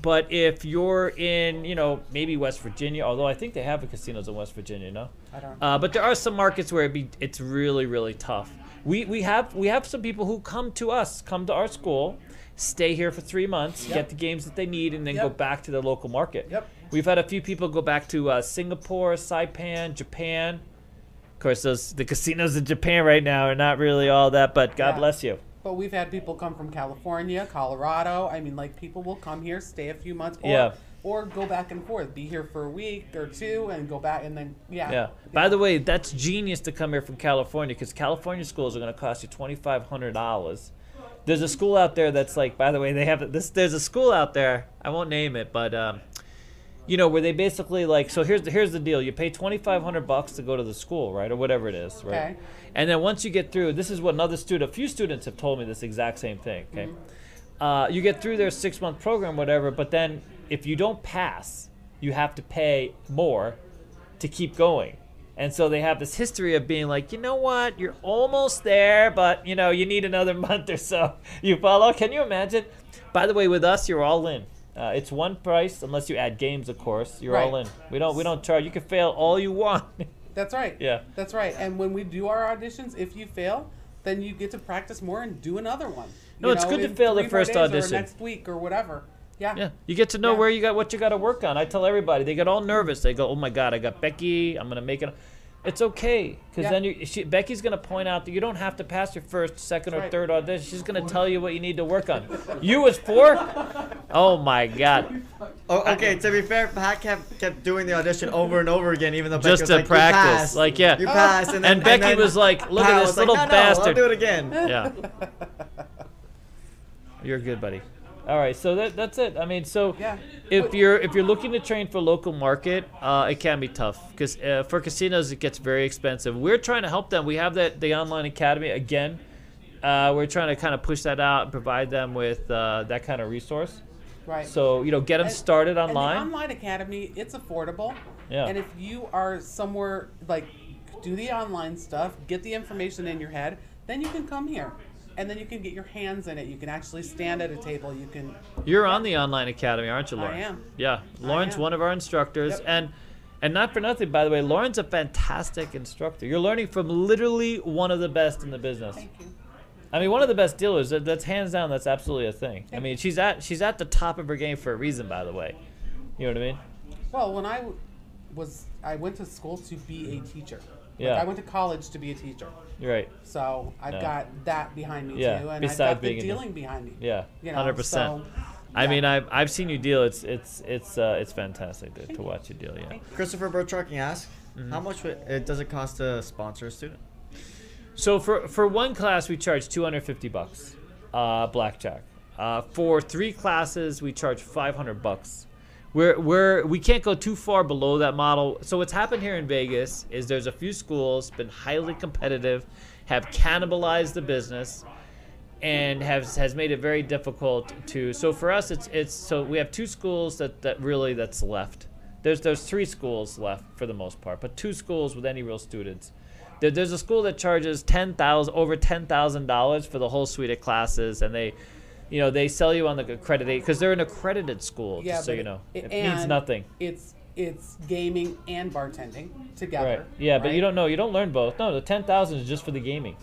S2: But if you're in, you know, maybe West Virginia, although I think they have casinos in West Virginia, no? I
S3: don't
S2: Uh, but there are some markets where it be, it's really, really tough. We, we have we have some people who come to us, come to our school, stay here for three months, get the games that they need, and then go
S3: Yep.
S2: back to the local market.
S3: Yep.
S2: We've had a few people go back to uh, Singapore, Saipan, Japan. Of course, those the casinos in Japan right now are not really all that, but God
S3: Yeah.
S2: bless you.
S3: But we've had people come from California, Colorado. I mean, like people will come here, stay a few months, or,
S2: Yeah.
S3: or go back and forth, be here for a week or two, and go back, and then yeah,
S2: Yeah. By the way, that's genius to come here from California because California schools are going to cost you twenty five hundred dollars. There's a school out there that's like, by the way, they have this. There's a school out there. I won't name it, but um, you know where they basically like. So here's the, here's the deal. You pay twenty five hundred bucks to go to the school, right, or whatever it is, right?
S3: Okay.
S2: And then once you get through, this is what another student, a few students have told me this exact same thing. Okay. Uh, you get through their six month program, whatever, but then if you don't pass, you have to pay more to keep going. And so they have this history of being like, you know what, you're almost there, but you know, you need another month or so. You follow? Can you imagine? By the way, with us, you're all in. Uh, it's one price unless you add games, of course. You're all
S3: Right.
S2: in. We don't we don't charge. You can fail all you want.
S3: That's right.
S2: Yeah.
S3: That's right. And when we do our auditions, if you fail, then you get to practice more and do another one.
S2: No,
S3: You
S2: it's good to
S3: in
S2: fail the
S3: three more
S2: first
S3: days
S2: audition.
S3: Or next week or whatever. Yeah.
S2: yeah, you get to know
S3: Yeah.
S2: where you got what you got to work on. I tell everybody. They get all nervous. They go, "Oh my God, I got Becky. I'm gonna make it." It's okay, because
S3: Yeah.
S2: then you, she, Becky's gonna point out that you don't have to pass your first, second, or
S3: That's right.
S2: third audition. She's gonna tell you what you need to work on. you was four? Oh my god!
S1: Oh, okay, to be fair, Pat kept kept doing the audition over and over again, even though Becky
S2: Just
S1: was
S2: to
S1: like,
S2: practice,
S1: You passed.
S2: like, yeah.
S1: You passed, and, then,
S2: And Becky
S1: then
S2: was like, "Look
S1: Pat
S2: at
S1: was
S2: this
S1: like,
S2: little
S1: "No, no, I'll
S2: bastard."
S1: do it again.
S2: Yeah. You're good, buddy. All right, so that that's it. I mean, so
S3: Yeah.
S2: if you're if you're looking to train for local market, uh, it can be tough because uh, for casinos it gets very expensive. We're trying to help them. We have that the online academy again. Uh, we're trying to kind of push that out and provide them with uh, that kind of resource.
S3: Right.
S2: So you know, get them
S3: And-
S2: started
S3: And the
S2: online.
S3: online academy, it's affordable.
S2: Yeah.
S3: And if you are somewhere like do the online stuff, get the information in your head, then you can come here. And then you can get your hands in it. You can actually stand at a table. You can
S2: You're on the online academy, aren't you,
S3: I
S2: Lauren?
S3: am.
S2: Yeah, Lauren's
S3: am.
S2: one of our instructors,
S3: Yep.
S2: and and not for nothing, by the way, Lauren's a fantastic instructor. You're learning from literally one of the best in the business.
S3: thank you.
S2: I mean, one of the best dealers. That, that's hands down. That's absolutely a thing. I mean, she's at she's at the top of her game for a reason, by the way. You know what I mean?
S3: Well, when I w- was I went to school to be a teacher. Like,
S2: Yeah.
S3: I went to college to be a teacher.
S2: You're right.
S3: So I've
S2: Yeah.
S3: got that behind me
S2: Yeah,
S3: too, and
S2: besides
S3: I've got
S2: being
S3: the
S2: a-
S3: dealing behind me.
S2: Yeah,
S3: You know,
S2: hundred percent.
S3: so,
S2: I
S3: yeah.
S2: mean, I've I've seen you deal. It's it's it's uh, it's fantastic to, to watch you deal. Yeah.
S1: Christopher Bertrucking asked,
S2: Mm-hmm.
S1: "How much would, it does it cost to sponsor a student?"
S2: So for for one class we charge 250 bucks, uh, blackjack. Uh, for three classes we charge 500 bucks. We're we're we can't go too far below that model. So what's happened here in Vegas is there's a few schools been highly competitive, have cannibalized the business, and has has made it very difficult to. So for us it's it's so we have two schools that that really that's left. There's there's three schools left for the most part, but two schools with any real students. There, there's a school that charges ten thousand over ten thousand dollars for the whole suite of classes, and they, you know, they sell you on the accredited because they're an accredited school.
S3: Yeah,
S2: just so
S3: but
S2: you know,
S3: it-
S2: it means
S3: and
S2: nothing.
S3: It's it's gaming and bartending together.
S2: Right? Yeah, but you
S3: right?
S2: don't know. You don't learn both. No, the ten thousand is just for the gaming.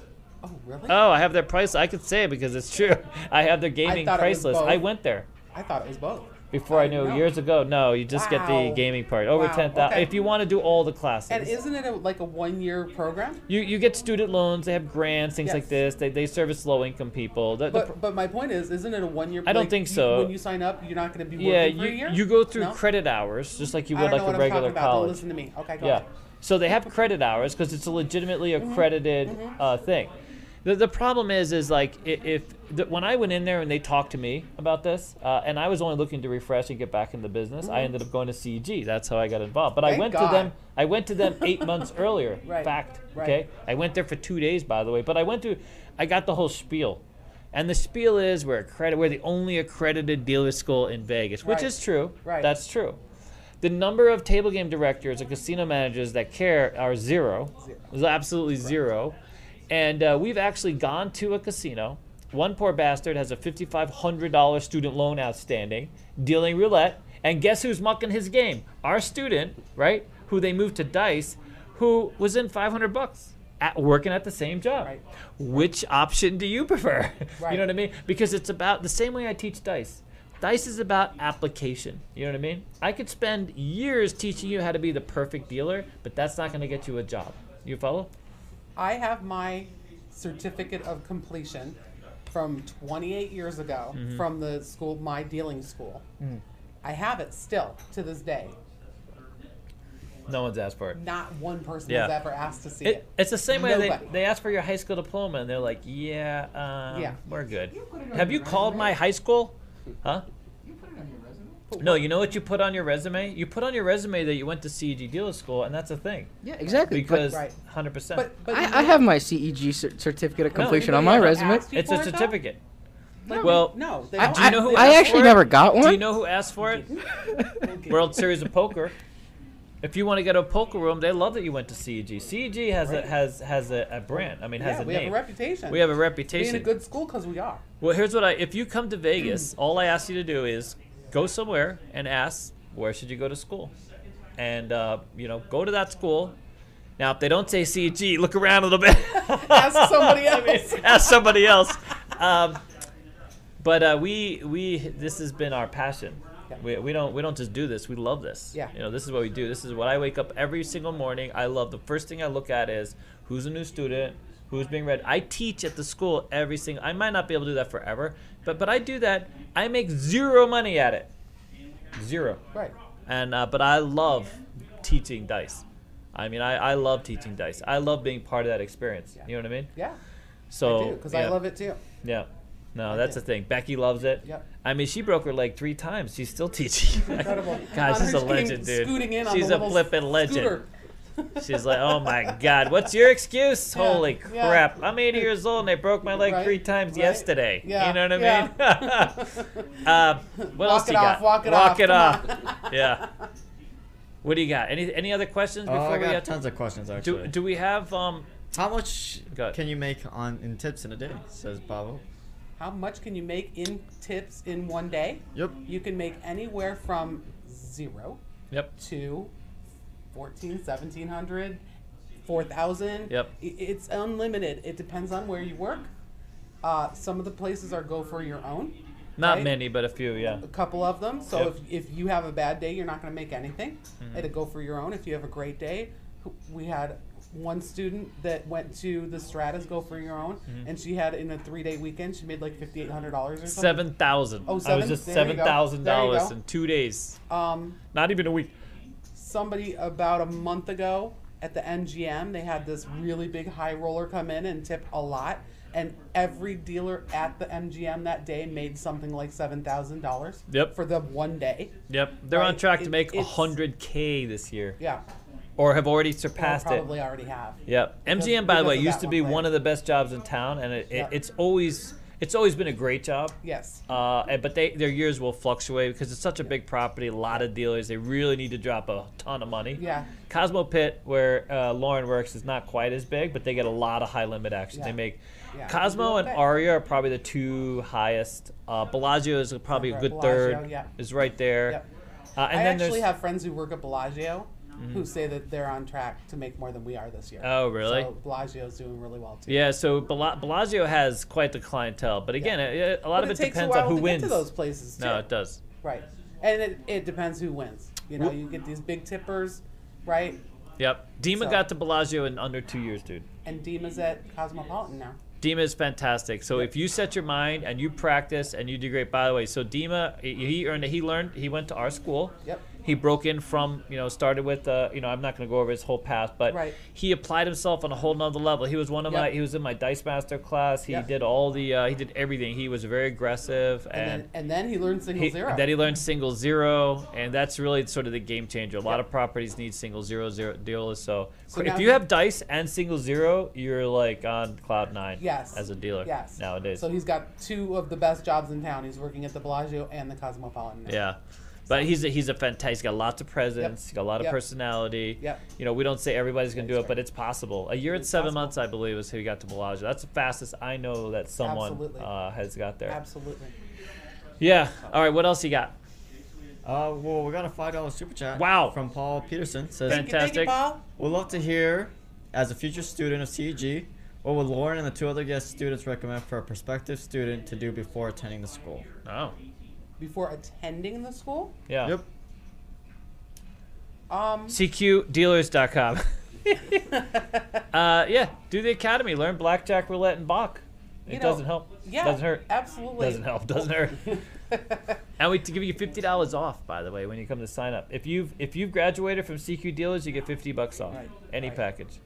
S3: Oh really?
S2: Oh, I have their price. I could say it because it's true. I have their gaming
S3: thought it was
S2: price list. I
S3: both.
S2: went there.
S3: I thought it was both.
S2: Before I,
S3: I
S2: knew
S3: know.
S2: years ago, no, you just get the
S3: Wow.
S2: gaming part over
S3: Wow,
S2: ten thousand.
S3: okay.
S2: If you want to do all the classes,
S3: And isn't it a, like a one-year program?
S2: you you get student loans, they have grants, things like
S3: Yes.
S2: this. They, they service low income people. The- the pr-
S3: But but my point is, isn't it a one-year?
S2: I don't
S3: like,
S2: think
S3: you-
S2: so.
S3: when you sign up, you're not going to be working
S2: yeah,
S3: for a
S2: you,
S3: year.
S2: you go through
S3: No?
S2: credit hours just like you
S3: I
S2: would
S3: don't
S2: like
S3: know
S2: a
S3: what I'm
S2: regular
S3: talking about. Don't
S2: college.
S3: listen to me. Okay, go
S2: Yeah.
S3: ahead. Mm-hmm.
S2: So they have credit hours because it's a legitimately accredited uh, thing. The, the problem is, is like if, if the, when I went in there and they talked to me about this, uh, and I was only looking to refresh and get back in the business, I ended up going to CG. That's how I got involved. But I
S3: Mm-hmm.
S2: went
S3: Thank God.
S2: to them. I went to them eight months earlier.
S3: Right,
S2: Fact.
S3: right.
S2: Okay. I went there for two days, by the way. But I went to, I got the whole spiel, and the spiel is we're accredited. We're the only accredited dealer school in Vegas, which
S3: Right.
S2: is true.
S3: Right.
S2: That's true. The number of table game directors and casino managers that care are zero. It's absolutely zero. And uh, we've actually gone to a casino. One poor bastard has a $5,500 student loan outstanding, dealing roulette. And guess who's mucking his game? Our student, right? Who they moved to dice, who was in 500 bucks at working at the same job.
S3: Right.
S2: Which option do you prefer? you
S3: Right.
S2: know what I mean? Because it's about the same way I teach dice. Dice is about application. You know what I mean? I could spend years teaching you how to be the perfect dealer, but that's not going to get you a job. You follow?
S3: I have my certificate of completion from 28 years ago
S2: Mm-hmm.
S3: from the school, my dealing school.
S2: Mm.
S3: I have it still to this day.
S2: No one's asked for it.
S3: Not one person
S2: Yeah.
S3: has ever asked to see it.
S2: It, it's the same way they,
S3: Nobody.
S2: they ask for your high school diploma and they're like, yeah, um,
S3: Yeah.
S2: we're good.
S5: put it on
S2: Have
S5: your
S2: you called my
S5: resume.
S2: high school? Huh?
S5: You put it on your resume.
S2: No, you know what you put on your resume? You put on your resume that you went to CEG dealer school, and that's a thing.
S7: Yeah, exactly.
S2: Because
S3: Right.
S2: 100%.
S3: But but you know-
S7: I, I have my CEG cer- certificate of
S2: No,
S7: completion
S2: you
S7: on
S2: know
S7: my
S2: you
S3: haven't
S7: resume.
S3: asked
S2: it's
S3: before
S2: a
S3: it, though?
S2: certificate.
S3: Like,
S2: well,
S3: no, they
S7: I,
S3: don't.
S2: Do you
S7: I,
S2: know who
S7: I
S2: asked
S7: actually
S2: for it?
S7: never got one.
S2: Do you know who asked for it? World Series of Poker. If you want to get a poker room, they love that you went to E CEG. CEG has a has has a, a brand. I mean, has
S3: yeah,
S2: a
S3: we
S2: name.
S3: have a reputation.
S2: We have a
S3: being
S2: reputation.
S3: a good school because we are.
S2: well, here's what I. If you come to Vegas, all I ask you to do is go somewhere and ask where should you go to school, and uh, you know go to that school. Now, if they don't say CEG, look around a little bit.
S3: Ask somebody else.
S2: ask somebody else. Um, but uh, we we this has been our passion. We, we don't we don't just do this. We love this.
S3: Yeah.
S2: You know, this is what we do. This is what I wake up every single morning. I love the first thing I look at is who's a new student, who's being read. I teach at the school every single. I might not be able to do that forever, but but I do that. I make zero money at it, zero.
S3: Right.
S2: And uh, but I love teaching dice. I mean, I, I love teaching dice. I love being part of that experience. You know what I mean?
S3: Yeah.
S2: So
S3: because
S2: Oh, yeah.
S3: I love it too.
S2: Yeah. No, that's the thing. Becky loves it.
S3: Yep.
S2: I mean, she broke her leg three times. She's still teaching.
S3: Incredible.
S2: God,
S3: Honors
S2: she's a
S3: came
S2: legend, dude.
S3: Scooting in on
S2: she's
S3: the
S2: a
S3: little
S2: flippin' legend.
S3: scooter.
S2: She's like, oh my God, what's your excuse?
S3: Yeah,
S2: Holy
S3: yeah.
S2: crap. I'm 80 years old and I broke my leg
S3: Right,
S2: three times
S3: right.
S2: yesterday.
S3: Yeah,
S2: You know what I
S3: yeah.
S2: mean? uh, what else
S3: Walk
S2: do
S3: it
S2: you
S3: off,
S2: got?
S3: walk it
S2: walk
S3: off,
S2: it
S3: come
S2: off.
S3: on.
S2: yeah. What do you got? Any any other questions before
S1: Oh, I
S2: we
S1: got
S2: have
S1: tons of questions actually.
S2: do, do we have um
S1: How much
S2: Go ahead.
S1: can you make on in tips in a day? Says Pablo.
S3: How much can you make in tips in one day?
S1: Yep.
S3: You can make anywhere from zero
S2: yep
S3: to 14, 1700, 4000.
S2: Yep.
S3: I- It's unlimited. It depends on where you work. Uh, some of the places are go for your own,
S2: not
S3: Right?
S2: many but a few yeah
S3: a couple of them. So
S2: Yep. Mm-hmm.
S3: if, if you have a bad day, you're not going to make anything. It'll go for your own. If you have a great day, who- we had one student that went to the Stratas go for your own,
S2: Mm-hmm.
S3: and she had in a three day weekend, she made like $5,800 or something.
S2: Seven thousand.
S3: Oh,
S2: I was
S3: seven?
S2: just
S3: There you
S2: seven
S3: go.
S2: thousand
S3: There you
S2: dollars
S3: go.
S2: in two days.
S3: Um,
S2: Not even a week.
S3: somebody about a month ago at the MGM. They had this really big high roller come in and tip a lot, and every dealer at the MGM that day made something like seven thousand dollars.
S2: Yep.
S3: For the one day.
S2: Yep, they're on
S3: Right,
S2: track to
S3: it-
S2: make
S3: it's-
S2: hundred k this year,
S3: Yeah.
S2: or have already
S3: Or
S2: surpassed it.
S3: probably already have.
S2: Yep,
S3: Because-
S2: MGM by the
S3: because
S2: way
S3: of
S2: used
S3: that
S2: to be
S3: one
S2: one
S3: thing.
S2: of the best jobs in town, and it, it,
S3: Yeah.
S2: it's always it's always been a great job.
S3: Yes.
S2: Uh, and- but they their years will fluctuate because it's such a big property, a lot of dealers. They really need to drop a ton of money.
S3: Yeah.
S2: Cosmo Pit, where uh, Lauren works, is not quite as big, but they get a lot of high limit action. They
S3: Yeah.
S2: make
S3: Yeah.
S2: Cosmo and
S3: Okay.
S2: Aria are probably the two highest. Uh, Bellagio is probably a
S3: Right,
S2: good
S3: Bellagio,
S2: third.
S3: yeah.
S2: Is right there.
S3: Yep.
S2: Uh, and
S3: I
S2: then
S3: actually
S2: there's Mm-hmm.
S3: have friends who work at Bellagio who say that they're on track to make more than we are this year.
S2: Oh, really?
S3: So Bellagio's doing really well too.
S2: yeah. So Bella- Bellagio has quite the clientele, but again, it, a lot
S3: But
S2: of
S3: it,
S2: it,
S3: takes
S2: depends
S3: a while
S2: on who
S3: to
S2: wins.
S3: Get to those places too.
S2: no, it does.
S3: Right. And it, it depends who wins. You know, you get these big tippers, right?
S2: Yep. Dima
S3: So-
S2: got to Bellagio in under two years, dude.
S3: And Dima's at Cosmopolitan now.
S2: Dima is fantastic. So if you set your mind and you practice and you do great, by the way, so Dima he- he earned he learned he went to our school.
S3: Yep.
S2: He broke in from you know started with uh, you know I'm not going to go over his whole path, but
S3: Right.
S2: he applied himself on a whole nother level. He was one of
S3: Yep.
S2: my he was in my dice master class. He
S3: Yep.
S2: did all the uh, he did everything. He was very aggressive
S3: And,
S2: and.
S3: then and then he learned single
S2: he,
S3: zero.
S2: That he learned single zero, and that's really sort of the game changer. A lot of properties need single zero zero dealers. So,
S3: So
S2: if
S3: now
S2: you
S3: he-
S2: have dice and single zero, you're like on cloud nine.
S3: yes.
S2: As a dealer.
S3: Yes.
S2: Nowadays.
S3: So he's got two of the best jobs in town. He's working at the Bellagio and the Cosmopolitan. now.
S2: yeah. But he's a, he's a fantastic. He's got lots of presence. He's got a lot of
S3: Yep.
S2: personality.
S3: Yep.
S2: You know, we don't say everybody's gonna do
S3: That's
S2: it, but it's possible. A year and
S3: It's
S2: seven
S3: possible.
S2: months, I believe, is who he got to Bellagio. That's the fastest I know that someone
S3: Absolutely.
S2: uh, has got there.
S3: Absolutely.
S2: Yeah. All right. What else you got?
S1: Uh, well, we got a five dollar super chat.
S2: Wow.
S1: From Paul Peterson says,
S2: Thank you. Fantastic.
S3: Paul.
S1: "Would love to hear, as a future student of CEG, what would Lauren and the two other guest students recommend for a prospective student to do before attending the school?"
S2: Oh.
S3: Before attending the school,
S2: Yeah.
S1: Yep.
S3: um,
S2: CQDealers.com. uh, yeah. Do the academy. Learn blackjack, roulette, and Bach. It
S3: You know,
S2: doesn't help.
S3: yeah,
S2: Doesn't hurt.
S3: Absolutely.
S2: Doesn't help. Doesn't hurt. And we t- give you fifty dollars off, by the way, when you come to sign up. If you've if you've graduated from CQ Dealers, you get fifty bucks off
S3: Right,
S2: any
S3: right.
S2: package.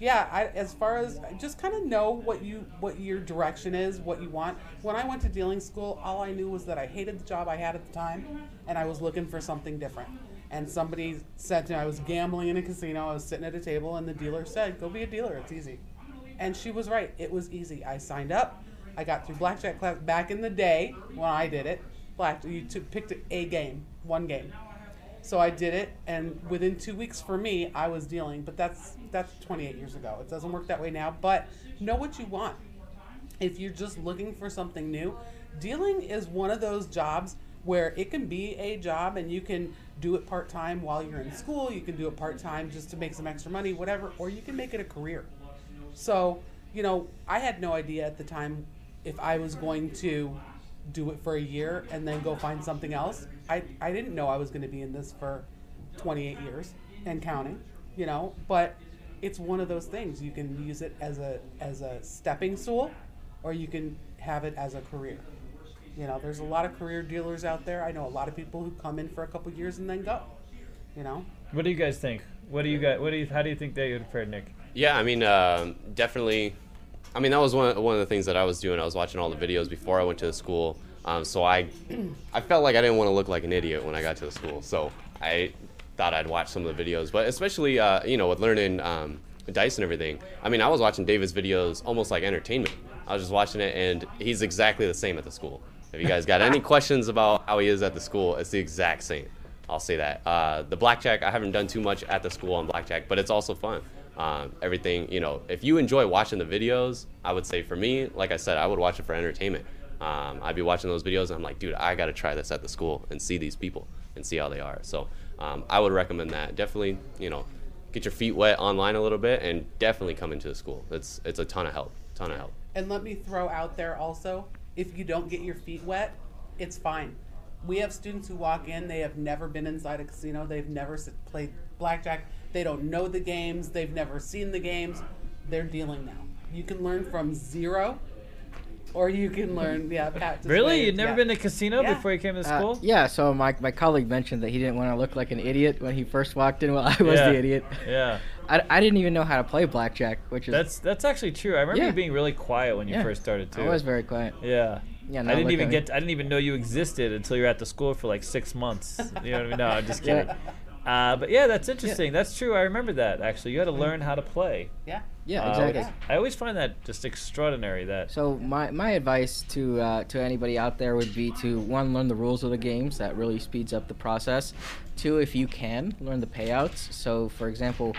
S3: yeah I, as far as just kind of know what you what your direction is what you want when i went to dealing school all i knew was that i hated the job i had at the time and i was looking for something different and somebody said to me i was gambling in a casino i was sitting at a table and the dealer said go be a dealer it's easy and she was right it was easy i signed up i got through blackjack class back in the day when i did it black you took, picked a game one game so I did it, and within two weeks for me, I was dealing. But that's that's 28 years ago. It doesn't work that way now. But know what you want. If you're just looking for something new, dealing is one of those jobs where it can be a job and you can do it part time while you're in school. You can do it part time just to make some extra money, whatever, or you can make it a career. So, you know, I had no idea at the time if I was going to do it for a year and then go find something else. I, I didn't know I was going to be in this for 28 years and counting, you know, but it's one of those things you can use it as a as a stepping stool or you can have it as a career. You know, there's a lot of career dealers out there. I know a lot of people who come in for a couple years and then go. You know,
S2: What do you guys think? What do you guys? What do you? How do you think they would have fared, Nick?
S6: Yeah, I mean, um definitely. I mean, that was one of, one of the things that I was doing. I was watching all the videos before I went to the school. Um, so I, I felt like I didn't want to look like an idiot when I got to the school. So I thought I'd watch some of the videos, but especially uh, you know with learning um, dice and everything. I mean, I was watching David's videos almost like entertainment. I was just watching it, and he's exactly the same at the school. If you guys got any questions about how he is at the school, it's the exact same. I'll say that. Uh, the blackjack, I haven't done too much at the school on blackjack, but it's also fun. Um, everything, you know, if you enjoy watching the videos, I would say for me, like I said, I would watch it for entertainment. Um, I'd be watching those videos and I'm like, dude, I got to try this at the school and see these people and see how they are. So um, I would recommend that. Definitely, you know, get your feet wet online a little bit and definitely come into the school. It's, it's a ton of help. Ton of help.
S3: And let me throw out there also, if you don't get your feet wet, it's fine. We have students who walk in, they have never been inside a casino, they've never s- played blackjack, they don't know the games, they've never seen the games. They're dealing now. You can learn from zero, or you can learn, yeah, Pat. just
S2: Really?
S3: waved,
S2: You'd never
S3: yeah.
S2: been to casino
S3: Yeah.
S2: before you came to
S7: Uh,
S2: school?
S7: yeah, so my, my colleague mentioned that he didn't want to look like an idiot when he first walked in. Well, I was
S2: Yeah.
S7: the idiot.
S2: Yeah.
S7: I, I didn't even know how to play blackjack, which is
S2: That's that's actually true. I remember
S7: Yeah.
S2: you being really quiet when you
S7: Yeah.
S2: first started too.
S7: I was very quiet.
S2: yeah.
S7: Yeah, now
S2: I didn't
S7: look
S2: even
S7: at me.
S2: get. I didn't even know you existed until you were at the school for like six months. You know what I mean? No, I'm just kidding. Uh, but yeah, that's interesting. That's true. I remember that actually. You had to learn how to play.
S3: Yeah.
S7: Mm. Yeah,
S2: Uh,
S7: exactly.
S2: I always find that just extraordinary. That
S7: So my, my advice to uh, to anybody out there would be to one learn the rules of the games that really speeds up the process. Two, if you can, learn the payouts. So for example,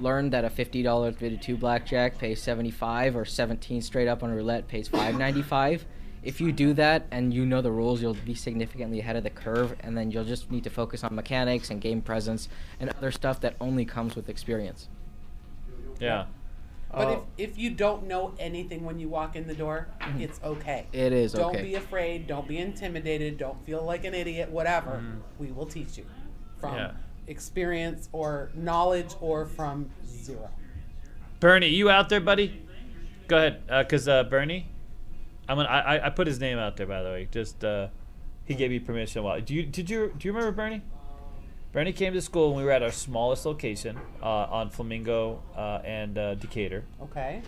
S7: learn that a fifty dollar three to two blackjack pays seventy five or seventeen straight up on roulette pays five ninety five. If you do that and you know the rules, you'll be significantly ahead of the curve, and then you'll just need to focus on mechanics and game presence and other stuff that only comes with experience.
S2: yeah.
S3: But
S1: Oh.
S3: if, if you don't know anything when you walk in the door, it's okay.
S7: Mm-hmm. It is
S3: don't
S7: okay.
S3: be afraid. Don't be intimidated. Don't feel like an idiot. Whatever.
S7: Mm-hmm.
S3: We will teach you from
S2: Yeah.
S3: experience or knowledge or from zero.
S2: Bernie, you out there, buddy? Go ahead, Uh 'cause uh, Bernie, I'm gonna. I, I- I put his name out there, by the way. Just uh, he gave me permission. A while. Do you did you do you remember Bernie? Bernie came to school when we were at our smallest location uh, on Flamingo uh, and uh, Decatur,
S3: Okay.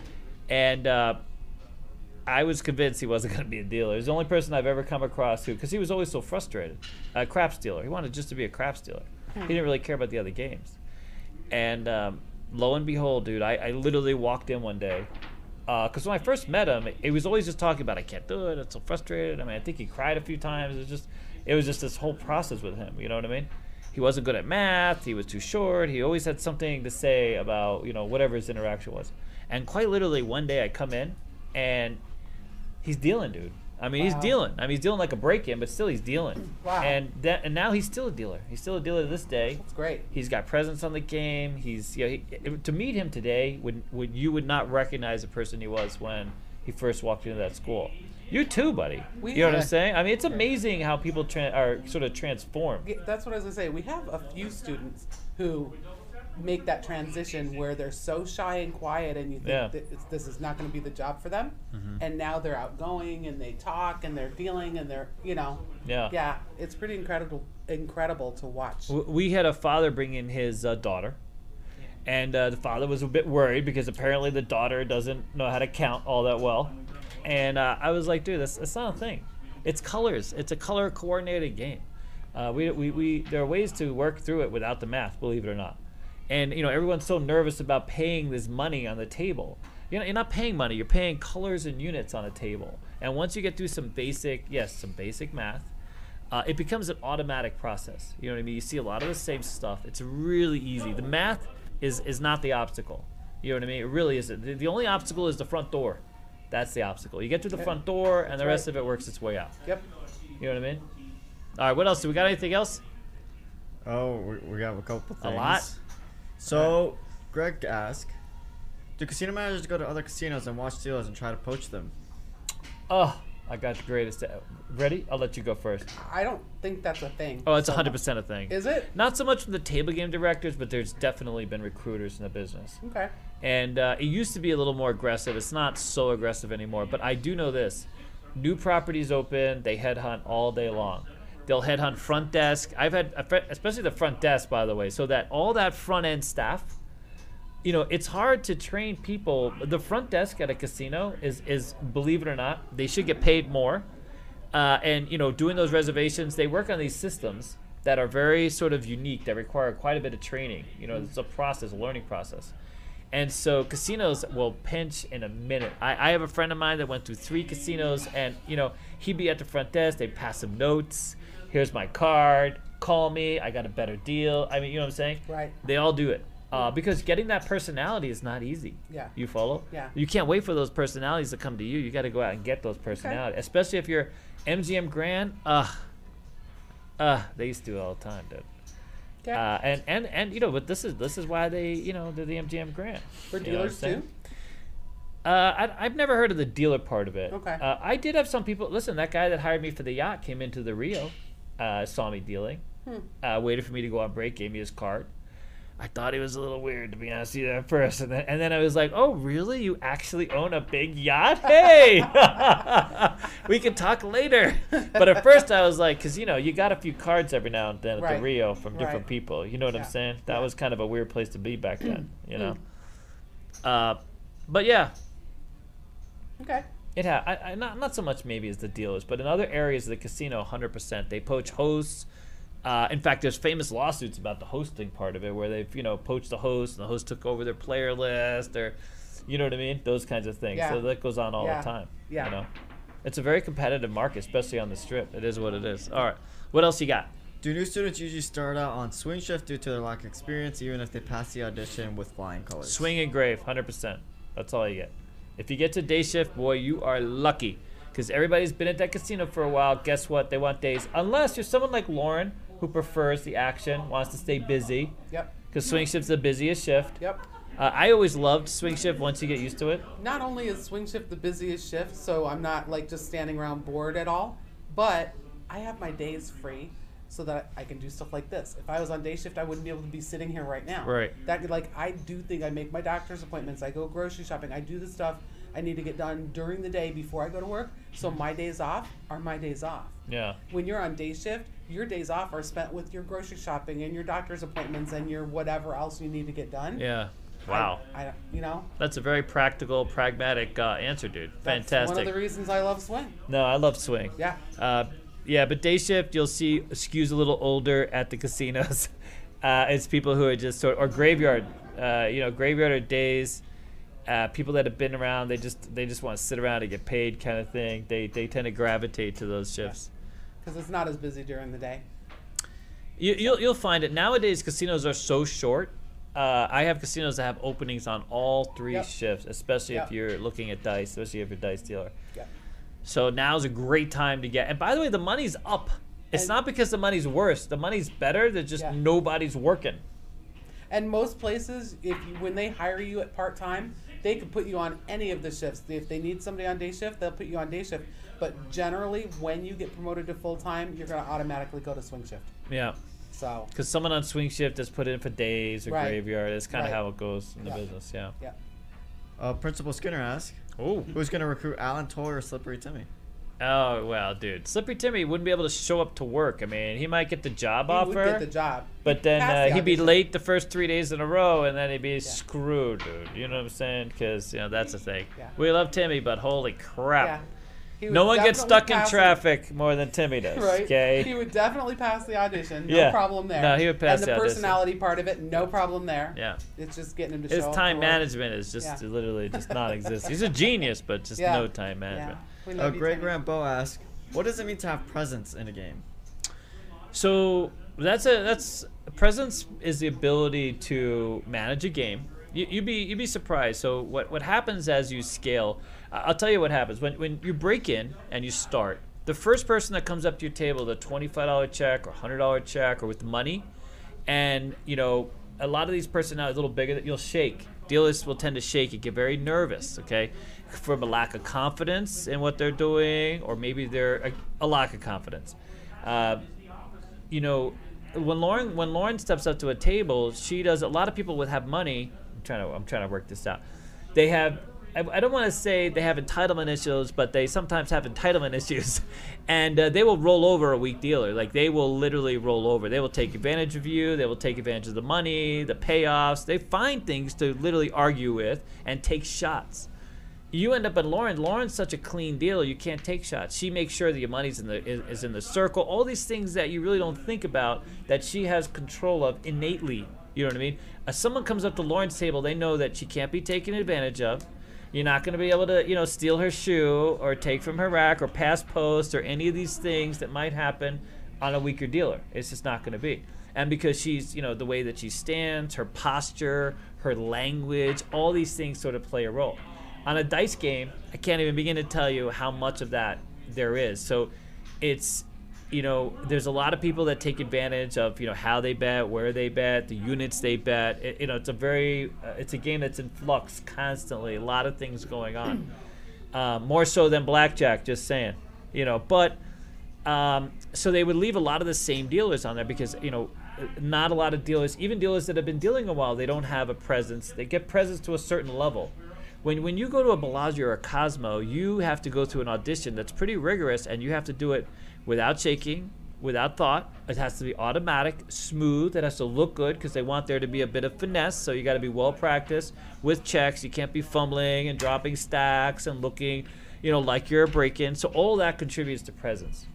S2: and uh, I was convinced he wasn't going to be a dealer. He's the only person I've ever come across who, because he was always so frustrated, a craps dealer. He wanted just to be a craps dealer. He didn't really care about the other games. And um, lo and behold, dude, I, I literally walked in one day. Because when I first met him, it was always just talking about I can't do it. I'm so frustrated. I mean, I think he cried a few times. It was just, it was just this whole process with him. You know what I mean? He wasn't good at math. He was too short. He always had something to say about you know whatever his interaction was. And quite literally, one day I come in, and he's dealing, dude. I mean, he's
S3: Wow.
S2: dealing. I mean, he's dealing like a break-in, but still he's dealing.
S3: Wow.
S2: And that, and now he's still a dealer. He's still a dealer to this day.
S3: It's great.
S2: He's got presence on the game. He's you know, he, it- to meet him today would would you would not recognize the person he was when he first walked into that school. You too, buddy.
S3: We-
S2: you know what I'm
S3: Yeah.
S2: saying? I mean, it's amazing how people tran are sort of transformed.
S3: Yeah, That's what I was gonna say. We have a few students who make that transition where they're so shy and quiet, and you think
S2: Yeah. Mm-hmm.
S3: that it's, this is not going to be the job for them, and now they're outgoing and they talk and they're dealing and they're you know
S2: Yeah.
S3: yeah it's pretty incredible incredible to watch.
S2: W- We had a father bring in his uh, daughter, and uh, the father was a bit worried because apparently the daughter doesn't know how to count all that well. And uh, I was like, dude, that's, that's not a thing. It's colors. It's a color coordinated game. Uh, we, we, we, there are ways to work through it without the math, believe it or not. And you know everyone's so nervous about paying this money on the table. You know, you're not paying money. You're paying colors and units on a table. And once you get through some basic, yes, some basic math, uh, it becomes an automatic process. You know what I mean? You see a lot of the same stuff. It's really easy. The math is is not the obstacle. You know what I mean? It really isn't. The, the only obstacle is the front door. That's the obstacle. You get through the front door, and the rest of it works its way out.
S3: Yep.
S2: You know what I mean? All right. What else? Do we got anything else?
S1: Oh, we, we got a couple things.
S2: A lot.
S1: So, Greg asked, "Do casino managers go to other casinos and watch dealers and try to poach them?"
S2: Oh, I got the greatest. Ready? I'll let you go first.
S3: I don't think that's a thing.
S2: Oh, it's 100% a thing.
S3: Is it?
S2: Not so much from the table game directors, but there's definitely been recruiters in the business.
S3: Okay.
S2: And uh, it used to be a little more aggressive. It's not so aggressive anymore. But I do know this new properties open, they headhunt all day long. They'll headhunt front desk. I've had, especially the front desk, by the way, so that all that front end staff you know it's hard to train people the front desk at a casino is is believe it or not they should get paid more uh, and you know doing those reservations they work on these systems that are very sort of unique that require quite a bit of training you know it's a process a learning process and so casinos will pinch in a minute I, I have a friend of mine that went through three casinos and you know he'd be at the front desk they'd pass him notes here's my card call me i got a better deal i mean you know what i'm saying
S3: Right.
S2: they all do it uh, because getting that personality is not easy.
S3: Yeah.
S2: You follow?
S3: Yeah.
S2: You can't wait for those personalities to come to you. You got to go out and get those personalities, especially if you're MGM Grand. Ugh. Ugh. They used to do it all the time, dude.
S3: Okay.
S2: Uh, and, and and you know, but this is this is why they you know they're the MGM Grand.
S3: For
S2: You know what I'm
S3: dealers too.
S2: saying? Uh, I, I've never heard of the dealer part of it.
S3: Okay.
S2: Uh, I did have some people. Listen, that guy that hired me for the yacht came into the Rio, uh, saw me dealing,
S3: Hmm.
S2: uh, waited for me to go on break, gave me his card. I thought he was a little weird, to be honest with you, at first. And then, and then I was like, oh, really? You actually own a big yacht? Hey! we can talk later. But at first I was like, because, you know, you got a few cards every now and then at
S3: Right.
S2: the Rio from different
S3: Right.
S2: people. You know what
S3: Yeah.
S2: I'm saying? That was kind of a weird place to be back then, you know?
S3: Hmm.
S2: Uh, but yeah,
S3: Okay.
S2: it ha- I, I, not not so much maybe as the dealers, but in other areas of the casino, hundred percent they poach hosts. Uh, in fact, there's famous lawsuits about the hosting part of it, where they've you know poached the host, and the host took over their player list, or you know what I mean, those kinds of things.
S3: Yeah.
S2: So that goes on all
S3: Yeah.
S2: the time.
S3: Yeah.
S2: You know, it's a very competitive market, especially on the strip. It is what it is. All right, what else you got?
S1: Do new students usually start out on swing shift due to their lack of experience, even if they pass the audition with flying colors?
S2: Swing and grave, hundred percent. That's all you get. If you get to day shift, boy, you are lucky. Because everybody's been at that casino for a while. Guess what? They want days. Unless you're someone like Lauren, who prefers the action, wants to stay busy.
S3: Yep.
S2: Because swing shift's the busiest shift.
S3: Yep.
S2: Uh, I always loved swing shift once you get used to it.
S3: Not only is swing shift the busiest shift, so I'm not like just standing around bored at all, but I have my days free so that I can do stuff like this. If I was on day shift, I wouldn't be able to be sitting here right now.
S2: Right.
S3: That could like I do think I make my doctor's appointments, I go grocery shopping, I do the stuff I need to get done during the day before I go to work. So my days off are my days off.
S2: Yeah.
S3: when you're on day shift, your days off are spent with your grocery shopping and your doctor's appointments and your whatever else you need to get done.
S2: Yeah. Wow.
S3: I, don't- you know,
S2: That's a very practical, pragmatic uh, answer, dude.
S3: that's
S2: Fantastic.
S3: one of the reasons I love swim.
S2: no, I love swing.
S3: Yeah.
S2: Uh, yeah, but day shift you'll see skews a little older at the casinos. Uh, it's people who are just sort or graveyard, uh, you know, graveyard or days. Uh, people that have been around, they just they just want to sit around and get paid, kind of thing. They they tend to gravitate to those shifts.
S3: Because it's not as busy during the day.
S2: You, you'll you'll find it nowadays. Casinos are so short. Uh, I have casinos that have openings on all three
S3: Yep.
S2: shifts, especially
S3: Yep.
S2: if you're looking at dice, especially if you're a dice dealer.
S3: Yeah.
S2: So now's a great time to get. And by the way, the money's up. It's
S3: And-
S2: not because the money's worse. The money's better. There's just
S3: Yeah.
S2: nobody's working.
S3: And most places, if you, when they hire you at part time, they could put you on any of the shifts. If they need somebody on day shift, they'll put you on day shift. But generally, when you get promoted to full time, you're going to automatically go to swing shift.
S2: Yeah.
S3: So,
S2: Because someone on swing shift has put in for days or
S3: Right.
S2: graveyard. That's kind of
S3: Right.
S2: how it goes in the
S3: Yeah.
S2: business. Yeah.
S3: yeah.
S1: Uh, Principal Skinner asks,
S2: Oh.
S1: who's going to recruit Alan Toy or Slippery Timmy?
S2: Oh well, dude. Slippery Timmy wouldn't be able to show up to work. I mean, he might get the job
S3: You
S2: offer.
S3: would get the job.
S2: But then
S3: Pass the
S2: uh, he'd be
S3: audition.
S2: late the first three days in a row, and then he'd be screwed, dude. You know what I'm saying? Because you know that's the thing.
S3: Yeah.
S2: We love Timmy, but holy
S3: Yeah.
S2: crap,
S3: He
S2: no one
S3: would
S2: gets
S3: definitely
S2: stuck in
S3: pass it.
S2: traffic more than Timmy does.
S3: Right.
S2: Okay.
S3: He would definitely pass the audition. No
S2: Yeah.
S3: problem there.
S2: No, he would pass
S3: And
S2: the
S3: the
S2: audition.
S3: personality part of it, no problem there.
S2: yeah.
S3: It's just getting him to
S2: His
S3: show up
S2: time
S3: for-
S2: management is just
S3: uh, Yeah.
S2: literally just non-existent. He's a genius, but just
S3: Yeah.
S2: no time
S3: Yeah.
S2: management.
S3: We
S1: Uh,
S3: love you,
S1: Greg
S3: Timmy.
S1: Rambo asks, what does it mean to have presence in a game?
S2: So that's a that's presence is the ability to manage a game. You, you'd be you'd be surprised. So what what happens as you scale? I- I'll tell you what happens when when you break in and you start. The first person that comes up to your table, the twenty-five dollar check or hundred dollar check or with money, and you know a lot of these personalities a little bigger that you'll shake Dealers will tend to shake and get very nervous, okay? From a lack of confidence in what they're doing, or maybe they're a, a lack of confidence. Uh, you know, when Lauren when Lauren steps up to a table, she does. A lot of people would have money. I'm trying to I'm trying to work this out. They have. I, I don't want to say they have entitlement issues, but they sometimes have entitlement issues, and uh, they will roll over a weak dealer. Like they will literally roll over. They will take advantage of you. They will take advantage of the money, the payoffs. They find things to literally argue with and take shots you end up in Lauren. Lauren's such a clean dealer. You can't take shots. She makes sure that your money's in the is, is in the circle. All these things that you really don't think about that she has control of innately. You know what I mean? If someone comes up to Lauren's table, they know that she can't be taken advantage of. You're not going to be able to, you know, steal her shoe or take from her rack or pass post or any of these things that might happen on a weaker dealer. It's just not going to be. And because she's, you know, the way that she stands, her posture, her language, all these things sort of play a role on a dice game, I can't even begin to tell you how much of that there is. So it's you know, there's a lot of people that take advantage of you know how they bet, where they bet, the units they bet. It, you know, it's a very uh, it's a game that's in flux constantly. A lot of things going on, uh, more so than blackjack. Just saying, you know. But um, so they would leave a lot of the same dealers on there because you know not a lot of dealers, even dealers that have been dealing a while, they don't have a presence. They get presence to a certain level when when you go to a Bellagio or a Cosmo, you have to go through an audition that's pretty rigorous, and you have to do it without shaking, without thought. It has to be automatic, smooth. It has to look good because they want there to be a bit of finesse. So you got to be well practiced with checks. You can't be fumbling and dropping stacks and looking, you know, like you're a break-in. So all that contributes to presence.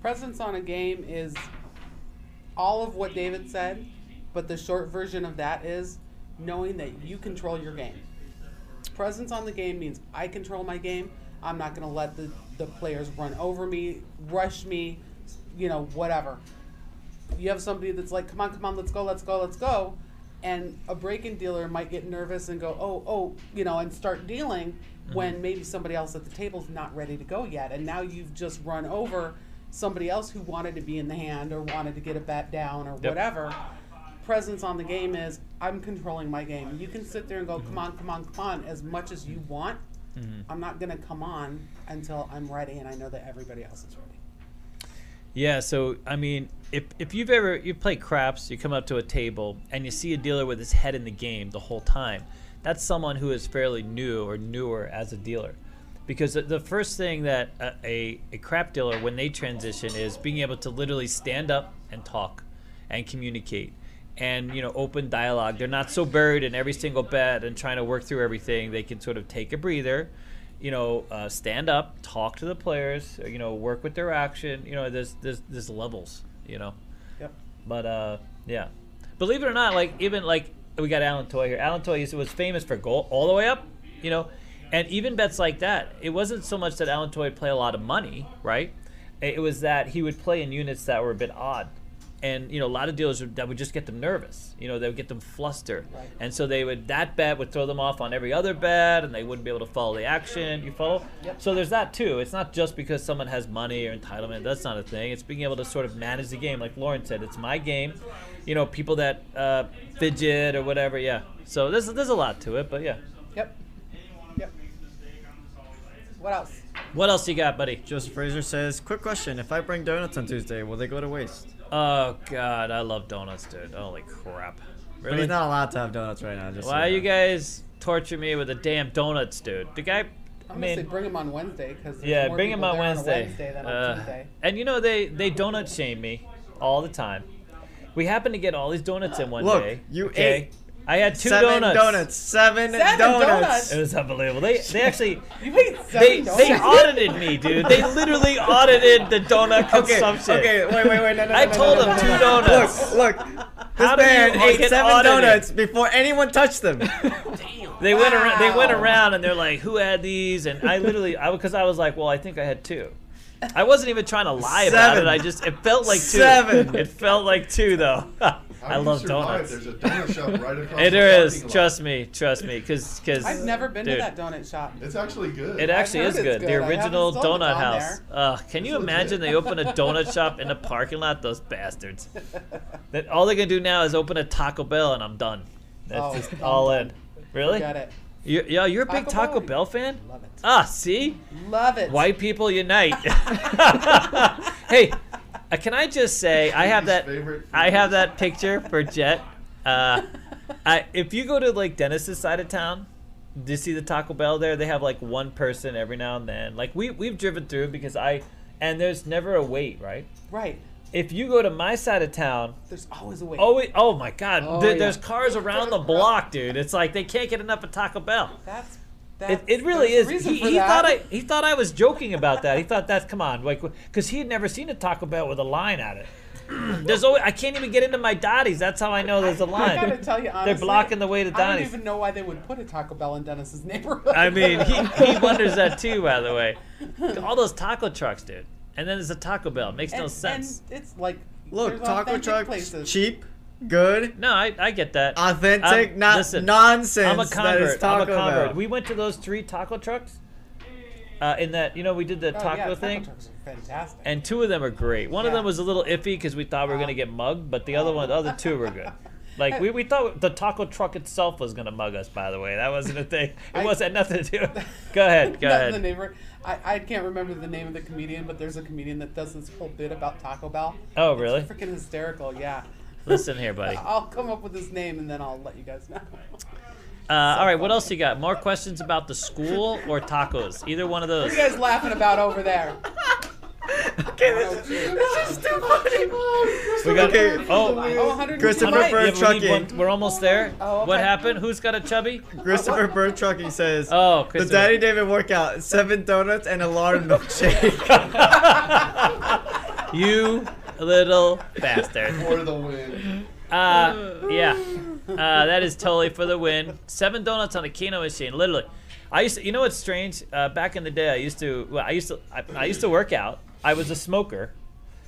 S3: Presence on a game is all of what David said, but the short version of that is knowing that you control your game presence on the game means I control my game. I'm not going to let the, the players run over me, rush me, you know, whatever. You have somebody that's like, come on, come on, let's go, let's go, let's go. And a break in dealer might get nervous and go, oh, oh, you know, and start dealing when maybe somebody else at the table's not ready to go yet. And now you've just run over somebody else who wanted to be in the hand or wanted to get a bet down or whatever presence on the game is I'm controlling my game. You can sit there and go, come on, come on, come on, as much as you want. I'm not going to come on until I'm ready and I know that everybody else is ready.
S2: Yeah, so I mean, if if you've ever you play craps, you come up to a table and you see a dealer with his head in the game the whole time. That's someone who is fairly new or newer as a dealer. Because the, the first thing that a, a, a crap dealer, when they transition, is being able to literally stand up and talk and communicate and you know open dialogue they're not so buried in every single bet and trying to work through everything they can sort of take a breather you know uh, stand up talk to the players you know work with their action you know there's there's, there's levels you know
S3: Yep.
S2: but uh yeah believe it or not like even like we got alan toy here alan toy is- was famous for goal all the way up you know and even bets like that it wasn't so much that alan toy would play a lot of money right it it was that he would play in units that were a bit odd and you know a lot of dealers would, that would just get them nervous you know they would get them flustered and so they would that bet would throw them off on every other bet and they wouldn't be able to follow the action you follow so there's that too it's not just because someone has money or entitlement that's not a thing it's being able to sort of manage the game like lauren said it's my game you know people that uh, fidget or whatever yeah so there's, there's a lot to it but yeah
S3: Yep. Yep. What else?
S2: what else you got buddy
S1: Joseph Fraser says, "Quick question: If I bring donuts on Tuesday, will they go to waste?"
S2: oh god i love donuts dude holy crap
S1: But
S2: really
S1: he's not allowed to have donuts right now. Just so
S2: Why
S1: you
S2: you
S1: know.
S2: guys torture me with the damn donuts, dude? The guy, I
S3: I'm going to
S2: mean,
S3: say bring him on Wednesday because
S2: yeah, bring him on Wednesday.
S3: Wednesday than on
S2: Uh,
S3: Tuesday.
S2: and you know they they donut shame me all the time. We happen to get all these donuts in one
S1: Look,
S2: day.
S1: you ate
S2: I had two
S1: Seven donuts.
S2: donuts.
S1: Seven,
S3: Seven
S1: donuts.
S2: It was unbelievable. They they actually
S3: You ate
S2: they
S3: seven
S2: they
S3: donuts?
S2: audited me, dude. They literally audited the donut
S1: Okay.
S2: consumption.
S1: Okay. Wait. Wait. Wait. No. No.
S2: I
S1: no, no,
S2: told
S1: no,
S2: him
S1: no,
S2: two
S1: no.
S2: donuts.
S1: Look. Look. This
S2: How do you
S1: man
S2: all
S1: ate
S2: get
S1: seven
S2: audited?
S1: donuts before anyone touched them.
S2: They went around. They went
S3: Wow.
S2: around and they're like, "Who had these?" And I literally, I because I was like, "Well, I think I had two. I wasn't even trying to lie about
S1: Seven.
S2: it. I just it felt like two.
S1: Seven.
S2: It felt like two though. I
S5: How do you
S2: love
S5: survive?
S2: donuts.
S5: There's a donut shop right across
S2: It
S5: the
S2: is.
S5: parking lot.
S2: Trust me. Trust me. Because because
S3: I've never been
S2: dude,
S3: to that donut shop.
S5: It's actually good.
S2: It actually
S3: heard
S2: is
S3: it's
S2: good. The
S3: good. I haven't
S2: original
S3: sold it
S2: donut
S3: on
S2: house.
S3: there.
S2: Ugh, can you
S5: legit.
S2: imagine they open a donut shop in the parking lot? Those bastards. That all they can do now is open a Taco Bell, and I'm done. That's
S3: Oh,
S2: just
S3: I'm
S2: all
S3: done.
S2: in. Really?
S3: Got it.
S2: You, yeah, you're a big
S3: Taco
S2: Taco
S3: Bell.
S2: Bell fan?
S3: Love it.
S2: Ah, see?
S3: Love it.
S2: White people unite. hey, uh, can I just say I have that
S5: Favorite
S2: I have that picture for Jet. Uh, I, if you go to like Dennis's side of town, do you see the Taco Bell there? They have like one person every now and then. Like we we've driven through because I and there's never a wait, right?
S3: Right.
S2: If you go to my side of town,
S3: There's always a way.
S2: oh wait, oh my God,
S7: Oh,
S2: there-
S7: yeah.
S2: there's cars around the block, dude. It's like they can't get enough of Taco Bell.
S3: That's.
S2: It,
S3: that's
S2: it really is.
S3: there's a
S2: He,
S3: reason for
S2: he
S3: that.
S2: thought I he thought I was joking about that. He thought that's come on, like because he had never seen a Taco Bell with a line at it. There's always I can't even get into my Dotties. That's how I know there's a
S3: I gotta
S2: line.
S3: tell you honestly,
S2: blocking the way to
S3: I
S2: Donnie's.
S3: don't even know why they would put a Taco Bell in Dennis's neighborhood.
S2: I mean, he, he wonders that too. By the way, all those taco trucks, dude. And then there's a Taco Bell. Makes no
S3: And-
S2: sense.
S3: And it's like
S1: Look,
S3: there's
S1: taco
S3: authentic
S1: truck,
S3: places.
S1: cheap, good,
S2: no, I, I get that.
S1: authentic,
S2: I'm-
S1: not
S2: listen,
S1: nonsense.
S2: I'm a
S1: That is
S2: convert. I'm
S1: Taco
S2: a convert.
S1: Bell.
S2: We went to those three taco trucks. Uh, in that, you know, we did the
S3: Oh,
S2: taco
S3: yeah,
S2: thing.
S3: Taco trucks are fantastic.
S2: and two of them are great. One of
S3: Yeah. Uh-huh.
S2: them was a little iffy because we thought we were gonna get mugged, but the other one, the other two were good. Like we, we thought the taco truck itself was gonna mug us. By the way, that wasn't a thing. It
S3: I-
S2: was had nothing to do. Go ahead, go
S3: Not
S2: ahead.
S3: The neighbor, I, I can't remember the name of the comedian, but there's a comedian that does this whole bit about Taco Bell.
S2: Oh, really?
S3: It's freaking hysterical, yeah.
S2: Listen here, buddy. Uh,
S3: I'll come up with his name and then I'll let you guys know.
S2: Uh, all right, what else you got? More questions about the school or tacos? Either one of those.
S3: What are you guys laughing about over there?
S1: okay, this, this is too funny.
S2: We got-
S1: okay,
S2: oh,
S3: Oh, 100
S1: Christopher
S3: Mike.
S1: Bird.
S2: yeah, but we need
S1: Trucking.
S2: one- we're almost there.
S3: E. Oh, okay.
S2: What happened? Who's got a chubby?
S1: Christopher Bird Trucking says,
S2: Oh,
S1: The
S2: Chris.
S1: Daddy David workout, seven donuts and a large milkshake.
S2: You little bastard.
S5: for the win.
S2: Uh, yeah, uh, that is totally for the win. Seven donuts on a Keno machine, literally. I used to, you know what's strange? Uh, back in the day, I used to, well, I used to, I, I used to work out. I was a smoker,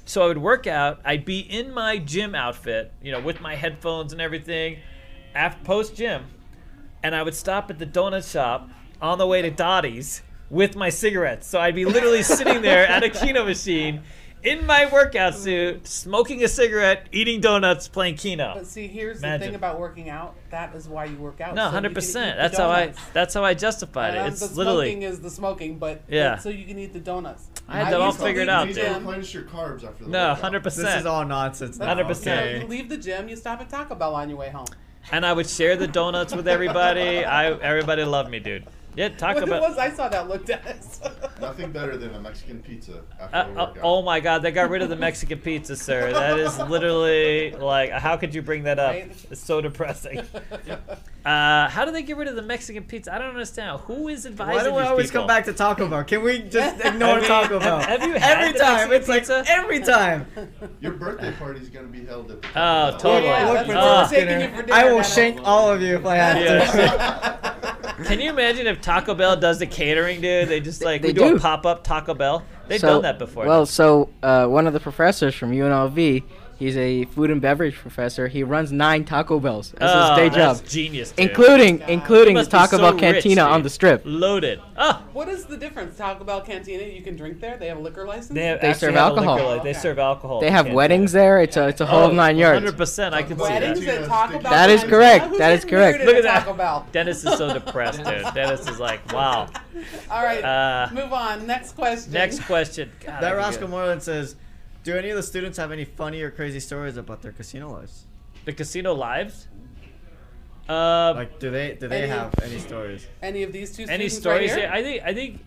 S2: so I would work out. I'd be in my gym outfit, you know, with my headphones and everything, after post gym, and I would stop at the donut shop on the way to Dottie's with my cigarettes. So I'd be literally sitting there at a Keno machine. In my workout suit, smoking a cigarette, eating donuts, playing Keno.
S3: But see, here's the
S2: Imagine.
S3: thing about working out. That is why you work out.
S2: No,
S3: so you can
S2: hundred
S3: eat
S2: percent.
S3: the
S2: That's how I.
S3: donuts.
S2: That's how I justified
S3: Um,
S2: it. It's
S3: the smoking
S2: literally.
S3: is the smoking, but
S2: Yeah.
S3: yeah. so you can eat the donuts.
S2: I had that all
S3: used to
S2: figured
S3: leave
S2: out,
S5: You
S3: the
S5: need
S2: dude.
S5: to
S3: gym-
S5: replenish your carbs after the
S2: No,
S5: workout.
S2: hundred
S1: this is
S2: percent.
S1: all nonsense. now,
S3: That's-
S2: 100%.
S3: You
S1: okay?
S3: know, you leave the gym, you stop at Taco Bell on your way home.
S2: And I would share the donuts with everybody. I everybody loved me, dude. Yeah, talk
S3: What it was
S2: about.
S3: I saw that look, Dennis.
S5: Nothing better than a Mexican pizza after
S2: Uh,
S5: a
S2: uh,
S5: workout.
S2: oh my God, they got rid of the Mexican pizza, sir. That is literally like, how could you bring that up?
S3: Right?
S2: It's so depressing. Uh, how do they get rid of the Mexican pizza? I don't understand. Who is advising
S1: Why do we
S2: these
S1: always
S2: people?
S1: come back to Taco Bell? Can we just ignore
S2: I mean,
S1: Taco Bell?
S2: have- have you had
S1: every
S2: the
S1: time?
S2: Mexican
S1: It's
S2: pizza?
S1: like every time.
S5: Your birthday party is going to be held at the
S2: Oh,
S5: Taco Bell.
S2: totally.
S3: Yeah,
S1: Look
S3: that's
S1: for
S3: what
S2: Ah.
S3: we're taking you for dinner.
S1: I will
S3: Dennis.
S1: shank all of you if I have
S2: Yeah.
S1: to.
S2: Can you imagine if Taco Bell does the catering, dude? They just like
S7: they
S2: we do, a
S7: do.
S2: pop up Taco Bell. They've
S7: So-
S2: done that before.
S7: Well, so uh, one of the professors from UNLV, he's a food and beverage professor. He runs nine Taco Bells as
S2: Oh,
S7: his day
S2: that's
S7: job,
S2: Genius, dude.
S7: including including
S2: He
S7: the
S2: must be
S7: Taco
S2: so
S7: Bell
S2: rich,
S7: cantina on
S2: dude. Mm.
S7: the strip.
S2: Loaded. Oh,
S3: What is the difference? Taco Bell Cantina, you can drink there. They have a liquor license.
S2: they, have,
S7: They
S2: actually
S7: serve
S2: have a
S7: alcohol.
S2: liquor, like, they
S3: Okay.
S2: serve alcohol.
S7: They have
S2: Can't-
S7: weddings there. It's a it's a whole
S2: Oh,
S7: nine yards.
S2: 100%. I can see
S3: Weddings
S2: that.
S5: Cantina
S3: at Taco
S5: stick.
S3: Bell.
S7: That is
S3: cantinas.
S7: correct.
S3: Who's
S7: That is
S3: getting
S7: correct.
S3: weird
S2: Look at
S3: at
S2: that.
S3: Taco Bell.
S2: Dennis is so depressed, dude. Dennis is like, wow.
S3: All right,
S2: Uh,
S3: move on. Next question.
S2: Next question. God,
S1: That
S2: I forget.
S1: Roscoe Moreland says, "Do any of the students have any funny or crazy stories about their casino lives?
S2: The casino lives? Uh,
S1: Like, do they do they
S3: Any-
S1: have any stories?
S3: Any of these two
S2: any
S3: students
S2: stories?
S3: right here?
S2: Yeah, I think. I think.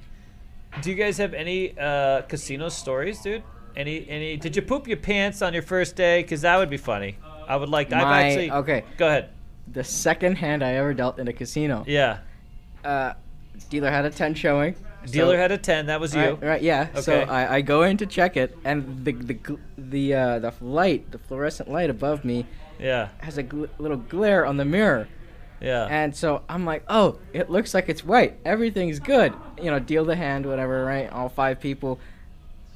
S2: Do you guys have any uh, casino stories, dude? Any? Any? Did you poop your pants on your first day? Cause that would be funny. I would like. I've
S7: My-
S2: actually.
S7: okay.
S2: Go ahead.
S7: The second hand I ever dealt in a casino.
S2: Yeah.
S7: Uh, dealer had a ten showing. so-
S2: Dealer had a ten. That was you.
S7: Right, right, yeah. So
S2: Okay.
S7: I, I go in to check it, and the the gl- the uh, the light, the fluorescent light above me,
S2: Yeah.
S7: has a gl- little glare on the mirror.
S2: Yeah.
S7: And so I'm like, oh, it looks like it's white. Everything's good. You know, deal the hand, whatever, right? All five people.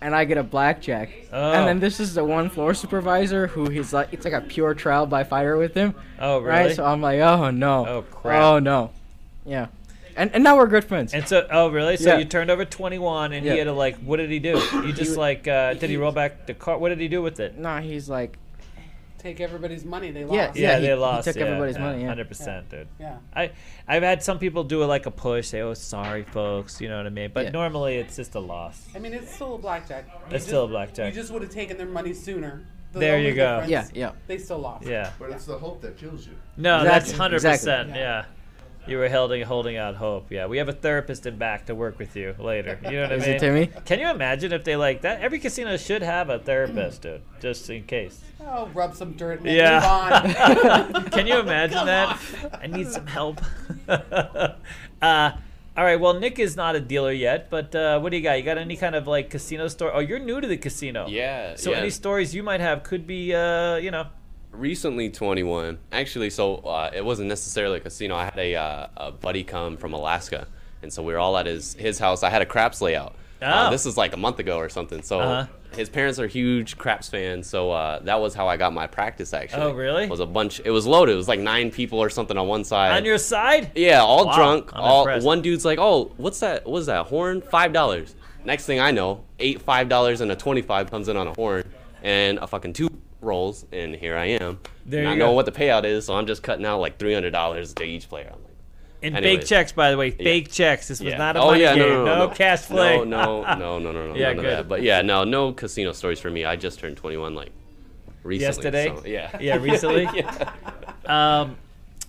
S7: And I get a blackjack.
S2: Oh.
S7: And then this is the one floor supervisor who he's like, it's like a pure trial by fire with him.
S2: oh really?
S7: Right? So I'm like, oh no.
S2: Oh, crap.
S7: Oh no. Yeah. And, and now we're good friends.
S2: and so, oh really? So
S7: Yeah.
S2: you turned over 21, and
S7: Yeah.
S2: he had to like, what did he do? You just like, uh, did he roll back the car? What did he do with it?
S7: no, he's like,
S3: take everybody's money they lost.
S7: Yeah.
S2: Yeah,
S7: he-
S2: they
S7: he
S2: lost.
S7: took
S2: yeah,
S7: everybody's money, yeah.
S2: Hundred percent, dude.
S3: Yeah.
S2: I I've had some people do it like a push, say, "Oh, sorry, folks," you know what I mean. But
S7: Yeah.
S2: normally it's just a loss.
S3: I mean, it's still a blackjack. You
S2: It's still a blackjack.
S3: You just would have taken their money sooner. The
S2: There
S3: only
S2: you go.
S7: Yeah,
S3: difference-
S7: yeah.
S3: They still lost.
S2: Yeah.
S5: But it's the hope that kills you.
S2: No, that's hundred
S7: Exactly,
S2: percent.
S7: exactly.
S2: Yeah. You were holding holding out hope. Yeah, we have a therapist in back to work with you later. You know what I
S7: Is
S2: mean?
S7: it Timmy?
S2: Can you imagine if they like that? Every casino should have a therapist, dude, just in case.
S3: Oh, rub some dirt and move on.
S2: Yeah. Can you imagine
S3: Come
S2: that? I need some help. uh, all right. Well, Nick is not a dealer yet, but uh, what do you got? You got any kind of like casino story? Oh, you're new to the casino.
S6: Yeah.
S2: So
S6: yeah.
S2: any stories you might have could be, uh, you know,
S6: recently 21 actually so uh, it wasn't necessarily a casino i had a, uh, a buddy come from alaska and so we were all at his his house i had a craps layout uh,
S2: Oh.
S6: this is like a month ago or something so
S2: Uh-huh.
S6: his parents are huge craps fans so uh, that was how i got my practice actually
S2: Oh, really?
S6: was a bunch it was loaded it was like nine people or something on one side
S2: on your side.
S6: yeah, all
S2: Wow,
S6: drunk.
S2: I'm
S6: all
S2: impressed.
S6: one dude's like, "Oh, what's that? What's that horn? Five dollars." Next thing I know, eight five dollars and a twenty-five comes in on a horn, and a fucking two rolls, and here I am.
S2: There
S6: not
S2: you go.
S6: knowing what the payout is, so I'm just cutting out like three hundred dollars to each player. I'm like,
S2: And fake
S6: Anyways.
S2: checks, by the way, fake checks. This was
S6: yeah.
S2: not a
S6: oh
S2: money
S6: yeah,
S2: game.
S6: no, no, no,
S2: cash play.
S6: No, no, no, no, no, no.
S2: Yeah,
S6: none of
S2: good.
S6: that. But yeah, no, no casino stories for me. I just turned twenty-one like recently.
S2: Yesterday?
S6: so, yeah.
S2: yeah, recently.
S6: yeah.
S2: Um,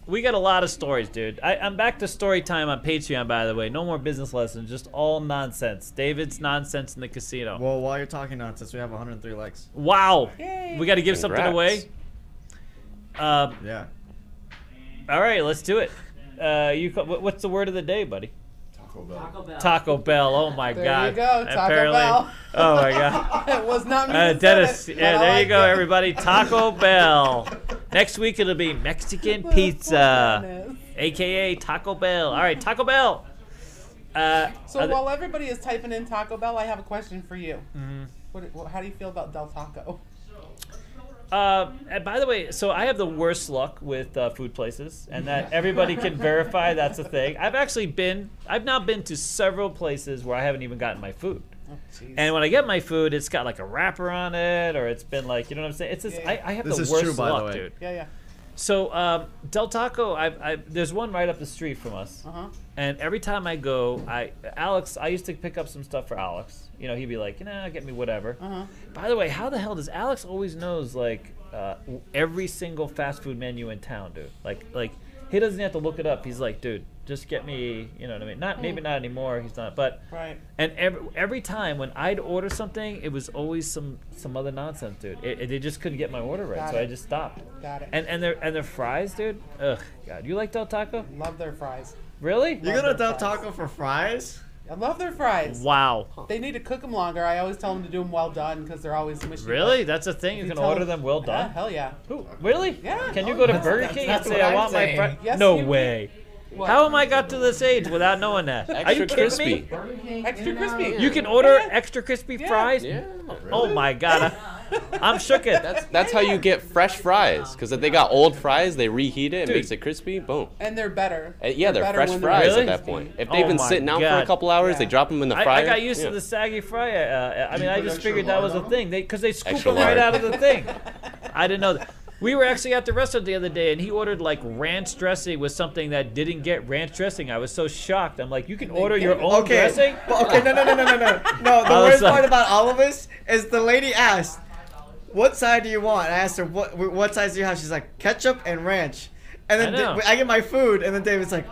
S2: we got a lot of stories, dude. I, I'm back to story time on Patreon, by the way. No more business lessons, just all nonsense. David's nonsense in the casino.
S1: Well, while you're talking nonsense, we have 103 likes.
S2: Wow.
S3: Yay.
S2: We got to give something
S6: Congrats.
S2: away. Um,
S1: Yeah.
S2: all right, let's do it. Uh, you, ca- wha- what's the word of the day, buddy?
S5: Taco Bell.
S2: Taco Bell. Oh my
S3: There you
S2: God!
S3: go, Taco
S2: Apparently.
S3: Bell.
S2: Oh my God.
S3: it was not me.
S2: Uh,
S3: who said
S2: Dennis.
S3: it,
S2: Yeah,
S3: but I
S2: there you
S3: like
S2: go,
S3: it.
S2: everybody. Taco Bell. Next week it'll be Mexican pizza,
S3: Dennis.
S2: aka Taco Bell. All right, Taco Bell. Uh,
S3: So
S2: other-
S3: while everybody is typing in Taco Bell, I have a question for you. What, what, how do you feel about Del Taco?
S2: Uh, and by the way, so I have the worst luck with uh, food places, and that everybody can verify that's a thing. I've actually been, I've now been to several places where I haven't even gotten my food.
S3: Oh,
S2: And when I get my food, it's got like a wrapper on it, or it's been like, you know what I'm saying? It's just,
S3: Yeah.
S2: I, I have
S1: This
S2: the
S1: is
S2: worst
S1: true, by the
S2: luck,
S1: way.
S2: dude.
S3: Yeah, yeah.
S2: So um, Del Taco, I've, I've, there's one right up the street from us,
S3: Uh huh.
S2: and every time I go, I Alex, I used to pick up some stuff for Alex. You know, he'd be like, you know, get me whatever.
S3: Uh huh.
S2: By the way, how the hell does Alex always knows like uh, every single fast food menu in town, dude? Like like he doesn't have to look it up. He's like, dude, just get me, you know what I mean? Not
S3: Mm.
S2: maybe not anymore. He's not, but
S3: Right.
S2: and every every time when I'd order something, it was always some some other nonsense, dude. It, it- they just couldn't get my order right,
S3: Got
S2: so
S3: it.
S2: I just stopped.
S3: Got it.
S2: And and their and their fries, dude. Ugh, God, you like Del Taco?
S3: love their fries.
S2: Really?
S1: You're gonna
S3: their
S1: dump
S3: fries.
S1: taco for fries?
S3: I love their fries.
S2: Wow.
S3: They need to cook them longer. I always tell them to do them well done because they're always mushy.
S2: Really? That's a thing. You
S3: You
S2: can
S3: tell
S2: order
S3: them-
S2: them well
S3: Yeah,
S2: done.
S3: hell yeah.
S2: Who, really?
S3: Yeah.
S2: Can you
S3: Oh,
S2: go to
S3: that's-
S2: Burger
S4: that's-
S2: King and
S4: that's
S2: say
S4: what
S2: I
S4: I'm
S2: want
S4: saying.
S2: my fries?
S3: Yes,
S2: no
S3: you can.
S2: way.
S3: What?
S2: How am I got to this age without knowing that? Are you
S6: Extra
S2: kidding me?
S6: crispy.
S3: Extra crispy.
S2: You can order
S3: Yeah.
S2: extra crispy
S3: Yeah.
S2: fries?
S6: Yeah.
S2: Oh my god. I, am shook it.
S6: That's that's how you get fresh fries. Because if they got old fries, they reheat it, it
S2: Dude.
S6: makes it crispy. Boom.
S3: and they're better.
S6: Uh, yeah, they're
S3: better
S6: fresh
S3: when
S6: fries
S2: Really?
S6: at that point. If
S2: Oh
S6: they've been
S2: my
S6: sitting out for
S2: God.
S6: a couple hours, they
S3: Yeah.
S6: drop them in the
S2: I,
S6: fryer.
S2: I got used
S6: Yeah.
S2: to the saggy fry. Uh, I mean,
S5: you
S2: I
S5: put
S2: just
S5: extra
S2: figured that
S5: lard
S2: was a
S5: on 'em?
S2: thing. They because they scoop
S6: Extra
S2: them right
S6: lard.
S2: out of the thing. I didn't know that. We were actually at the restaurant the other day, and he ordered like ranch dressing with something that didn't get ranch dressing. I was so shocked. I'm like, you can order your
S3: gave it-
S2: own
S1: Okay.
S2: dressing.
S1: But okay, no, no, no, no, no, no. No, the
S2: Oh,
S1: worst
S2: sorry.
S1: part about all of this is the lady asked, "What side do you want?" I asked her, "What wh- what size do you have?" She's like, "Ketchup and ranch." And then
S2: I
S1: Da-
S2: know.
S1: I get my food, and then David's like,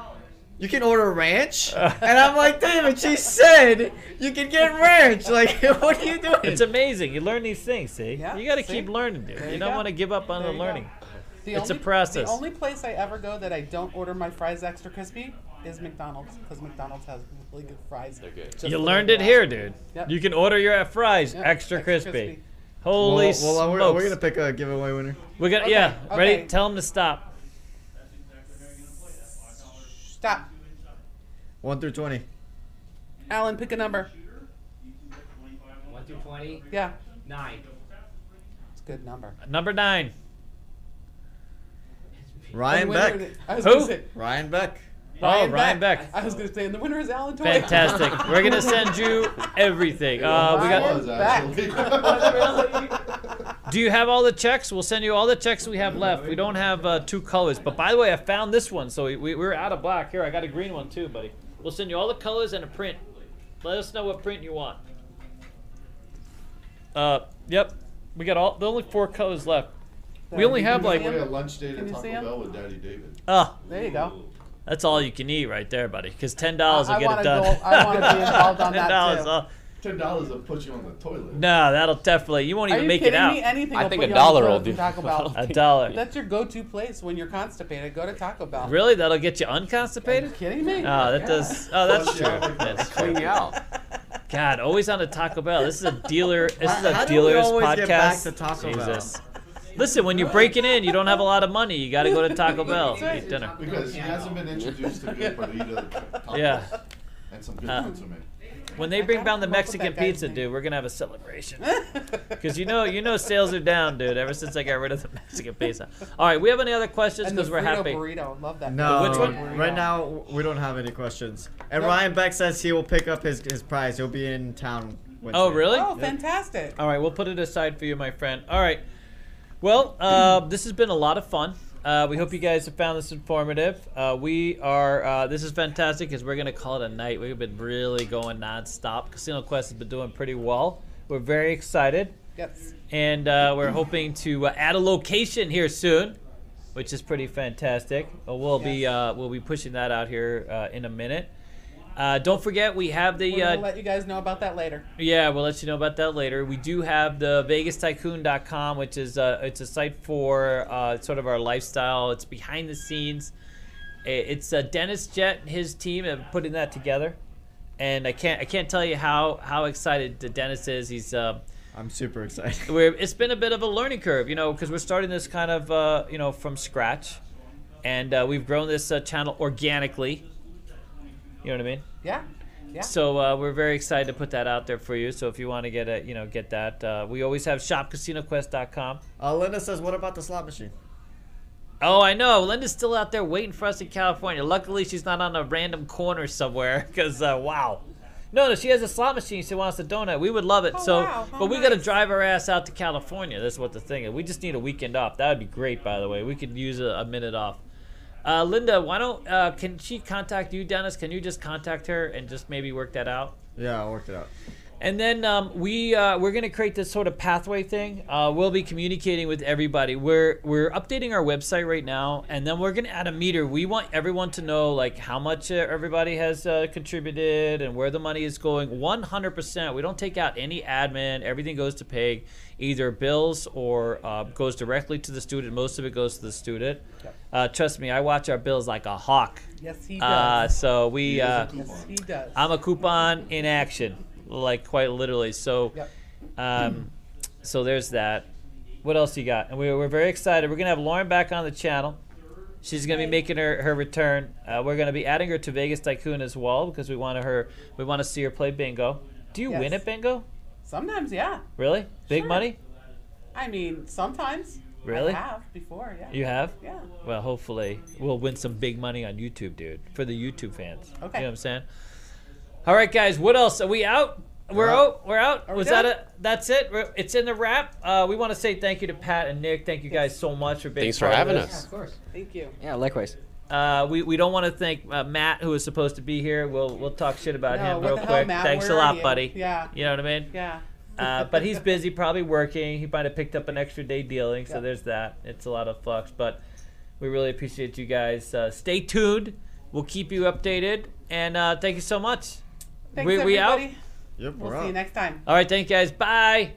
S1: "You can order ranch," and I'm like, "David, she said you can get ranch. Like, what are you doing?"
S2: It's amazing. You learn these things, see?
S3: Yeah,
S2: you got to
S3: see?
S2: keep learning, dude.
S3: There
S2: You,
S3: you
S2: don't
S3: go.
S2: want to give up on the
S3: There you go.
S2: learning.
S3: The
S2: It's a
S3: only-
S2: process.
S3: The only place I ever go that I don't order my fries extra crispy is McDonald's because McDonald's has really good fries. They're
S6: good.
S2: You learned it here, dude.
S3: Yep.
S2: You can order your fries
S3: Yep,
S2: extra
S3: extra
S2: crispy.
S3: crispy.
S2: Holy
S1: well, well, we're, we're
S2: smokes.
S1: gonna pick a giveaway winner.
S2: We're gonna-
S3: Okay,
S2: yeah. Ready?
S3: okay.
S2: Tell them to stop.
S3: Stop.
S1: One through twenty.
S3: Alan, pick a number.
S4: 1 through 20,
S3: Yeah.
S4: 9.
S3: It's a good number.
S2: Number nine.
S1: Ryan
S3: And the winner
S1: Beck.
S3: is- I was
S2: Who?
S3: gonna say,
S1: Ryan Beck.
S2: oh,
S3: Ryan
S2: Ryan Beck.
S3: I was going to say, and the winner is Alan Toy.
S2: Fantastic. We're gonna send you everything. Uh, we got
S3: Ryan Beck.
S5: That was actually-
S2: Do you have all the checks? We'll send you all the checks we have left. We don't have uh, two colors. But by the way, I found this one, so we, we, we're out of black. Here, I got a green one too, buddy. We'll send you all the colors and a print. Let us know what print you want. Uh, yep. We got all the only four colors left. We only have like
S5: Play a lunch date
S3: Can
S5: at
S3: you see
S5: Taco
S3: him?
S5: Bell with Daddy David.
S2: ah,
S3: There you go.
S2: that's all you can eat right there, buddy. Because ten dollars will
S3: I
S2: get
S3: wanna
S2: it done.
S3: go- I wanna be involved on that,
S2: $10,
S3: too.
S2: uh,
S5: Ten dollars will put you on the toilet.
S2: no, that'll definitely. You won't
S3: Are
S2: even
S3: you
S2: make it
S3: kidding
S2: out.
S3: me? Anything
S6: I
S3: will
S6: think
S3: put
S6: a
S3: you on the
S6: dollar
S3: toilet
S6: will
S3: from
S6: do.
S3: Taco Bell.
S2: A dollar.
S3: That's your go-to place when you're constipated. Go to Taco Bell.
S2: Really? That'll get you
S3: Are you
S2: unconstipated?
S3: kidding me?
S2: Oh, that does. Oh, that's true. That's true.
S6: Clean you out.
S2: God, always on a Taco Bell. This is a dealer. This is
S1: How- how
S2: a
S1: do we
S2: dealer's
S1: always
S2: podcast.
S1: get back to Taco Bell?
S2: Jesus. Listen, when you're breaking in, you don't have a lot of money. You got to go to Taco Bell to eat dinner.
S5: Because he hasn't been introduced to good burrito tacos
S2: Yeah.
S5: and some good
S2: Uh.
S5: food to me.
S2: When they bring down the
S3: come up with that
S2: Mexican
S3: guy's
S2: pizza,
S3: name.
S2: dude, we're gonna have a celebration. Because you know, you know, sales are down, dude. Ever since I got rid of the Mexican pizza. All right, we have any other questions?
S3: and the
S2: Because we're
S3: burrito
S2: happy.
S3: burrito. Love that.
S1: No,
S2: Which one?
S1: right now we don't have any questions. And
S3: No.
S1: Ryan Beck says he will pick up his, his prize. He'll be in town. Wednesday.
S2: Oh, really?
S3: Oh, fantastic.
S2: All right, we'll put it aside for you, my friend. All right. Well, uh, this has been a lot of fun. Uh, we hope you guys have found this informative. Uh, we are, uh, this is fantastic because we're going to call it a night. We've been really going nonstop. Casino Quest has been doing pretty well. We're very excited.
S3: Yes.
S2: And uh, we're hoping to uh, add a location here soon, which is pretty fantastic. Uh, we'll, be, uh, we'll be pushing that out here uh, in a minute. Uh, don't forget, we have the.
S3: We're
S2: uh,
S3: gonna let you guys know about that later.
S2: yeah, we'll let you know about that later. We do have the VegasTycoon.com, which is uh, it's a site for uh, sort of our lifestyle. It's behind the scenes. I- It's uh, Dennis Jet and his team have putting that together, and I can't I can't tell you how how excited Dennis is. He's uh,
S1: I'm super excited.
S2: we're, it's been a bit of a learning curve, you know, because we're starting this kind of, uh, you know, from scratch. And uh, we've grown this uh, channel organically. You know what I mean?
S3: Yeah. Yeah.
S2: So uh, we're very excited to put that out there for you. So if you want to get a, you know, get that, uh, we always have shopcasinoquest.com.
S1: Uh, Linda says, "What about the slot machine?"
S2: Oh, I know. Linda's still out there waiting for us in California. Luckily, she's not on a random corner somewhere. Because uh, wow, no, no, she has a slot machine. She wants a donut. We would love it.
S3: Oh,
S2: so,
S3: wow. How
S2: but we got to
S3: nice.
S2: drive our ass out to California. That's what the thing is. We just need a weekend off. That would be great, by the way. We could use a, a minute off. Uh, Linda, why don't uh, can she contact you, Dennis? Can you just contact her and just maybe work that out?
S1: Yeah, I worked it out.
S2: And then um, we uh, we're gonna create this sort of pathway thing. Uh, we'll be communicating with everybody. We're we're updating our website right now, and then we're gonna add a meter. We want everyone to know like how much uh, everybody has uh, contributed and where the money is going. One hundred percent. We don't take out any admin. Everything goes to pay either bills or uh, goes directly to the student. Most of it goes to the student. Uh, trust me, I watch our bills like a hawk.
S3: Yes, he
S2: Uh,
S3: does.
S2: so we. uh,
S3: yes, he does.
S2: I'm a coupon in action, like quite literally. So,
S3: Yep.
S2: um, so there's that. What else you got? And we, we're very excited. We're gonna have Lauren back on the channel. She's gonna be making her, her return. Uh, we're gonna be adding her to Vegas Tycoon as well because we want her we want to see her play bingo. Do you win
S3: Yes.
S2: at bingo?
S3: Sometimes, yeah.
S2: Really? Big
S3: Sure.
S2: money?
S3: I mean, sometimes.
S2: Really?
S3: I have before, yeah.
S2: You have?
S3: yeah.
S2: Well, hopefully we'll win some big money on YouTube, dude, for the YouTube fans.
S3: Okay.
S2: You know what I'm saying? All right, guys. What else? Are we out? We're
S1: out.
S2: out. We're out.
S3: Are we
S2: Was
S3: done?
S2: that it? That's it. We're- It's in the wrap. Uh, we want to say thank you to Pat and Nick. Thank you guys so much for being.
S6: Thanks for
S2: part of
S6: having
S2: this.
S6: us.
S4: course.
S3: Thank you.
S7: Yeah, likewise.
S2: Uh, we, we don't want to thank uh, Matt, who was supposed to be here. We'll we'll talk shit about
S3: No,
S2: him
S3: Oh, what
S2: real
S3: the
S2: quick.
S3: hell, Matt?
S2: Thanks
S3: Where
S2: a
S3: are
S2: lot,
S3: you?
S2: buddy.
S3: Yeah.
S2: You know what I mean?
S3: Yeah.
S2: Uh, but he's busy, probably working. He might have picked up an extra day dealing, so
S3: Yeah.
S2: there's that. It's a lot of flux, but we really appreciate you guys. Uh, stay tuned. We'll keep you updated, and uh, thank you so much.
S3: Thanks,
S2: we- we out?
S3: everybody.
S1: Yep,
S3: We'll
S1: we're
S3: see
S1: out.
S3: you next time.
S2: All right, thank you guys. Bye.